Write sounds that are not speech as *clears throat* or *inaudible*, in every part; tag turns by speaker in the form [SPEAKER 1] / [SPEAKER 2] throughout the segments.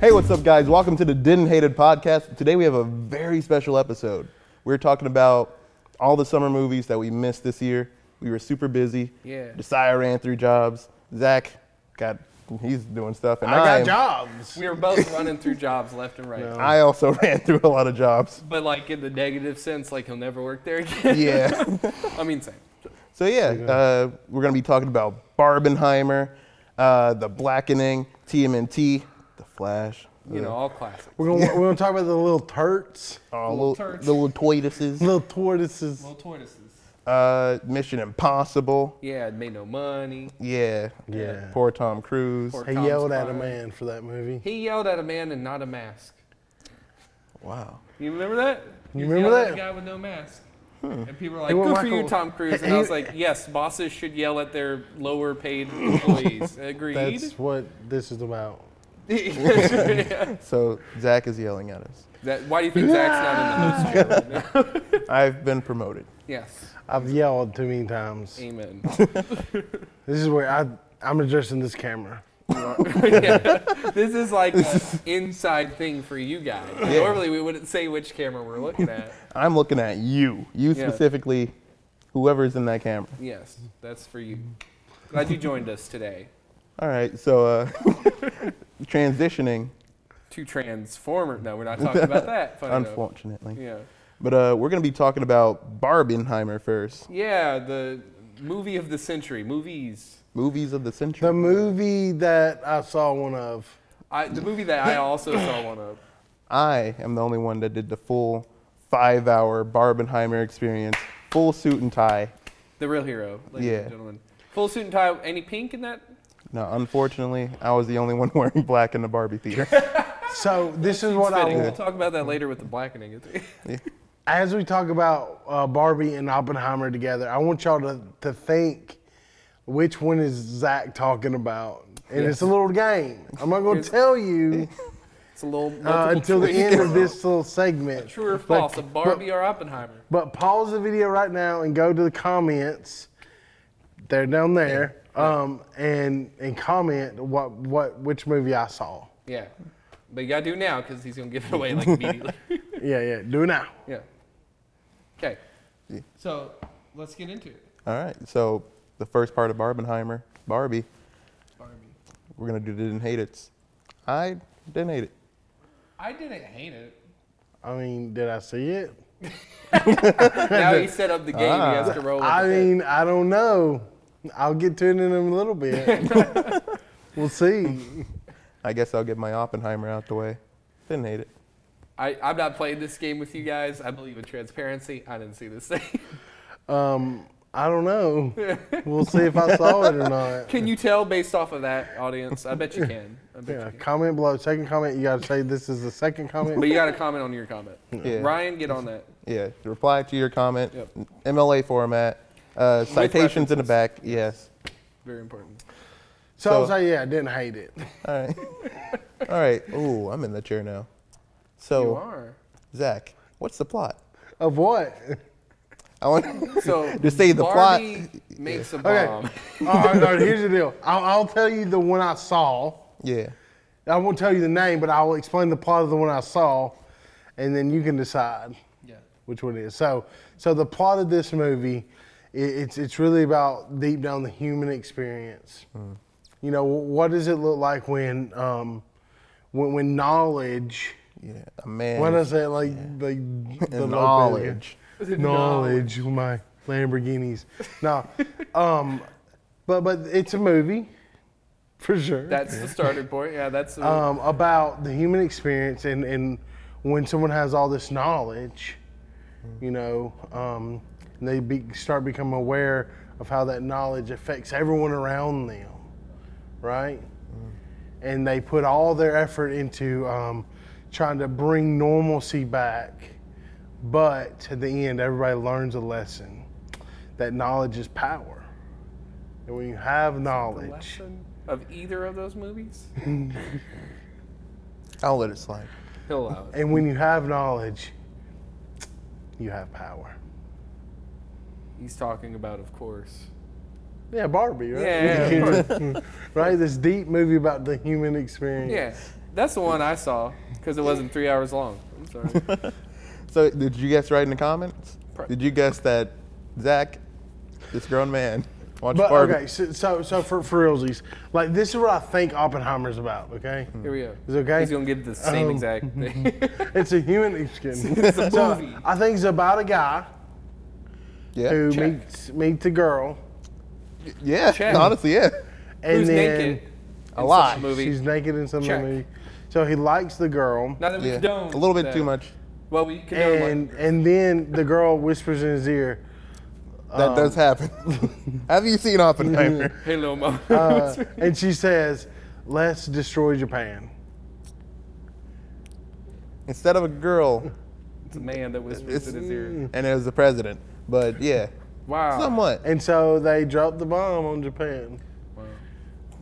[SPEAKER 1] Hey, what's up, guys? Welcome to the Didn't Hated podcast. Today we have a very special episode. We're talking about all the summer movies that we missed this year. We were super busy.
[SPEAKER 2] Yeah.
[SPEAKER 1] Desire ran through jobs. Zach got, he's doing stuff. And
[SPEAKER 3] I got
[SPEAKER 1] I'm-
[SPEAKER 3] jobs.
[SPEAKER 2] We were both running through jobs left and right.
[SPEAKER 1] I also *laughs* ran through a lot of jobs.
[SPEAKER 2] But like in the negative sense, like he'll never work there again. *laughs*
[SPEAKER 3] *laughs*
[SPEAKER 1] Yeah.
[SPEAKER 2] I mean, same.
[SPEAKER 1] So yeah, uh, we're gonna be talking about Barbenheimer, uh, The Blackening, TMNT, The Flash,
[SPEAKER 2] You know, all classic.
[SPEAKER 3] We're gonna we're gonna talk about the little turts,
[SPEAKER 1] uh, little,
[SPEAKER 2] turds.
[SPEAKER 1] the little Toituses,
[SPEAKER 3] little tortoises.
[SPEAKER 2] Little tortoises.
[SPEAKER 1] uh, Mission Impossible.
[SPEAKER 2] Yeah, it made no money.
[SPEAKER 1] Yeah.
[SPEAKER 3] Yeah.
[SPEAKER 1] Poor Tom Cruise.
[SPEAKER 2] Poor-
[SPEAKER 3] I
[SPEAKER 2] Tom's
[SPEAKER 3] yelled at a
[SPEAKER 2] fine.
[SPEAKER 3] man for that movie.
[SPEAKER 2] He yelled at a man in not a mask.
[SPEAKER 1] Wow.
[SPEAKER 2] You remember that? He
[SPEAKER 3] You remember
[SPEAKER 2] yelled at
[SPEAKER 3] that?
[SPEAKER 2] A guy with no mask. And people were like,
[SPEAKER 3] Hey, what
[SPEAKER 2] "Good for
[SPEAKER 3] Michael-
[SPEAKER 2] you, Tom Cruise." And I was like, "Yes, bosses should yell at their lower-paid
[SPEAKER 3] *laughs*
[SPEAKER 2] employees." Agreed. *laughs*
[SPEAKER 3] That's what this is about.
[SPEAKER 2] that,
[SPEAKER 1] So Zach is yelling at us.
[SPEAKER 2] why do you think Zach's not in the
[SPEAKER 3] *laughs*
[SPEAKER 2] host? chair?
[SPEAKER 1] I've been promoted.
[SPEAKER 2] yes.
[SPEAKER 3] I've yelled too many times.
[SPEAKER 2] Amen.
[SPEAKER 3] This is where I I'm addressing this camera. *laughs*
[SPEAKER 2] Yeah. This is like an inside thing for you guys. Like,
[SPEAKER 1] Yeah.
[SPEAKER 2] Normally, we wouldn't say which camera we're looking at.
[SPEAKER 1] I'm looking at you. You
[SPEAKER 2] Yeah.
[SPEAKER 1] specifically, whoever's in that camera.
[SPEAKER 2] Yes, that's for you. Glad you joined us today
[SPEAKER 1] All right. So uh, *laughs* transitioning,
[SPEAKER 2] to Transformer. No, we're not talking
[SPEAKER 3] *laughs*
[SPEAKER 2] about that. Funny enough.
[SPEAKER 1] unfortunately.
[SPEAKER 2] Yeah.
[SPEAKER 1] But uh, we're gonna be talking about Barbenheimer first.
[SPEAKER 2] Yeah, the movie of the century, movies.
[SPEAKER 1] Movies of the century.
[SPEAKER 3] The movie that I saw one of.
[SPEAKER 2] I, the movie that I also saw one of.
[SPEAKER 1] I am the only one that did the full five hour Barbenheimer experience, full suit and tie.
[SPEAKER 2] The Real Hero, ladies
[SPEAKER 1] Yeah.
[SPEAKER 2] and gentlemen. Full suit and tie. Any pink in that?
[SPEAKER 1] No, unfortunately, I was the only *laughs* one wearing black in the Barbie theater.
[SPEAKER 3] So this is what I
[SPEAKER 2] Fitting. We'll
[SPEAKER 3] want.
[SPEAKER 2] talk about that later with the blackening.
[SPEAKER 3] As we talk about uh, Barbie and Oppenheimer together, I want y'all to, to think which one is Zach talking about. And it's a little game. I'm not going to tell you
[SPEAKER 2] *laughs* It's a little
[SPEAKER 3] uh,
[SPEAKER 2] multiple
[SPEAKER 3] until the
[SPEAKER 2] choice.
[SPEAKER 3] end of this little
[SPEAKER 2] *laughs*
[SPEAKER 3] segment.
[SPEAKER 2] True or
[SPEAKER 3] But-
[SPEAKER 2] false? A
[SPEAKER 3] but-
[SPEAKER 2] Barbie or Oppenheimer?
[SPEAKER 3] But pause the video right now and go to the comments. They're down there, um, and and comment what what which movie I saw.
[SPEAKER 2] Yeah. But you gotta do it now because he's gonna give it away like immediately. *laughs*
[SPEAKER 3] Yeah, yeah. Do it now.
[SPEAKER 2] yeah. Okay. So let's get into it.
[SPEAKER 1] All right, so the first part of Barbenheimer, Barbie,
[SPEAKER 2] Barbie.
[SPEAKER 1] we're gonna do didn't hate it. I didn't hate it.
[SPEAKER 2] I didn't hate it.
[SPEAKER 3] I mean, did I see it?
[SPEAKER 2] Now he set up the game. he has to roll. With
[SPEAKER 3] Ah. I
[SPEAKER 2] it.
[SPEAKER 3] mean, I don't know. I'll get to it in a
[SPEAKER 2] *laughs*
[SPEAKER 3] little bit. we'll see.
[SPEAKER 1] I guess I'll get my Oppenheimer out the way. Didn't hate it.
[SPEAKER 2] I, I'm not playing this game with you guys. I believe in transparency. I didn't see this thing. *laughs*
[SPEAKER 3] Um, I don't know. We'll see if I saw it
[SPEAKER 2] *laughs*
[SPEAKER 3] or not.
[SPEAKER 2] can you tell based off of that audience? I bet you can. I bet
[SPEAKER 3] Yeah,
[SPEAKER 2] you can.
[SPEAKER 3] comment below. Second comment. You gotta say this is the second
[SPEAKER 2] But
[SPEAKER 3] comment.
[SPEAKER 2] you gotta comment on your comment.
[SPEAKER 1] Yeah.
[SPEAKER 2] Ryan, get on that.
[SPEAKER 1] Yeah, reply to your comment,
[SPEAKER 2] Yep.
[SPEAKER 1] MLA format, uh, citations in the
[SPEAKER 2] references.
[SPEAKER 1] back. Yes.
[SPEAKER 2] Very important.
[SPEAKER 3] So, I'll
[SPEAKER 1] so-
[SPEAKER 3] say yeah. I didn't hate it. *laughs*
[SPEAKER 1] All right.
[SPEAKER 2] *laughs*
[SPEAKER 1] All right. Ooh, I'm in the chair now.
[SPEAKER 3] Oh.
[SPEAKER 2] You
[SPEAKER 1] So
[SPEAKER 2] are.
[SPEAKER 1] Zach, what's the plot?
[SPEAKER 3] Of what?
[SPEAKER 1] I want.
[SPEAKER 3] *laughs*
[SPEAKER 2] So
[SPEAKER 1] Just say the plot.
[SPEAKER 2] Barbie makes a
[SPEAKER 3] Okay.
[SPEAKER 2] bomb.
[SPEAKER 3] *laughs* all, right, all right, here's the deal. I'll, I'll tell you the one I saw.
[SPEAKER 1] *laughs* yeah.
[SPEAKER 3] I won't tell you the name, but I will explain the plot of the one I saw, and then you can decide
[SPEAKER 2] Yeah.
[SPEAKER 3] which one it is. So, so the plot of this movie, i it's it's really about deep down the human experience. You know, what does it look like when um, when, when knowledge?
[SPEAKER 1] Yeah. A man.
[SPEAKER 3] What is it like?
[SPEAKER 1] *laughs*
[SPEAKER 3] Like
[SPEAKER 1] and
[SPEAKER 3] Lopez-
[SPEAKER 1] knowledge.
[SPEAKER 3] knowledge with my Lamborghinis. No, um, but but it's a movie for sure.
[SPEAKER 2] That's the
[SPEAKER 3] *laughs*
[SPEAKER 2] starting point. Yeah, that's the
[SPEAKER 3] um, about the human experience and and when someone has all this knowledge, you know, um, and they be, start become aware of how that knowledge affects everyone around them, right? And they put all their effort into um, trying to bring normalcy back, but at the end, everybody learns a lesson that knowledge is power. And when you have knowledge,
[SPEAKER 2] lesson of either of those movies.
[SPEAKER 1] I'll let it slide.
[SPEAKER 2] He'll allow it.
[SPEAKER 3] And when you have knowledge, you have power.
[SPEAKER 2] He's talking about, of course.
[SPEAKER 3] Yeah, Barbie, right?
[SPEAKER 2] Yeah, yeah,
[SPEAKER 3] *laughs* right? This deep movie about the human experience.
[SPEAKER 2] Yeah. That's the one I saw because it wasn't three hours long. I'm
[SPEAKER 3] *laughs*
[SPEAKER 2] sorry.
[SPEAKER 1] *laughs* So did you guess right in the comments?
[SPEAKER 2] Pro-
[SPEAKER 1] Did you guess that Zach, this grown man, watched
[SPEAKER 3] But
[SPEAKER 1] Barbie?
[SPEAKER 3] okay, so so, so for, for realsies, like this is what I think Oppenheimer's about. Okay,
[SPEAKER 2] Here we go.
[SPEAKER 3] Is it okay?
[SPEAKER 2] He's gonna give the same
[SPEAKER 3] Um, *laughs*
[SPEAKER 2] exact thing.
[SPEAKER 3] it's a human. I'm just
[SPEAKER 2] *laughs*
[SPEAKER 3] kidding.
[SPEAKER 2] It's a
[SPEAKER 3] So,
[SPEAKER 2] movie.
[SPEAKER 3] I think it's about a guy
[SPEAKER 1] Yeah.
[SPEAKER 3] who
[SPEAKER 2] Check.
[SPEAKER 3] meets meets a girl,
[SPEAKER 1] yeah.
[SPEAKER 2] Check.
[SPEAKER 1] Honestly, yeah.
[SPEAKER 3] and
[SPEAKER 2] Who's
[SPEAKER 3] then
[SPEAKER 2] naked?
[SPEAKER 1] A
[SPEAKER 2] in
[SPEAKER 1] lot.
[SPEAKER 2] such Movie.
[SPEAKER 3] she's naked in some
[SPEAKER 2] Check.
[SPEAKER 3] movie. So he likes the girl,
[SPEAKER 2] Not that we
[SPEAKER 1] Yeah.
[SPEAKER 2] condone.
[SPEAKER 1] A little bit
[SPEAKER 2] that.
[SPEAKER 1] too much.
[SPEAKER 2] Well, we condone. like-
[SPEAKER 3] and and then the girl whispers in his ear,
[SPEAKER 1] That does
[SPEAKER 3] Um,
[SPEAKER 1] happen. *laughs* Have you seen Oppenheimer?
[SPEAKER 3] *laughs*
[SPEAKER 2] hey, Lil Mo.
[SPEAKER 3] uh, *laughs* and she says, "Let's destroy Japan."
[SPEAKER 1] Instead of a girl,
[SPEAKER 2] *laughs* it's a man that whispers
[SPEAKER 1] it's
[SPEAKER 2] in his
[SPEAKER 3] mm.
[SPEAKER 2] ear.
[SPEAKER 1] and it was the president. But yeah,
[SPEAKER 2] Wow.
[SPEAKER 1] somewhat
[SPEAKER 3] And so they dropped the bomb on Japan.
[SPEAKER 2] Wow.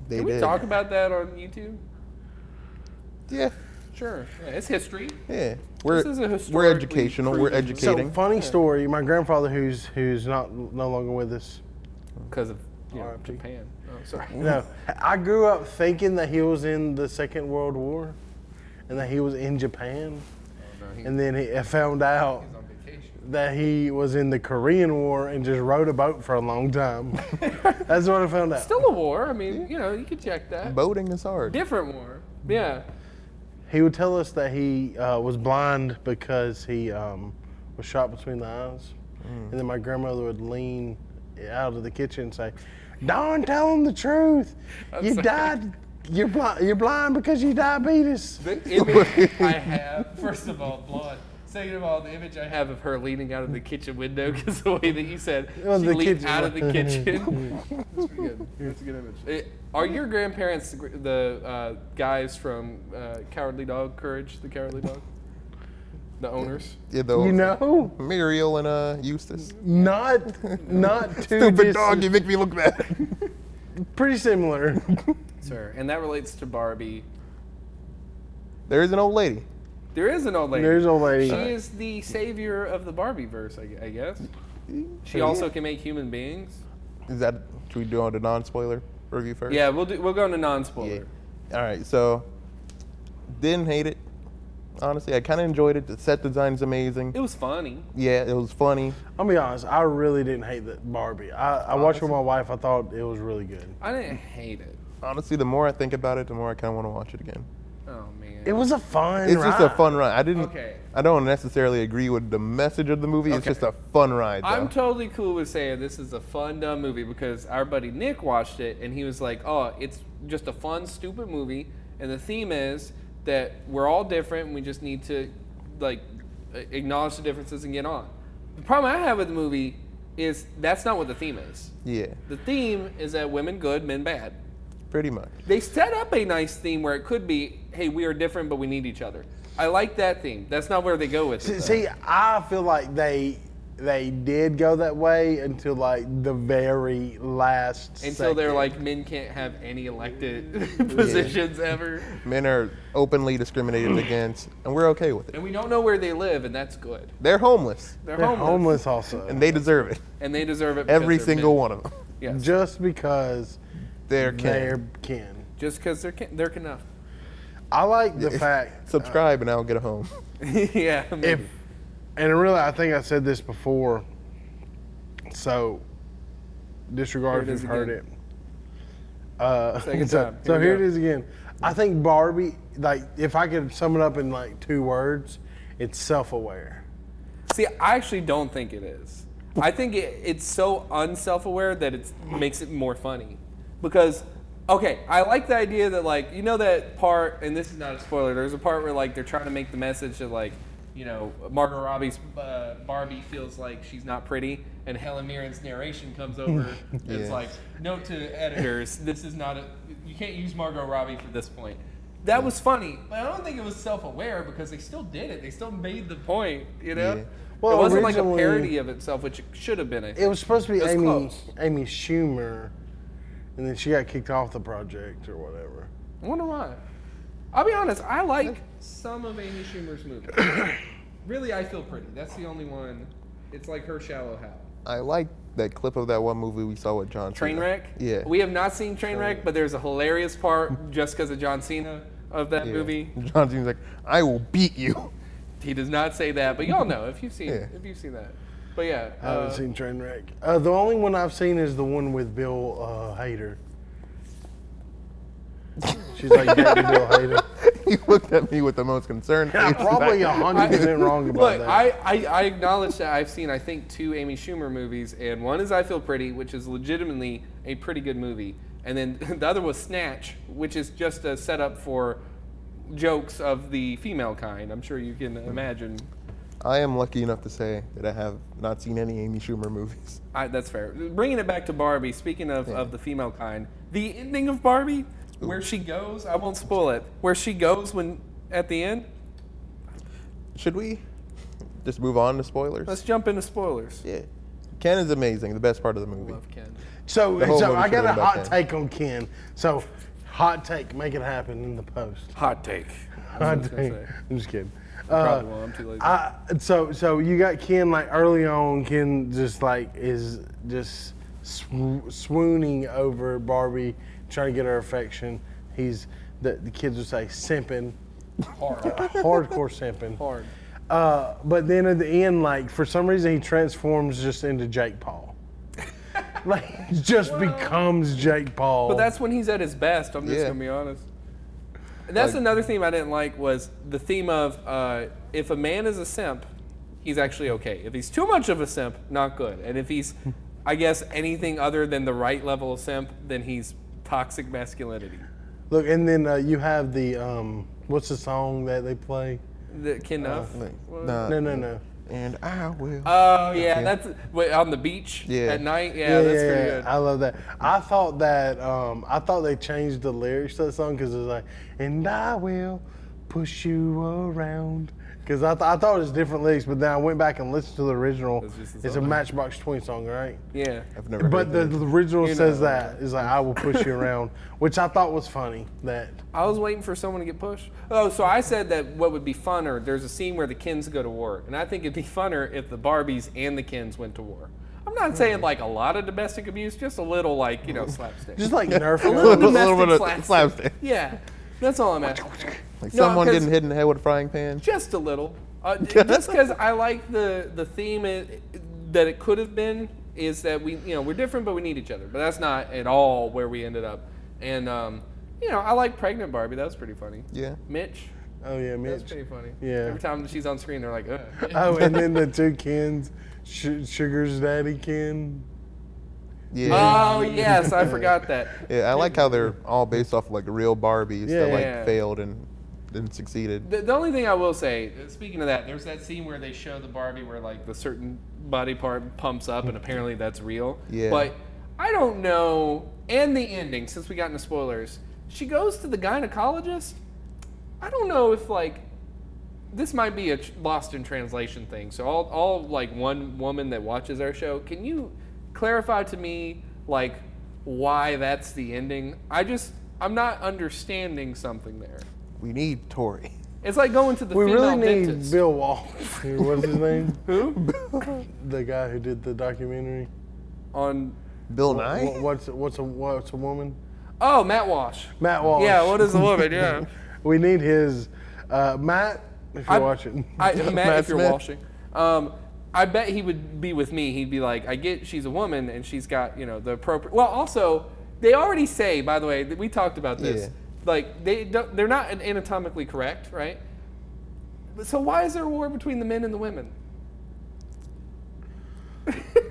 [SPEAKER 1] they
[SPEAKER 2] Can we
[SPEAKER 1] did.
[SPEAKER 2] talk about that on YouTube?
[SPEAKER 1] yeah,
[SPEAKER 2] Sure. Yeah, it's history.
[SPEAKER 1] yeah. We're
[SPEAKER 2] is a
[SPEAKER 1] we're
[SPEAKER 2] historically
[SPEAKER 1] educational. We're
[SPEAKER 2] proven-
[SPEAKER 1] educating.
[SPEAKER 3] So funny story. My grandfather, who's who's not no longer with us.
[SPEAKER 2] Because of you know,
[SPEAKER 3] RIP.
[SPEAKER 2] Japan. Oh, *laughs* sorry.
[SPEAKER 3] No, I grew up thinking that he was in the Second World War, and that he was in Japan, and then he, I found out that he was in the Korean War and just rode a boat for a long time. *laughs* That's what I found out.
[SPEAKER 2] Still a war. I mean, you know, you could check that.
[SPEAKER 1] Boating is hard.
[SPEAKER 2] Different war. Yeah.
[SPEAKER 3] He would tell us that he uh, was blind because he um, was shot between the eyes.
[SPEAKER 1] Mm.
[SPEAKER 3] And then my grandmother would lean out of the kitchen and say, Don, tell him the truth. you
[SPEAKER 2] sorry.
[SPEAKER 3] died. You're blind, you're blind because you diabetes.
[SPEAKER 2] The
[SPEAKER 3] *laughs*
[SPEAKER 2] image I have, first of all, blonde. Second of all, the image I have of her leaning out of the kitchen window because the way that you
[SPEAKER 3] *laughs*
[SPEAKER 2] said
[SPEAKER 3] Oh,
[SPEAKER 2] she
[SPEAKER 3] the
[SPEAKER 2] leaned
[SPEAKER 3] kitchen.
[SPEAKER 2] out of the
[SPEAKER 3] *laughs*
[SPEAKER 2] kitchen. That's pretty good. That's a good image. Eh, are your grandparents the, gr- the uh, guys from uh, Cowardly Dog, Courage, the Cowardly Dog? The owners?
[SPEAKER 1] Yeah, though.
[SPEAKER 3] You know?
[SPEAKER 1] Muriel and uh Eustace.
[SPEAKER 3] Not,
[SPEAKER 1] *laughs*
[SPEAKER 3] not too
[SPEAKER 1] Stupid
[SPEAKER 3] dis-
[SPEAKER 1] dog, you make me look bad. *laughs*
[SPEAKER 3] Pretty similar.
[SPEAKER 2] Sir. And that relates to Barbie.
[SPEAKER 1] there is an old lady.
[SPEAKER 2] There is an old lady.
[SPEAKER 3] There's a lady.
[SPEAKER 2] She is the savior of the Barbie verse, I, gu- I guess.
[SPEAKER 3] Mm-hmm.
[SPEAKER 2] She also can make human beings.
[SPEAKER 1] Is that should we do on the non-spoiler review first?
[SPEAKER 2] Yeah, we'll do, we'll go into non-spoiler.
[SPEAKER 1] All right, so didn't hate it. Honestly, I kind of enjoyed it. The set design's amazing.
[SPEAKER 2] It was funny.
[SPEAKER 1] Yeah, it was funny.
[SPEAKER 3] I'll be honest. I really didn't hate the Barbie. I, I
[SPEAKER 1] Oh,
[SPEAKER 3] watched it with my wife. I thought it was really good.
[SPEAKER 2] I didn't hate it.
[SPEAKER 1] Honestly, the more I think about it, the more I kind of want to watch it again.
[SPEAKER 2] Oh man.
[SPEAKER 3] It was a fun
[SPEAKER 1] It's just a
[SPEAKER 3] ride.
[SPEAKER 1] fun ride. I didn't.
[SPEAKER 2] Okay.
[SPEAKER 1] I don't necessarily agree with the message of the movie. It's
[SPEAKER 2] Okay.
[SPEAKER 1] just a fun ride. Though.
[SPEAKER 2] I'm totally cool with saying this is a fun dumb movie because our buddy Nick watched it and he was like, "Oh, it's just a fun stupid movie and the theme is that we're all different and we just need to like a- acknowledge the differences and get on." The problem I have with the movie is that's not what the theme is.
[SPEAKER 1] yeah,
[SPEAKER 2] The theme is that women good, men bad.
[SPEAKER 1] pretty much.
[SPEAKER 2] They set up a nice theme where it could be, "Hey, we are different but we need each other." I like that theme. That's not where they go with it.
[SPEAKER 3] See, see, I feel like they they did go that way until like the very last.
[SPEAKER 2] Until they're
[SPEAKER 3] second.
[SPEAKER 2] like, men can't have any elected *laughs* positions ever.
[SPEAKER 1] Men are openly
[SPEAKER 2] *clears throat*
[SPEAKER 1] discriminated against, and we're okay with it.
[SPEAKER 2] And we don't know where they live, and that's good.
[SPEAKER 1] They're homeless,
[SPEAKER 2] They're,
[SPEAKER 3] they're
[SPEAKER 2] homeless,
[SPEAKER 3] homeless, also.
[SPEAKER 1] and they deserve it.
[SPEAKER 2] And they deserve it.
[SPEAKER 1] Every single one of them.
[SPEAKER 2] Yeah. Just
[SPEAKER 3] just because
[SPEAKER 1] They're
[SPEAKER 3] they're
[SPEAKER 1] kin.
[SPEAKER 3] kin.
[SPEAKER 2] because they're, kin- they're enough. *laughs*
[SPEAKER 3] I like the fact
[SPEAKER 1] Subscribe, and I'll get a home.
[SPEAKER 2] yeah. maybe.
[SPEAKER 3] if, and really, I think I said this before. So, disregard
[SPEAKER 2] Here it
[SPEAKER 3] if
[SPEAKER 2] is
[SPEAKER 3] you've heard
[SPEAKER 2] again.
[SPEAKER 3] it. Uh,
[SPEAKER 2] Second
[SPEAKER 3] *laughs* so,
[SPEAKER 2] time. Here
[SPEAKER 3] so
[SPEAKER 2] we
[SPEAKER 3] here it
[SPEAKER 2] go.
[SPEAKER 3] is again. I think Barbie, like, if I could sum it up in like two words, it's self-aware.
[SPEAKER 2] See, I actually don't think it is. I think it, it's so unself-aware that it makes it more funny. Because, okay, I like the idea that like you know that part, and this is not a spoiler. There's a part where like they're trying to make the message that like you know Margot Robbie's uh, Barbie feels like she's not pretty, and Helen Mirren's narration
[SPEAKER 1] *laughs*
[SPEAKER 2] comes over. and It's
[SPEAKER 1] Yeah.
[SPEAKER 2] like note to editors: this is not a you can't use Margot Robbie for this point. That was funny, but I don't think it was self-aware because they still did it. They still made the point, you know.
[SPEAKER 1] Yeah.
[SPEAKER 3] Well,
[SPEAKER 2] it wasn't like a
[SPEAKER 3] originally-
[SPEAKER 2] parody of itself, which it should have been. I think.
[SPEAKER 3] It was supposed to be
[SPEAKER 2] It was
[SPEAKER 3] Amy
[SPEAKER 2] close.
[SPEAKER 3] Amy Schumer, and then she got kicked off the project or whatever.
[SPEAKER 2] I wonder why. I'll be honest. I like some of Amy Schumer's
[SPEAKER 3] *coughs*
[SPEAKER 2] movies. really, I feel pretty. That's the only one. It's like her shallow how.
[SPEAKER 1] I like that clip of that one movie we saw with John. Cena.
[SPEAKER 2] Trainwreck.
[SPEAKER 1] Yeah.
[SPEAKER 3] *laughs*
[SPEAKER 2] We have not seen Trainwreck, but there's a hilarious part just because of John Cena of that movie.
[SPEAKER 1] *laughs* John Cena's like, I will beat you. *laughs*
[SPEAKER 2] He does not say that, but y'all know if you've seen
[SPEAKER 1] Yeah.
[SPEAKER 2] if you've seen that. But yeah,
[SPEAKER 3] I haven't
[SPEAKER 2] uh,
[SPEAKER 3] seen Trainwreck. Uh, the only one I've seen is the one with Bill uh, Hader. She's like dating Bill
[SPEAKER 2] *laughs*
[SPEAKER 3] Hader.
[SPEAKER 1] he looked at me with the most concern.
[SPEAKER 3] I'm
[SPEAKER 1] face.
[SPEAKER 3] probably hundred percent wrong about
[SPEAKER 2] look,
[SPEAKER 3] that.
[SPEAKER 2] I, I I acknowledge that I've seen I think two Amy Schumer movies, and one is I Feel Pretty, which is legitimately a pretty good movie, and then *laughs* the other was Snatch, which is just a setup for jokes of the female kind. I'm sure you can imagine.
[SPEAKER 3] uh,
[SPEAKER 1] I am lucky enough to say that I have not seen any Amy Schumer movies. *laughs*
[SPEAKER 2] I, that's fair. Bringing it back to Barbie, speaking of, of the female kind, the ending of Barbie, where she goes, I won't spoil it, where she goes when at the end,
[SPEAKER 1] Should we just move on to spoilers?
[SPEAKER 2] let's jump into spoilers.
[SPEAKER 1] yeah. Ken is amazing. The best part of the movie.
[SPEAKER 2] Love Ken.
[SPEAKER 3] so
[SPEAKER 1] The whole
[SPEAKER 3] so
[SPEAKER 1] movie
[SPEAKER 3] I
[SPEAKER 1] should have
[SPEAKER 3] got a
[SPEAKER 1] been about
[SPEAKER 3] hot
[SPEAKER 1] that.
[SPEAKER 3] take on Ken. So hot take, make it happen in the post.
[SPEAKER 2] Hot take.
[SPEAKER 3] Hot
[SPEAKER 2] was gonna
[SPEAKER 3] take.
[SPEAKER 2] say.
[SPEAKER 3] I'm just kidding. Uh,
[SPEAKER 2] Probably will. I'm too lazy.
[SPEAKER 3] I, so so you got Ken like early on. Ken just like is just sw- swooning over Barbie, trying to get her affection. He's the, the kids would say simping,
[SPEAKER 2] Hard.
[SPEAKER 3] hardcore simping.
[SPEAKER 2] Hard.
[SPEAKER 3] Uh, but then at the end, like for some reason, he transforms just into Jake Paul. *laughs* like just becomes Jake Paul.
[SPEAKER 2] But that's when he's at his best. I'm just
[SPEAKER 1] Yeah.
[SPEAKER 2] gonna be honest. And that's
[SPEAKER 1] Like-
[SPEAKER 2] another theme I didn't like was the theme of uh, if a man is a simp, he's actually okay. If he's too much of a simp, not good. And if he's, I guess, anything other than the right level of simp, then he's toxic masculinity.
[SPEAKER 3] look, and then uh, you have the um, what's the song that they play?
[SPEAKER 2] That Ken Nuff.
[SPEAKER 1] Like,
[SPEAKER 2] What?
[SPEAKER 1] nah.
[SPEAKER 3] No, no, no.
[SPEAKER 1] And I will.
[SPEAKER 2] Oh yeah, that's wait, on the beach
[SPEAKER 1] Yeah.
[SPEAKER 2] at night. Yeah, that's pretty good.
[SPEAKER 3] I love that. I thought that um, I thought they changed the lyrics to that song because it was like, and I will push you around. Because I, th- I thought it was different lyrics, but then I went back and listened to the original.
[SPEAKER 2] It's just the
[SPEAKER 3] It's a
[SPEAKER 2] song.
[SPEAKER 3] Matchbox Twenty song, right?
[SPEAKER 2] yeah.
[SPEAKER 1] I've never
[SPEAKER 3] But the,
[SPEAKER 1] heard that.
[SPEAKER 3] the original
[SPEAKER 2] You
[SPEAKER 3] says
[SPEAKER 2] know.
[SPEAKER 3] that is like I will push you around, *laughs* which I thought was funny. That
[SPEAKER 2] I was waiting for someone to get pushed. Oh, so I said that what would be funner, there's a scene where the Kens go to war. And I think it'd be *laughs* funner if the Barbies and the Kens went to war. I'm not saying
[SPEAKER 1] Mm-hmm.
[SPEAKER 2] like a lot of domestic abuse, just a little like, you know, slapstick.
[SPEAKER 3] just like
[SPEAKER 2] *laughs*
[SPEAKER 3] Nerf.
[SPEAKER 2] a little
[SPEAKER 1] A
[SPEAKER 2] domestic
[SPEAKER 1] little bit of
[SPEAKER 2] slapstick.
[SPEAKER 1] slapstick.
[SPEAKER 2] *laughs* Yeah. That's all I'm asking.
[SPEAKER 1] *laughs* Like
[SPEAKER 2] No,
[SPEAKER 1] someone
[SPEAKER 2] 'cause-
[SPEAKER 1] getting hit in the head with a frying pan.
[SPEAKER 2] Just a little.
[SPEAKER 1] *laughs*
[SPEAKER 2] Uh, j- just because I like the, the theme it, that it could have been is that we, you know, we're different, but we need each other. But that's not at all where we ended up. And, um, you know, I like Pregnant Barbie. That was pretty funny.
[SPEAKER 1] Yeah.
[SPEAKER 2] Mitch.
[SPEAKER 3] *laughs* Oh yeah,
[SPEAKER 2] That's
[SPEAKER 3] Mitch.
[SPEAKER 2] pretty funny.
[SPEAKER 3] Yeah.
[SPEAKER 2] Every time she's on screen, they're like,
[SPEAKER 3] *laughs*
[SPEAKER 2] Ugh.
[SPEAKER 3] Oh, and
[SPEAKER 2] *laughs*
[SPEAKER 3] then the two Kens, Sh- Sugar's daddy Ken.
[SPEAKER 1] Yeah.
[SPEAKER 2] "Oh yes, I forgot that."
[SPEAKER 1] Uh, yeah. I like how they're all based off like real Barbies that
[SPEAKER 3] Yeah.
[SPEAKER 1] like
[SPEAKER 2] Yeah.
[SPEAKER 1] failed and and succeeded.
[SPEAKER 2] The, the only thing I will say, speaking of that, there's that scene where they show the Barbie where like the certain body part pumps up, and apparently that's real.
[SPEAKER 1] Yeah.
[SPEAKER 2] But I don't know. And the ending, since we got into spoilers, she goes to the gynecologist. I don't know if like this might be a tr- lost in translation thing. So all, all like one woman that watches our show, can you clarify to me like why that's the ending? I just I'm not understanding something there.
[SPEAKER 1] We need Tori.
[SPEAKER 2] It's like going to the
[SPEAKER 3] We
[SPEAKER 2] female
[SPEAKER 3] really need
[SPEAKER 2] dentist.
[SPEAKER 3] Bill Wall. *laughs* What's his name?
[SPEAKER 2] Who
[SPEAKER 3] the guy who did the documentary.
[SPEAKER 2] on?
[SPEAKER 1] *laughs* Bill
[SPEAKER 3] Wha-
[SPEAKER 1] Nye.
[SPEAKER 3] What's what's a what's a woman?
[SPEAKER 2] Oh, Matt Wash.
[SPEAKER 3] Matt Walsh.
[SPEAKER 2] Yeah, what is a woman? Yeah,
[SPEAKER 3] We need his uh, Matt. If you're
[SPEAKER 2] I-
[SPEAKER 3] watching,
[SPEAKER 2] I, Matt, if you're
[SPEAKER 1] Smith.
[SPEAKER 2] watching, um, I bet he would be with me. He'd be like, I get she's a woman and she's got you know the appropriate. Well, also they already say, by the way, that we talked about this.
[SPEAKER 1] Yeah.
[SPEAKER 2] Like they don't, they're not anatomically correct, right? But So why is there a war between the men and the women?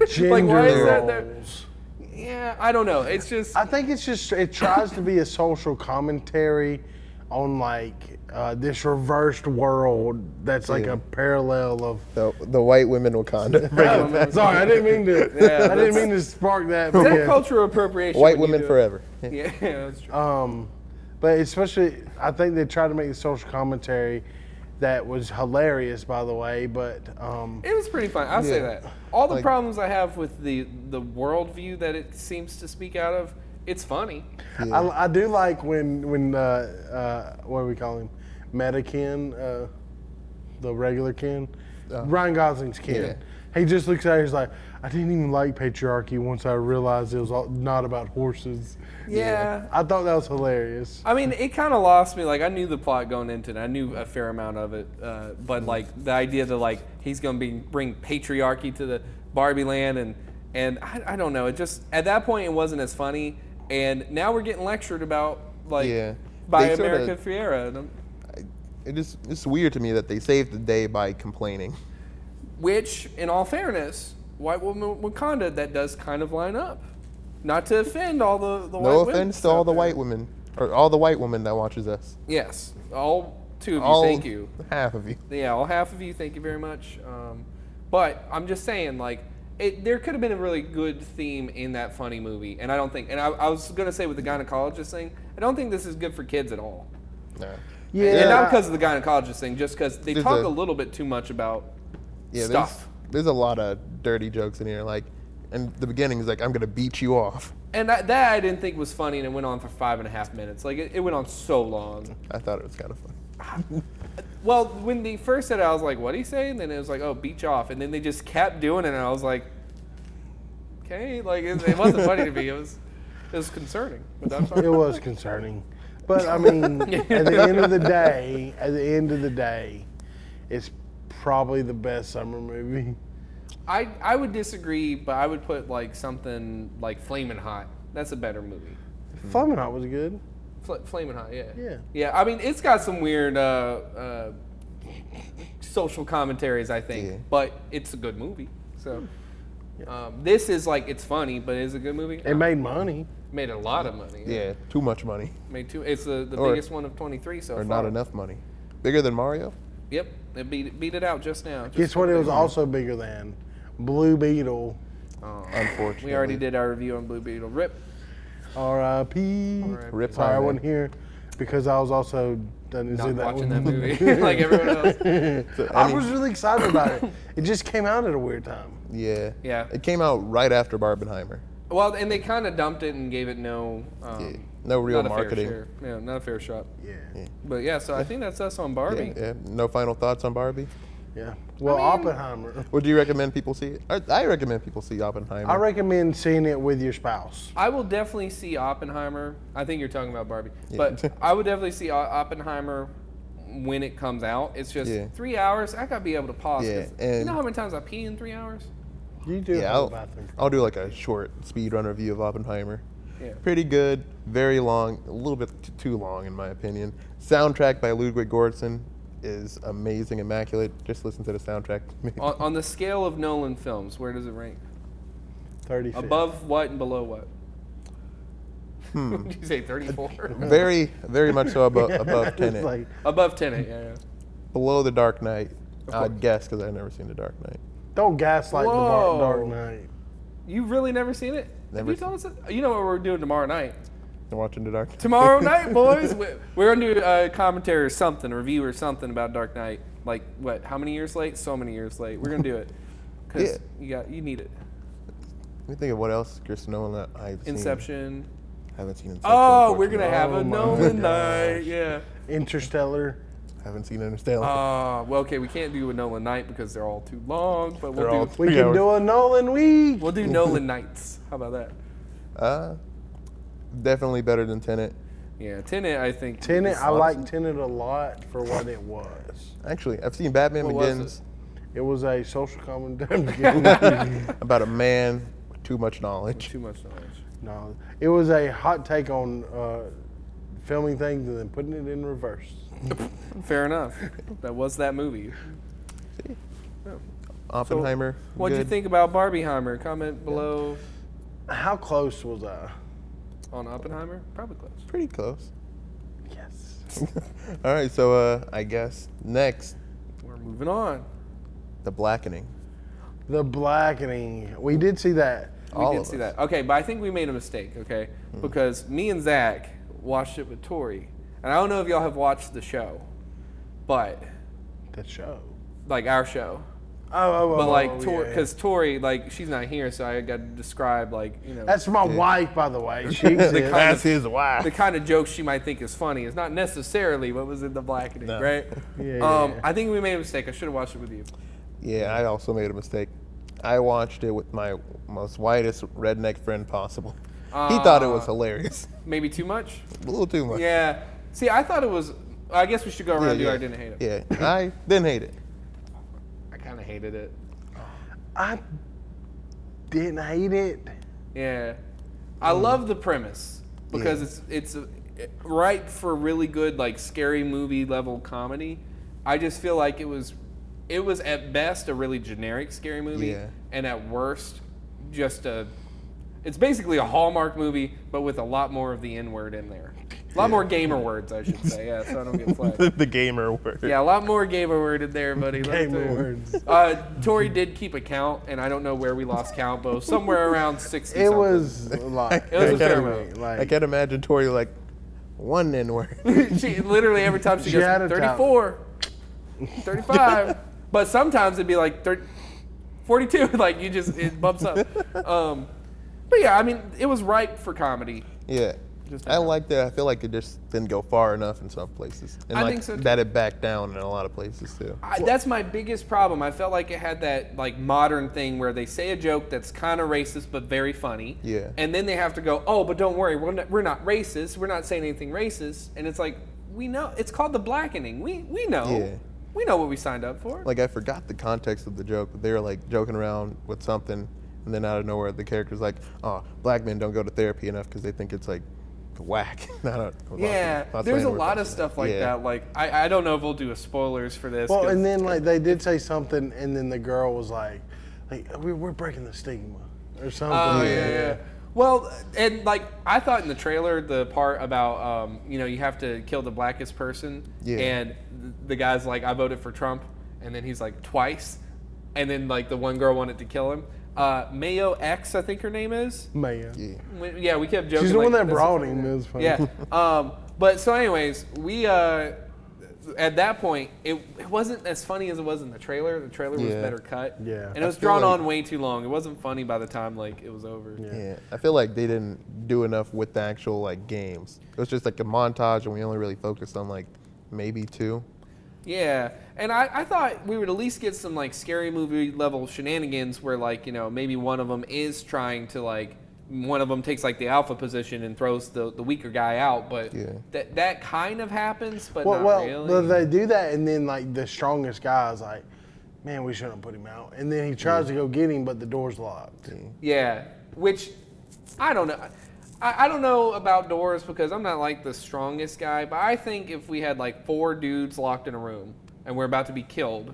[SPEAKER 3] Ginger
[SPEAKER 2] Like, why is that there?
[SPEAKER 3] roles.
[SPEAKER 2] Yeah, I don't know. It's just
[SPEAKER 3] I think it's just it tries to be a social commentary on like uh, this reversed world that's like
[SPEAKER 1] Yeah.
[SPEAKER 3] a parallel of.
[SPEAKER 1] The, the white women *laughs* Wakanda. Bring it back.
[SPEAKER 3] Sorry, I didn't mean to. I
[SPEAKER 2] Oh, that's-
[SPEAKER 3] didn't mean to spark that. But
[SPEAKER 2] that
[SPEAKER 3] yeah.
[SPEAKER 2] cultural appropriation.
[SPEAKER 1] White
[SPEAKER 2] when you
[SPEAKER 1] women
[SPEAKER 2] do it. *laughs*
[SPEAKER 1] forever.
[SPEAKER 2] Yeah, that's true.
[SPEAKER 3] Um, but especially, I think they tried to make the social commentary that was hilarious, by the way. But um,
[SPEAKER 2] It was pretty fun. I'll say
[SPEAKER 1] Yeah.
[SPEAKER 2] that. All the
[SPEAKER 1] Like-
[SPEAKER 2] problems I have with the the worldview that it seems to speak out of, it's funny.
[SPEAKER 3] I, I do like when when uh, uh, what do we call him, Metakin, uh, the regular Ken, Ryan Gosling's Ken.
[SPEAKER 1] Yeah.
[SPEAKER 3] He just looks at it, he's like, I didn't even like patriarchy once I realized it was all, not about horses.
[SPEAKER 2] Yeah.
[SPEAKER 3] I thought that was hilarious.
[SPEAKER 2] I mean, it kind of lost me. Like I knew the plot going into it. I knew a fair amount of it, uh, but like the idea that like he's gonna be bring patriarchy to the Barbie land and and I, I don't know. It just at that point it wasn't as funny, and now we're getting lectured about like
[SPEAKER 1] Yeah.
[SPEAKER 2] by
[SPEAKER 1] They sorta-
[SPEAKER 2] America Fiera. And I'm-
[SPEAKER 1] It is it's weird to me that they saved the day by complaining.
[SPEAKER 2] Which, in all fairness, White Woman Wakanda that does kind of line up. Not to offend all the the
[SPEAKER 1] No
[SPEAKER 2] white women
[SPEAKER 1] offense to all
[SPEAKER 2] out
[SPEAKER 1] the
[SPEAKER 2] there.
[SPEAKER 1] white women or all the white women that watches us.
[SPEAKER 2] Yes, all two of you.
[SPEAKER 1] All
[SPEAKER 2] thank you.
[SPEAKER 1] half of you.
[SPEAKER 2] Yeah, all half of you. Thank you very much. Um, but I'm just saying, like, it, there could have been a really good theme in that funny movie, and I don't think. And I, I was gonna say with the gynecologist thing, I don't think this is good for kids at all.
[SPEAKER 1] Nah.
[SPEAKER 3] Yeah.
[SPEAKER 2] And not because of the gynecologist thing, just because they
[SPEAKER 1] There's
[SPEAKER 2] talk
[SPEAKER 1] a-
[SPEAKER 2] a little bit too much about
[SPEAKER 1] Yeah,
[SPEAKER 2] stuff.
[SPEAKER 1] There's, there's a lot of dirty jokes in here. Like, in the beginning, he's like, "I'm gonna beat you off."
[SPEAKER 2] And that, that I didn't think was funny, and it went on for five and a half minutes. Like it, it went on so long.
[SPEAKER 1] I thought it was kind of fun.
[SPEAKER 2] Well, when they first said it, I was like, "What would he say?" And then it was like, "Oh, beach off." And then they just kept doing it, and I was like, "Okay." Like it, it wasn't funny to me. It was, it was concerning. But I'm sorry.
[SPEAKER 3] it was concerning. But I mean, at the end of the day, at the end of the day, it's probably the best summer movie.
[SPEAKER 2] I I would disagree, but I would put like something like Flamin' Hot. That's a better movie.
[SPEAKER 3] Flamin' Hot was good.
[SPEAKER 2] Fl- Flamin' Hot, yeah.
[SPEAKER 3] Yeah.
[SPEAKER 2] Yeah. I mean, it's got some weird uh, uh, social commentaries, I think,
[SPEAKER 1] Yeah.
[SPEAKER 2] but it's a good movie. So. Um, this is like it's funny, but it is a good movie.
[SPEAKER 3] It made money.
[SPEAKER 2] made a lot of money.
[SPEAKER 1] Yeah, too much money
[SPEAKER 2] Made two. It's the, the
[SPEAKER 1] Or-
[SPEAKER 2] biggest one of 23 so
[SPEAKER 1] or
[SPEAKER 2] far.
[SPEAKER 1] not enough money. Bigger than Mario?
[SPEAKER 2] Yep, it beat beat it out just now.
[SPEAKER 3] Guess
[SPEAKER 2] Just
[SPEAKER 3] what? It was also bigger than Blue Beetle.
[SPEAKER 1] Unfortunately,
[SPEAKER 2] Um, we already did our review on Blue Beetle. Rip.
[SPEAKER 3] R.I.p.
[SPEAKER 1] Rip
[SPEAKER 3] Sorry, I
[SPEAKER 1] on
[SPEAKER 3] wasn't
[SPEAKER 1] that.
[SPEAKER 3] here because I was also done
[SPEAKER 2] Not
[SPEAKER 3] see that
[SPEAKER 2] watching
[SPEAKER 3] one. *laughs*
[SPEAKER 2] that movie *laughs* like everyone else.
[SPEAKER 1] So, I
[SPEAKER 3] I
[SPEAKER 1] mean,
[SPEAKER 3] was really excited about it. *coughs* It just came out at a weird time.
[SPEAKER 1] yeah.
[SPEAKER 2] Yeah.
[SPEAKER 1] It came out right after Barbenheimer.
[SPEAKER 2] Well, and they kind of dumped it and gave it no um,
[SPEAKER 1] Yeah, no real
[SPEAKER 2] not a fair
[SPEAKER 1] marketing.
[SPEAKER 2] share. Yeah, not a fair shot.
[SPEAKER 3] Yeah.
[SPEAKER 2] But yeah, so I think that's us on
[SPEAKER 1] Yeah,
[SPEAKER 2] Barbie.
[SPEAKER 1] yeah. No final thoughts on Barbie?
[SPEAKER 3] Yeah. Well,
[SPEAKER 2] I mean-
[SPEAKER 3] Oppenheimer.
[SPEAKER 1] Would you recommend people see it? I, I recommend people see Oppenheimer.
[SPEAKER 3] I recommend seeing it with your spouse.
[SPEAKER 2] I will definitely see Oppenheimer. I think you're talking about Barbie,
[SPEAKER 1] *laughs*
[SPEAKER 2] but I would definitely see O- Oppenheimer when it comes out. It's just
[SPEAKER 1] Yeah.
[SPEAKER 2] three hours. I gotta be able to pause. 'cause
[SPEAKER 1] Yeah, and-
[SPEAKER 2] you know how many times I pee in three hours?
[SPEAKER 3] You do
[SPEAKER 1] yeah,
[SPEAKER 3] have a
[SPEAKER 1] I'll,
[SPEAKER 3] bathroom.
[SPEAKER 1] I'll do like a short speed run review of Oppenheimer.
[SPEAKER 2] Yeah.
[SPEAKER 1] Pretty good, very long, a little bit t- too long in my opinion. Soundtrack by Ludwig Göransson is amazing, immaculate. Just listen to the soundtrack.
[SPEAKER 2] On, on the scale of Nolan films, where does it rank?
[SPEAKER 3] 35.
[SPEAKER 2] Above what and below what?
[SPEAKER 1] Hmm.
[SPEAKER 2] Would *laughs* you
[SPEAKER 1] *laughs*
[SPEAKER 2] say 34?
[SPEAKER 1] *laughs* very, very much
[SPEAKER 2] *laughs*
[SPEAKER 1] so above, above Tenet.
[SPEAKER 3] *laughs* It's like,
[SPEAKER 2] Above 10, yeah. yeah.
[SPEAKER 1] Below The Dark Knight,
[SPEAKER 2] course.
[SPEAKER 1] I'd guess because I've never seen The Dark Knight.
[SPEAKER 3] don't gaslight
[SPEAKER 2] Whoa.
[SPEAKER 3] the Dark, Dark Knight.
[SPEAKER 2] You've really never seen it? Have
[SPEAKER 1] Never
[SPEAKER 2] you told us that? You know what we're doing tomorrow night.
[SPEAKER 1] I'm watching The Dark Knight. *laughs*
[SPEAKER 3] *laughs*
[SPEAKER 2] Tomorrow night, boys. we- We're going to do a commentary or something, a review or something about Dark Knight. Like, what, how many years late? So many years late. We're going to
[SPEAKER 3] *laughs*
[SPEAKER 2] do it. Because
[SPEAKER 1] Yeah.
[SPEAKER 2] you, got, you need it.
[SPEAKER 1] Let me think of what else Chris Nolan that I've seen.
[SPEAKER 2] Inception.
[SPEAKER 1] Haven't seen Inception.
[SPEAKER 2] Oh, we're going to
[SPEAKER 1] unfortunately.
[SPEAKER 2] have
[SPEAKER 3] Oh
[SPEAKER 2] a
[SPEAKER 3] my
[SPEAKER 2] Nolan
[SPEAKER 3] gosh.
[SPEAKER 2] night. Yeah.
[SPEAKER 3] Interstellar.
[SPEAKER 1] Haven't seen Interstellar.
[SPEAKER 2] Uh, well, okay, we can't do a Nolan night because they're all too long, but we'll
[SPEAKER 1] They're
[SPEAKER 2] do
[SPEAKER 1] all
[SPEAKER 3] We
[SPEAKER 1] Three
[SPEAKER 3] can
[SPEAKER 1] hours.
[SPEAKER 3] do a Nolan
[SPEAKER 2] *laughs*
[SPEAKER 3] week.
[SPEAKER 2] We'll do Nolan Nights. How about that?
[SPEAKER 1] Uh, definitely better than Tenet.
[SPEAKER 2] Yeah, Tenet, I think.
[SPEAKER 3] Tenet,
[SPEAKER 2] is-
[SPEAKER 3] I like Tenet a lot for what it was.
[SPEAKER 1] Actually, I've seen Batman
[SPEAKER 2] What was
[SPEAKER 1] Begins
[SPEAKER 3] It was a social
[SPEAKER 1] *laughs*
[SPEAKER 3] *laughs* commentary.
[SPEAKER 1] about a man with too much knowledge.
[SPEAKER 2] Too much knowledge.
[SPEAKER 3] no, it was a hot take on uh, filming things and then putting it in reverse.
[SPEAKER 2] Fair
[SPEAKER 3] *laughs*
[SPEAKER 2] enough. That was that movie.
[SPEAKER 1] Oppenheimer.
[SPEAKER 2] What'd you
[SPEAKER 1] good.
[SPEAKER 2] think about Barbieheimer? Comment below
[SPEAKER 3] How close was I?
[SPEAKER 2] on Oppenheimer. Probably close.
[SPEAKER 1] Pretty close. *laughs*
[SPEAKER 3] Yes.
[SPEAKER 1] All right, so uh, I guess next,
[SPEAKER 2] We're moving on.
[SPEAKER 1] The
[SPEAKER 2] *laughs*
[SPEAKER 1] Blackening.
[SPEAKER 3] The Blackening. We did see that.
[SPEAKER 2] We
[SPEAKER 1] All
[SPEAKER 2] did
[SPEAKER 1] of us.
[SPEAKER 2] see
[SPEAKER 1] Hmm.
[SPEAKER 2] that. Okay, but I think we made a mistake, okay? Because me and Zach watched it with Tori. And I don't know if y'all have watched the show, but,
[SPEAKER 3] The show.
[SPEAKER 2] like, our show.
[SPEAKER 3] Oh, oh, oh.
[SPEAKER 2] But,
[SPEAKER 3] oh,
[SPEAKER 2] like,
[SPEAKER 3] yeah,
[SPEAKER 2] Tor
[SPEAKER 3] yeah.
[SPEAKER 2] because Tori, like, she's not here, so I got to describe, like, you know.
[SPEAKER 3] That's my wife, by the way.
[SPEAKER 1] *laughs*
[SPEAKER 3] She exists.
[SPEAKER 2] kind
[SPEAKER 1] That's
[SPEAKER 2] of-
[SPEAKER 1] his wife.
[SPEAKER 2] the kind of jokes she might think is funny is not necessarily what was in the blackening,
[SPEAKER 1] No. *laughs*
[SPEAKER 2] right?
[SPEAKER 3] Yeah, yeah,
[SPEAKER 2] um,
[SPEAKER 3] yeah.
[SPEAKER 2] I think we made a mistake. I should have watched it with you.
[SPEAKER 1] Yeah, I also made a mistake. I watched it with my most whitest redneck friend possible. he thought it was hilarious, *laughs*
[SPEAKER 2] Maybe too much?
[SPEAKER 1] a little too much.
[SPEAKER 2] Uh. Yeah. See, I thought it was. I guess we should go around and do
[SPEAKER 1] yeah.
[SPEAKER 2] I didn't hate it.
[SPEAKER 1] Yeah, I didn't hate it.
[SPEAKER 2] I kind of hated it.
[SPEAKER 3] I didn't hate it.
[SPEAKER 2] Yeah. I
[SPEAKER 3] Um,
[SPEAKER 2] love the premise because it's it's uh, ripe for really good like scary movie level comedy. I just feel like it was it was at best a really generic scary movie
[SPEAKER 1] Yeah.
[SPEAKER 2] and at worst just a it's basically a Hallmark movie but with a lot more of the N word in there. A lot more gamer words, I should say. Yeah, so I don't
[SPEAKER 1] *laughs*
[SPEAKER 3] *laughs*
[SPEAKER 2] get flagged.
[SPEAKER 1] the gamer word.
[SPEAKER 2] Yeah, a lot more gamer word in there, buddy. let me
[SPEAKER 3] Gamer
[SPEAKER 2] tell you.
[SPEAKER 3] words.
[SPEAKER 2] Uh, Tori did keep a count, and I don't know where we lost count, but somewhere around sixty.
[SPEAKER 3] It
[SPEAKER 2] something.
[SPEAKER 3] was a
[SPEAKER 2] *laughs*
[SPEAKER 3] lot.
[SPEAKER 1] It
[SPEAKER 2] was a fair
[SPEAKER 3] Anyway,
[SPEAKER 2] amount.
[SPEAKER 1] I
[SPEAKER 3] Like,
[SPEAKER 1] can't imagine Tori like one N
[SPEAKER 2] *laughs*
[SPEAKER 1] word.
[SPEAKER 2] she literally every time she,
[SPEAKER 3] She
[SPEAKER 2] goes
[SPEAKER 3] had a talent.
[SPEAKER 2] 34
[SPEAKER 3] *laughs*
[SPEAKER 2] 35 but sometimes it'd be like 30, 42 *laughs* like you just it bumps up um, but yeah i mean it was ripe for comedy
[SPEAKER 1] yeah.
[SPEAKER 2] Just
[SPEAKER 1] I like that. I feel like it just didn't go far enough in some places, and
[SPEAKER 2] I
[SPEAKER 1] like
[SPEAKER 2] think so, too.
[SPEAKER 1] that it backed down in a lot of places too.
[SPEAKER 2] I, that's my biggest problem i felt like it had that like modern thing where they say a joke that's kind of racist but very funny
[SPEAKER 1] Yeah.
[SPEAKER 2] and then they have to go oh but don't worry we're not, we're not racist we're not saying anything racist and it's like we know it's called the blackening we we know
[SPEAKER 1] Yeah.
[SPEAKER 2] we know what we signed up for
[SPEAKER 1] Like I forgot the context of the joke, but they were like joking around with something, and then out of nowhere the character's like, "Oh, black men don't go to therapy enough because they think it's like whack." *laughs* I don't- lots of-
[SPEAKER 2] Yeah,
[SPEAKER 1] lots of
[SPEAKER 2] there's a
[SPEAKER 1] N-word
[SPEAKER 2] lot of
[SPEAKER 1] buzzing.
[SPEAKER 2] stuff like
[SPEAKER 1] Yeah.
[SPEAKER 2] that. Like I, I don't know if we'll do a spoilers for this.
[SPEAKER 3] well,
[SPEAKER 2] 'cause-
[SPEAKER 3] and then like they did say something, and then the girl was like, like we, we're breaking the stigma or something.
[SPEAKER 2] oh yeah, yeah. Well, and like I thought in the trailer, the part about um, you know you have to kill the blackest person,
[SPEAKER 1] Yeah.
[SPEAKER 2] and th- the guy's like, I voted for Trump, and then he's like twice, and then like the one girl wanted to kill him. Uh, Mayo X, I think her name is.
[SPEAKER 3] Man.
[SPEAKER 1] Yeah.
[SPEAKER 2] We- Yeah, we kept joking.
[SPEAKER 3] She's the one
[SPEAKER 2] like,
[SPEAKER 3] that
[SPEAKER 2] that's a-
[SPEAKER 3] brought him. It was funny.
[SPEAKER 2] Yeah. Um, but so, anyways, we uh, at that point, it, it wasn't as funny as it was in the trailer. The trailer was
[SPEAKER 1] Yeah.
[SPEAKER 2] better cut.
[SPEAKER 3] Yeah.
[SPEAKER 2] And it
[SPEAKER 3] I
[SPEAKER 2] was
[SPEAKER 1] feel
[SPEAKER 2] drawn
[SPEAKER 1] like-
[SPEAKER 2] on way too long. It wasn't funny by the time like it was over. Yeah.
[SPEAKER 1] Yeah, I feel like they didn't do enough with the actual like games. It was just like a montage, and we only really focused on like maybe two.
[SPEAKER 2] And I, I thought we would at least get some like scary movie level shenanigans where like you know maybe one of them is trying to like one of them takes like the alpha position and throws the, the weaker guy out, but
[SPEAKER 1] Yeah.
[SPEAKER 2] that that kind of happens, but
[SPEAKER 3] Well,
[SPEAKER 2] not
[SPEAKER 3] well
[SPEAKER 2] really.
[SPEAKER 3] well, they do that, and then like the strongest guy is like, man, we shouldn't put him out. And then he tries to go get him, but the door's locked.
[SPEAKER 2] Yeah, which I don't know. I, I don't know about doors because I'm not like the strongest guy, but I think if we had like four dudes locked in a room and we're about to be killed,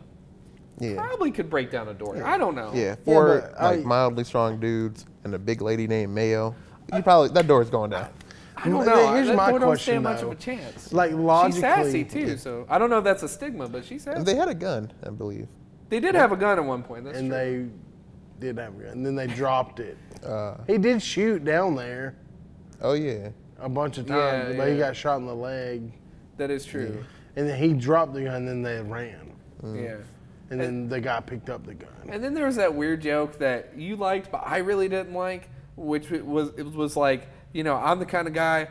[SPEAKER 1] Yeah,
[SPEAKER 2] probably could break down a door. I don't know.
[SPEAKER 1] yeah, four
[SPEAKER 3] but
[SPEAKER 1] like
[SPEAKER 3] I-
[SPEAKER 1] mildly strong dudes and a big lady named Mayo. You probably that door's going down.
[SPEAKER 2] I don't
[SPEAKER 3] Well,
[SPEAKER 2] know.
[SPEAKER 3] here's
[SPEAKER 2] that
[SPEAKER 3] my
[SPEAKER 2] door don't
[SPEAKER 3] question,
[SPEAKER 2] stand much of
[SPEAKER 3] though.
[SPEAKER 2] a chance.
[SPEAKER 3] Like
[SPEAKER 2] she's
[SPEAKER 3] logically,
[SPEAKER 2] sassy too, so I don't know if that's a stigma, but she's sassy.
[SPEAKER 1] And
[SPEAKER 2] They,
[SPEAKER 1] they had a gun, I believe.
[SPEAKER 2] did have a gun at one point. That's
[SPEAKER 3] and
[SPEAKER 2] true.
[SPEAKER 3] they did have a gun. And then they dropped it. he did shoot down there
[SPEAKER 1] Oh yeah,
[SPEAKER 3] a bunch of
[SPEAKER 2] Yeah,
[SPEAKER 3] times, but he
[SPEAKER 2] yeah.
[SPEAKER 3] got shot in the leg.
[SPEAKER 2] that is true.
[SPEAKER 3] And then he dropped the gun, and then they ran.
[SPEAKER 2] yeah.
[SPEAKER 3] And then the guy picked up the gun.
[SPEAKER 2] And then there was that weird joke that you liked, but I really didn't like, which it was it was like, you know, I'm the kind of guy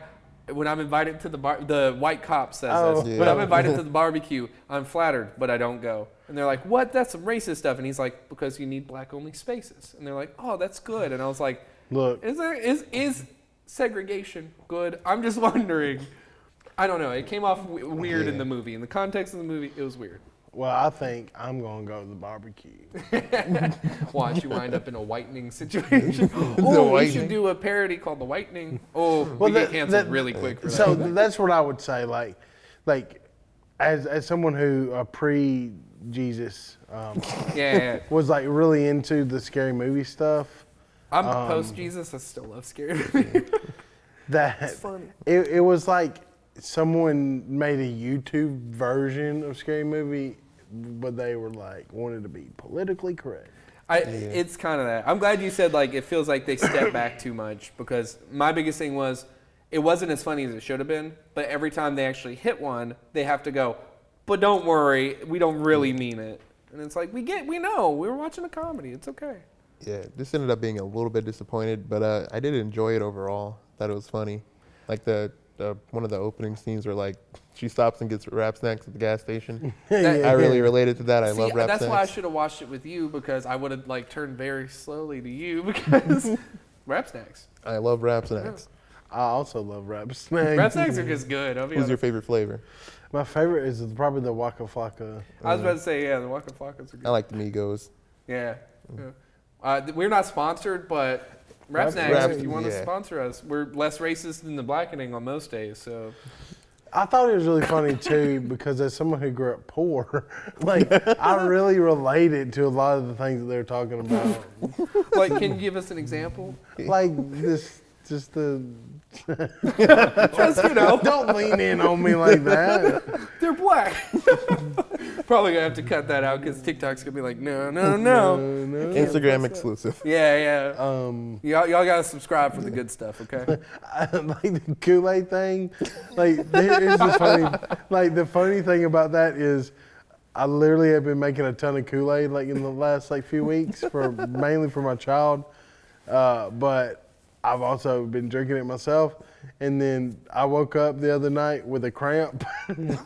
[SPEAKER 2] when I'm invited to the bar, the white cop says
[SPEAKER 3] Oh.
[SPEAKER 2] this.
[SPEAKER 1] Yeah.
[SPEAKER 2] When I'm
[SPEAKER 1] *laughs*
[SPEAKER 2] invited to the barbecue, I'm flattered, but I don't go. And they're like, "What? That's some racist stuff." And he's like, "Because you need black-only spaces." And they're like, "Oh, that's good." And I was like,
[SPEAKER 3] Look.
[SPEAKER 2] is there is is segregation good? I'm just *laughs* wondering." I don't know. It came off w- weird in
[SPEAKER 1] Yeah.
[SPEAKER 2] the movie. In the context of the movie, it was weird.
[SPEAKER 3] Well, I think I'm gonna go to the barbecue.
[SPEAKER 2] Watch you wind up in a
[SPEAKER 3] *laughs*
[SPEAKER 2] whitening situation. oh, we
[SPEAKER 1] whitening.
[SPEAKER 2] should do a parody called The Whitening. Oh,
[SPEAKER 3] Well,
[SPEAKER 2] we get
[SPEAKER 3] that-
[SPEAKER 2] canceled
[SPEAKER 3] that-
[SPEAKER 2] really quick for that.
[SPEAKER 3] so th- that's what I would say. Like, like as as someone who uh, pre Jesus
[SPEAKER 2] *laughs*
[SPEAKER 3] um,
[SPEAKER 2] yeah,
[SPEAKER 3] was like really into the scary movie stuff,
[SPEAKER 2] I'm
[SPEAKER 3] Um,
[SPEAKER 2] post Jesus. I still love
[SPEAKER 3] *laughs*
[SPEAKER 2] scary movies.
[SPEAKER 3] that
[SPEAKER 2] funny.
[SPEAKER 3] it it was like someone made a YouTube version of scary movie, but they were like wanted to be politically correct.
[SPEAKER 2] I, It's kind of that. I'm glad you said like it feels like they step back too much because my biggest thing was it wasn't as funny as it should have been. But every time they actually hit one, they have to go. But don't worry, we don't really mean it. And it's like we get, we know, we were watching a comedy. It's okay.
[SPEAKER 1] yeah. This ended up being a little bit disappointed, but uh, I did enjoy it overall. Thought it was funny, like the uh, one of the opening scenes where like she stops and gets wrap snacks at the gas station.
[SPEAKER 2] That-
[SPEAKER 1] I really related to that. I
[SPEAKER 2] See,
[SPEAKER 1] love wrap
[SPEAKER 2] that's
[SPEAKER 1] snacks.
[SPEAKER 2] why I should have watched it with you because I would have like turned very slowly to
[SPEAKER 1] *laughs*
[SPEAKER 2] you *laughs* because rap snacks.
[SPEAKER 1] I love wrap snacks.
[SPEAKER 3] I also love rap snacks.
[SPEAKER 2] Rap snacks are just good. I'll be
[SPEAKER 1] Who's your
[SPEAKER 2] honest.
[SPEAKER 1] favorite flavor?
[SPEAKER 3] My favorite is probably the Waka Flocka.
[SPEAKER 2] I
[SPEAKER 1] uh,
[SPEAKER 2] was about to say yeah, the Waka Flockas are
[SPEAKER 1] I
[SPEAKER 2] good.
[SPEAKER 1] like the Migos.
[SPEAKER 2] Yeah. yeah. Uh, th- we're not sponsored, but rap
[SPEAKER 3] Rap
[SPEAKER 2] snacks.
[SPEAKER 1] Snacks,
[SPEAKER 2] if you want to
[SPEAKER 1] yeah.
[SPEAKER 2] sponsor us, we're less racist than the blackening on most days. So
[SPEAKER 3] I thought it was really funny too because as someone who grew up poor, *laughs* like I really related to a lot of the things that they're talking about.
[SPEAKER 2] like, can you give us
[SPEAKER 1] *laughs*
[SPEAKER 2] an example?
[SPEAKER 3] like this, just the
[SPEAKER 2] Just you know,
[SPEAKER 3] don't lean in on me like that.
[SPEAKER 2] they're black. *laughs* Probably gonna have to cut that out because TikTok's gonna be like, no, no,
[SPEAKER 1] *laughs*
[SPEAKER 2] no.
[SPEAKER 3] no.
[SPEAKER 1] Instagram exclusive. *laughs*
[SPEAKER 2] Yeah, yeah.
[SPEAKER 3] Um,
[SPEAKER 2] Y'all, y'all gotta subscribe for the good stuff, okay?
[SPEAKER 3] I, *laughs* like the Kool Aid thing. Like there is the funny. Like the funny thing about that is, I literally have been making a ton of Kool Aid like in the last like few weeks for mainly for my child, uh, but I've also been drinking it myself. And then I woke up the other night with a cramp. *laughs*
[SPEAKER 2] Okay,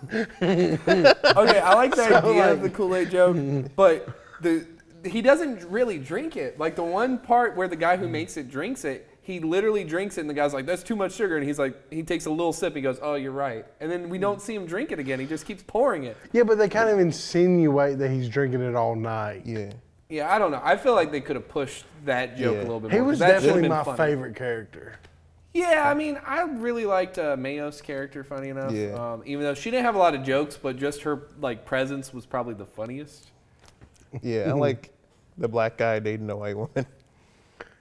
[SPEAKER 1] *laughs*
[SPEAKER 2] I like the idea of
[SPEAKER 3] like-
[SPEAKER 2] the Kool Aid joke, but the he doesn't really drink it. Like the one part where the guy
[SPEAKER 1] Mm.
[SPEAKER 2] who makes it drinks it, he literally drinks it, and the guy's like, "That's too much sugar," and he's like, he takes a little sip, he goes, "Oh, you're right," and then we
[SPEAKER 1] Mm.
[SPEAKER 2] don't see him drink it again. He just keeps pouring it.
[SPEAKER 3] yeah, but they kind of insinuate that he's drinking it all night.
[SPEAKER 1] Yeah.
[SPEAKER 2] Yeah, I don't know. I feel like they could have pushed that joke
[SPEAKER 1] Yeah.
[SPEAKER 2] a little bit.
[SPEAKER 3] He
[SPEAKER 2] more, 'cause
[SPEAKER 3] was
[SPEAKER 2] that should've
[SPEAKER 3] definitely
[SPEAKER 2] been
[SPEAKER 3] my
[SPEAKER 2] funny.
[SPEAKER 3] favorite character.
[SPEAKER 2] Yeah, I mean, I really liked uh, Mayo's character. Funny enough,
[SPEAKER 1] Yeah.
[SPEAKER 2] um, even though she didn't have a lot of jokes, but just her like presence was probably the funniest.
[SPEAKER 1] Yeah.
[SPEAKER 3] *laughs*
[SPEAKER 1] I like the black guy dating a white woman. *laughs* 'Cause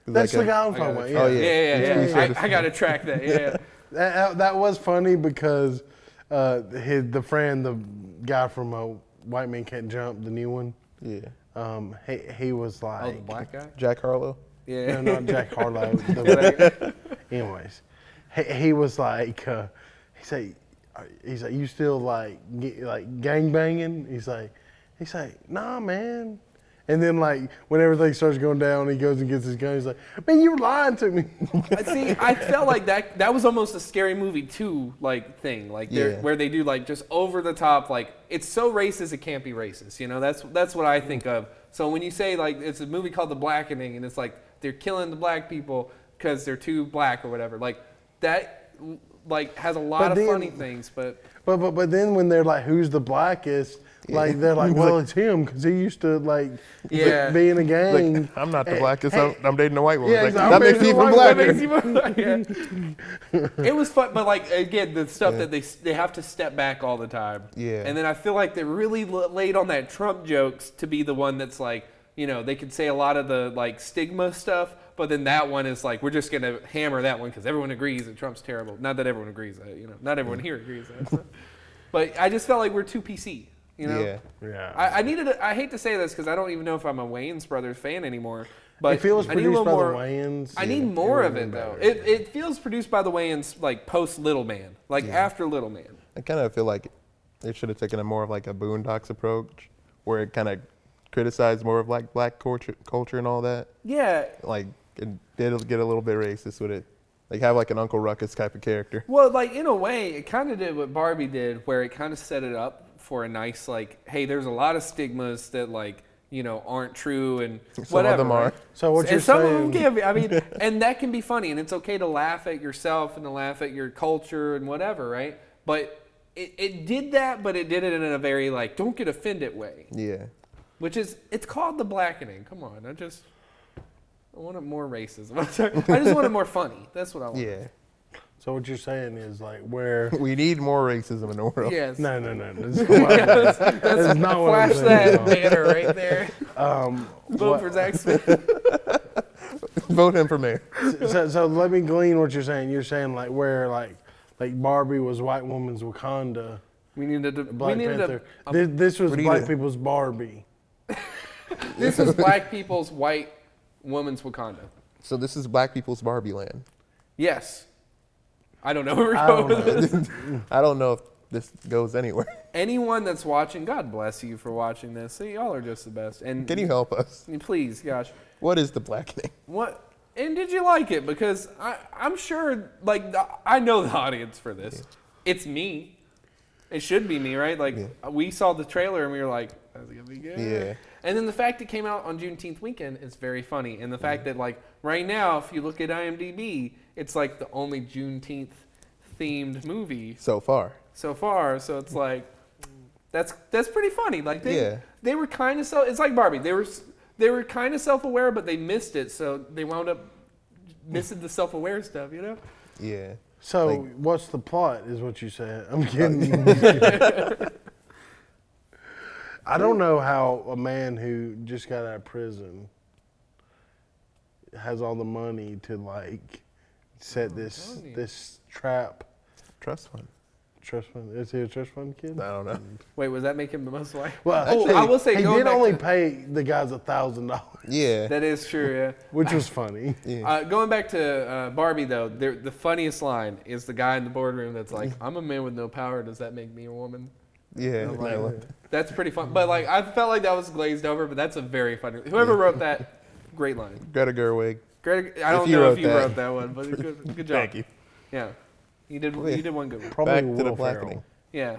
[SPEAKER 1] that
[SPEAKER 3] That's the
[SPEAKER 1] guy-
[SPEAKER 3] guy I'm
[SPEAKER 2] I gotta
[SPEAKER 3] talking about.
[SPEAKER 1] try- Oh,
[SPEAKER 3] yeah.
[SPEAKER 2] Yeah, yeah,
[SPEAKER 1] Yeah,
[SPEAKER 2] yeah.
[SPEAKER 1] we should've
[SPEAKER 2] I, I gotta track that.
[SPEAKER 1] *laughs*
[SPEAKER 2] Yeah.
[SPEAKER 3] That, that, that was funny because uh, his the friend, the guy from uh, White Man Can't Jump, the new one,
[SPEAKER 1] Yeah.
[SPEAKER 3] um, he he was like,
[SPEAKER 2] Oh, the black guy.
[SPEAKER 1] Jack Harlow.
[SPEAKER 2] Yeah. *laughs*
[SPEAKER 3] no, not Jack Harlow. the- anyways, he, he was like, uh, he say, "Are- he's like, you still like ga- like gang banging? He's like, he's like, nah, man. And then like when everything starts going down, he goes and gets his gun. He's like, man, you were lying to me. *laughs*
[SPEAKER 2] I See, I felt like that. That was almost a scary movie too, like thing, like they're
[SPEAKER 1] Yeah.
[SPEAKER 2] where they do like just over the top. Like it's so racist, it can't be racist. You know, that's that's what I think of. So when you say like it's a movie called The Blackening, and it's like they're killing the black people because they're too black or whatever, like that, like has a lot
[SPEAKER 3] But
[SPEAKER 2] of
[SPEAKER 3] then-
[SPEAKER 2] funny things. But
[SPEAKER 3] But but but then when they're like, who's the blackest? Like they're like, well, it's him because he used to like be-
[SPEAKER 2] Yeah.
[SPEAKER 3] be in a gang.
[SPEAKER 1] Like, I'm not the
[SPEAKER 3] Hey,
[SPEAKER 1] blackest.
[SPEAKER 3] hey,
[SPEAKER 1] I'm, I'm dating a white woman.
[SPEAKER 3] Yeah,
[SPEAKER 1] Like,
[SPEAKER 3] he's like, I'm
[SPEAKER 1] that makes
[SPEAKER 3] dating
[SPEAKER 1] you
[SPEAKER 3] a
[SPEAKER 1] even
[SPEAKER 3] white
[SPEAKER 2] That
[SPEAKER 1] blacker. *laughs*
[SPEAKER 2] makes you more- *laughs* Yeah. it was fun, but like again, the stuff that they s- they have to step back all the time.
[SPEAKER 1] Yeah.
[SPEAKER 2] And then I feel like they really l- laid on that Trump jokes to be the one that's like, you know, they could say a lot of the like stigma stuff, but then that one is like, we're just gonna hammer that one because everyone agrees that Trump's terrible. Not that everyone agrees that, you know, not everyone here agrees that. so. But I just felt like we're too PC, you know.
[SPEAKER 1] *laughs* Yeah.
[SPEAKER 3] Yeah.
[SPEAKER 2] I, I needed. A, I hate to say this because I don't even know if I'm a Wayne's Brothers fan anymore. But
[SPEAKER 3] it feels
[SPEAKER 2] I need a
[SPEAKER 3] produced
[SPEAKER 2] little
[SPEAKER 3] by
[SPEAKER 2] more,
[SPEAKER 3] the Wayans.
[SPEAKER 2] I need more of it though. It, it feels produced by the way in s- like post Little Man, like after Little Man.
[SPEAKER 1] I kind of feel like it should have taken a more of like a boondocks approach, where it kind of criticized more of like black culture, culture and all that.
[SPEAKER 2] Yeah.
[SPEAKER 1] Like it did get a little bit racist with it. Like have like an Uncle Ruckus type of character.
[SPEAKER 2] Well, like in a way, it kind of did what Barbie did, where it kind of set it up for a nice like, hey, there's a lot of stigmas that like you know aren't true and
[SPEAKER 1] of
[SPEAKER 2] whatever.
[SPEAKER 1] them are.
[SPEAKER 2] right?
[SPEAKER 3] So what
[SPEAKER 2] and
[SPEAKER 3] you're
[SPEAKER 2] some of them can
[SPEAKER 3] saying-
[SPEAKER 2] be. I
[SPEAKER 3] *laughs*
[SPEAKER 2] mean, and that can be funny, and it's okay to laugh at yourself and to laugh at your culture and whatever, right? But it, it did that, but it did it in a very like don't get offended way.
[SPEAKER 1] Yeah.
[SPEAKER 2] which is it's called the blackening. Come on, I just I wanted more racism. *laughs* I'm sorry. I just wanted more funny. That's what I want.
[SPEAKER 1] Yeah. *laughs*
[SPEAKER 3] So what you're saying is like where?
[SPEAKER 2] *laughs*
[SPEAKER 1] We need more racism in the world.
[SPEAKER 2] Yes.
[SPEAKER 3] No no no. That's
[SPEAKER 2] *laughs*
[SPEAKER 3] not what I'm
[SPEAKER 2] That's,
[SPEAKER 3] *laughs*
[SPEAKER 2] that's-
[SPEAKER 3] That's not what I'm
[SPEAKER 2] flash that
[SPEAKER 3] saying.
[SPEAKER 2] banner right
[SPEAKER 3] *laughs*
[SPEAKER 2] there.
[SPEAKER 3] Um,
[SPEAKER 2] Vote *laughs* for
[SPEAKER 3] what-
[SPEAKER 2] Zach Smith.
[SPEAKER 1] *laughs* Vote him for mayor.
[SPEAKER 3] so, so let me glean what you're saying. You're saying like where like like Barbie was white woman's Wakanda,
[SPEAKER 2] We needed a
[SPEAKER 3] Black
[SPEAKER 2] we needed
[SPEAKER 3] Panther.
[SPEAKER 2] A, a-
[SPEAKER 3] this, this was
[SPEAKER 1] What do you
[SPEAKER 3] black
[SPEAKER 1] do?
[SPEAKER 3] people's Barbie.
[SPEAKER 2] this is black people's white woman's Wakanda.
[SPEAKER 1] So this is black people's Barbie land. *laughs*
[SPEAKER 2] Yes. I don't know where we're
[SPEAKER 3] I
[SPEAKER 2] going
[SPEAKER 3] don't
[SPEAKER 2] with
[SPEAKER 3] know.
[SPEAKER 2] this.
[SPEAKER 1] I don't know if this goes anywhere. *laughs*
[SPEAKER 2] Anyone that's watching, God bless you for watching this. Y'all are just the best. And
[SPEAKER 1] Can you help us?
[SPEAKER 2] please, gosh,
[SPEAKER 1] What is the black thing?
[SPEAKER 2] What? And did you like it? Because I, I'm sure, like, the- I know the *laughs* audience for this. It's me. It should be me, right? Like, we saw the trailer and we were like, that's gonna be good.
[SPEAKER 1] Yeah.
[SPEAKER 2] And then the fact it came out on Juneteenth weekend is very funny. And the fact that, like, right now, if you look at IMDb, it's like the only Juneteenth themed movie
[SPEAKER 1] so far.
[SPEAKER 2] so far. So it's like that's that's pretty funny. Like they
[SPEAKER 1] Yeah.
[SPEAKER 2] they were kind of self. It's like Barbie. They were s- they were kind of self aware, but they missed it. So they wound up missing the self aware stuff. You know.
[SPEAKER 1] Yeah.
[SPEAKER 3] So
[SPEAKER 1] Like-
[SPEAKER 3] what's the plot? Is what you said. I'm kidding. *laughs* I don't know how a man who just got out of prison has all the money to like
[SPEAKER 2] Oh,
[SPEAKER 3] set this
[SPEAKER 2] telling you.
[SPEAKER 3] this trap.
[SPEAKER 1] Trust fund.
[SPEAKER 3] Trust fund? Is he a trust fund kid?
[SPEAKER 1] I don't know.
[SPEAKER 2] Wait, was that make him the most like?
[SPEAKER 3] Well,
[SPEAKER 2] oh, I will say
[SPEAKER 3] he
[SPEAKER 2] going
[SPEAKER 3] did
[SPEAKER 2] back
[SPEAKER 3] only
[SPEAKER 2] to-
[SPEAKER 3] pay the guys a thousand dollars, *laughs*
[SPEAKER 1] Yeah.
[SPEAKER 2] that is true. Yeah.
[SPEAKER 3] which was funny.
[SPEAKER 1] yeah.
[SPEAKER 2] Uh, going back to uh, Barbie though, there- the funniest line is the guy in the boardroom that's
[SPEAKER 3] *laughs*
[SPEAKER 2] like, "I'm a man with no power. Does that make me a woman?"
[SPEAKER 1] yeah.
[SPEAKER 2] like-
[SPEAKER 1] I love-
[SPEAKER 2] That's pretty fun. But like, I felt like that was glazed over. But that's a very funny. Whoever wrote that, great line.
[SPEAKER 1] Greta Gerwig.
[SPEAKER 2] Greg, I don't
[SPEAKER 1] you
[SPEAKER 2] know
[SPEAKER 1] wrote
[SPEAKER 2] if you
[SPEAKER 1] that.
[SPEAKER 2] wrote that one,
[SPEAKER 1] *laughs*
[SPEAKER 2] but good, good job.
[SPEAKER 1] Thank you.
[SPEAKER 2] Yeah, you did.
[SPEAKER 1] Yeah.
[SPEAKER 2] You did one good. One.
[SPEAKER 3] Probably
[SPEAKER 1] Back to the
[SPEAKER 3] Will Ferrell.
[SPEAKER 1] blackening.
[SPEAKER 2] Yeah.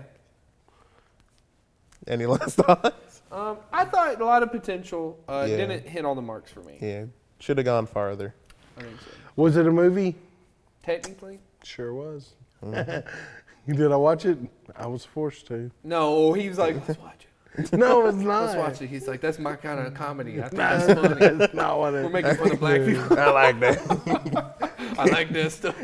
[SPEAKER 1] Any last *laughs* thoughts?
[SPEAKER 2] Um, I thought a lot of potential. Uh,
[SPEAKER 1] Yeah.
[SPEAKER 2] Didn't hit all the marks for me.
[SPEAKER 1] Yeah. Should have gone farther.
[SPEAKER 2] I think so.
[SPEAKER 3] Was it a movie?
[SPEAKER 2] Technically,
[SPEAKER 3] Sure *laughs* was. Did I watch it? I was forced *laughs* to.
[SPEAKER 2] no. He was like, let's watch it.
[SPEAKER 3] No, it's not.
[SPEAKER 2] Let's watch it. He's like, that's my kind of comedy.
[SPEAKER 1] *laughs*
[SPEAKER 2] I think
[SPEAKER 3] Nah,
[SPEAKER 2] that's
[SPEAKER 3] it's-
[SPEAKER 2] funny.
[SPEAKER 3] it's not what it-
[SPEAKER 2] We're making fun of black people.
[SPEAKER 1] I like *laughs* that.
[SPEAKER 2] I like this stuff.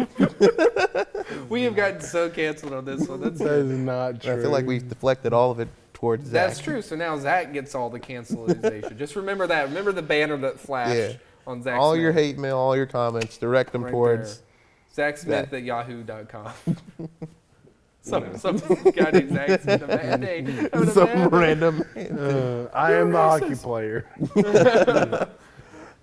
[SPEAKER 2] *laughs* we have gotten so canceled on this one. That's
[SPEAKER 3] *laughs* That is not true.
[SPEAKER 1] I feel like
[SPEAKER 2] *laughs*
[SPEAKER 1] we've deflected all of it towards Zach.
[SPEAKER 2] That's true. So now Zach gets all the cancelization. Just remember that. Remember the banner that flashed
[SPEAKER 1] Yeah.
[SPEAKER 2] on Zach.
[SPEAKER 1] All your hate mail, all your comments, direct them
[SPEAKER 2] right
[SPEAKER 1] towards.
[SPEAKER 2] there. Zach Smith
[SPEAKER 1] *laughs*
[SPEAKER 2] at yahoo.com. some some guy named Zach Smith. A bad
[SPEAKER 1] *laughs*
[SPEAKER 2] day. having a
[SPEAKER 1] Some
[SPEAKER 2] bad day.
[SPEAKER 1] random.
[SPEAKER 3] Uh, I am the hockey player.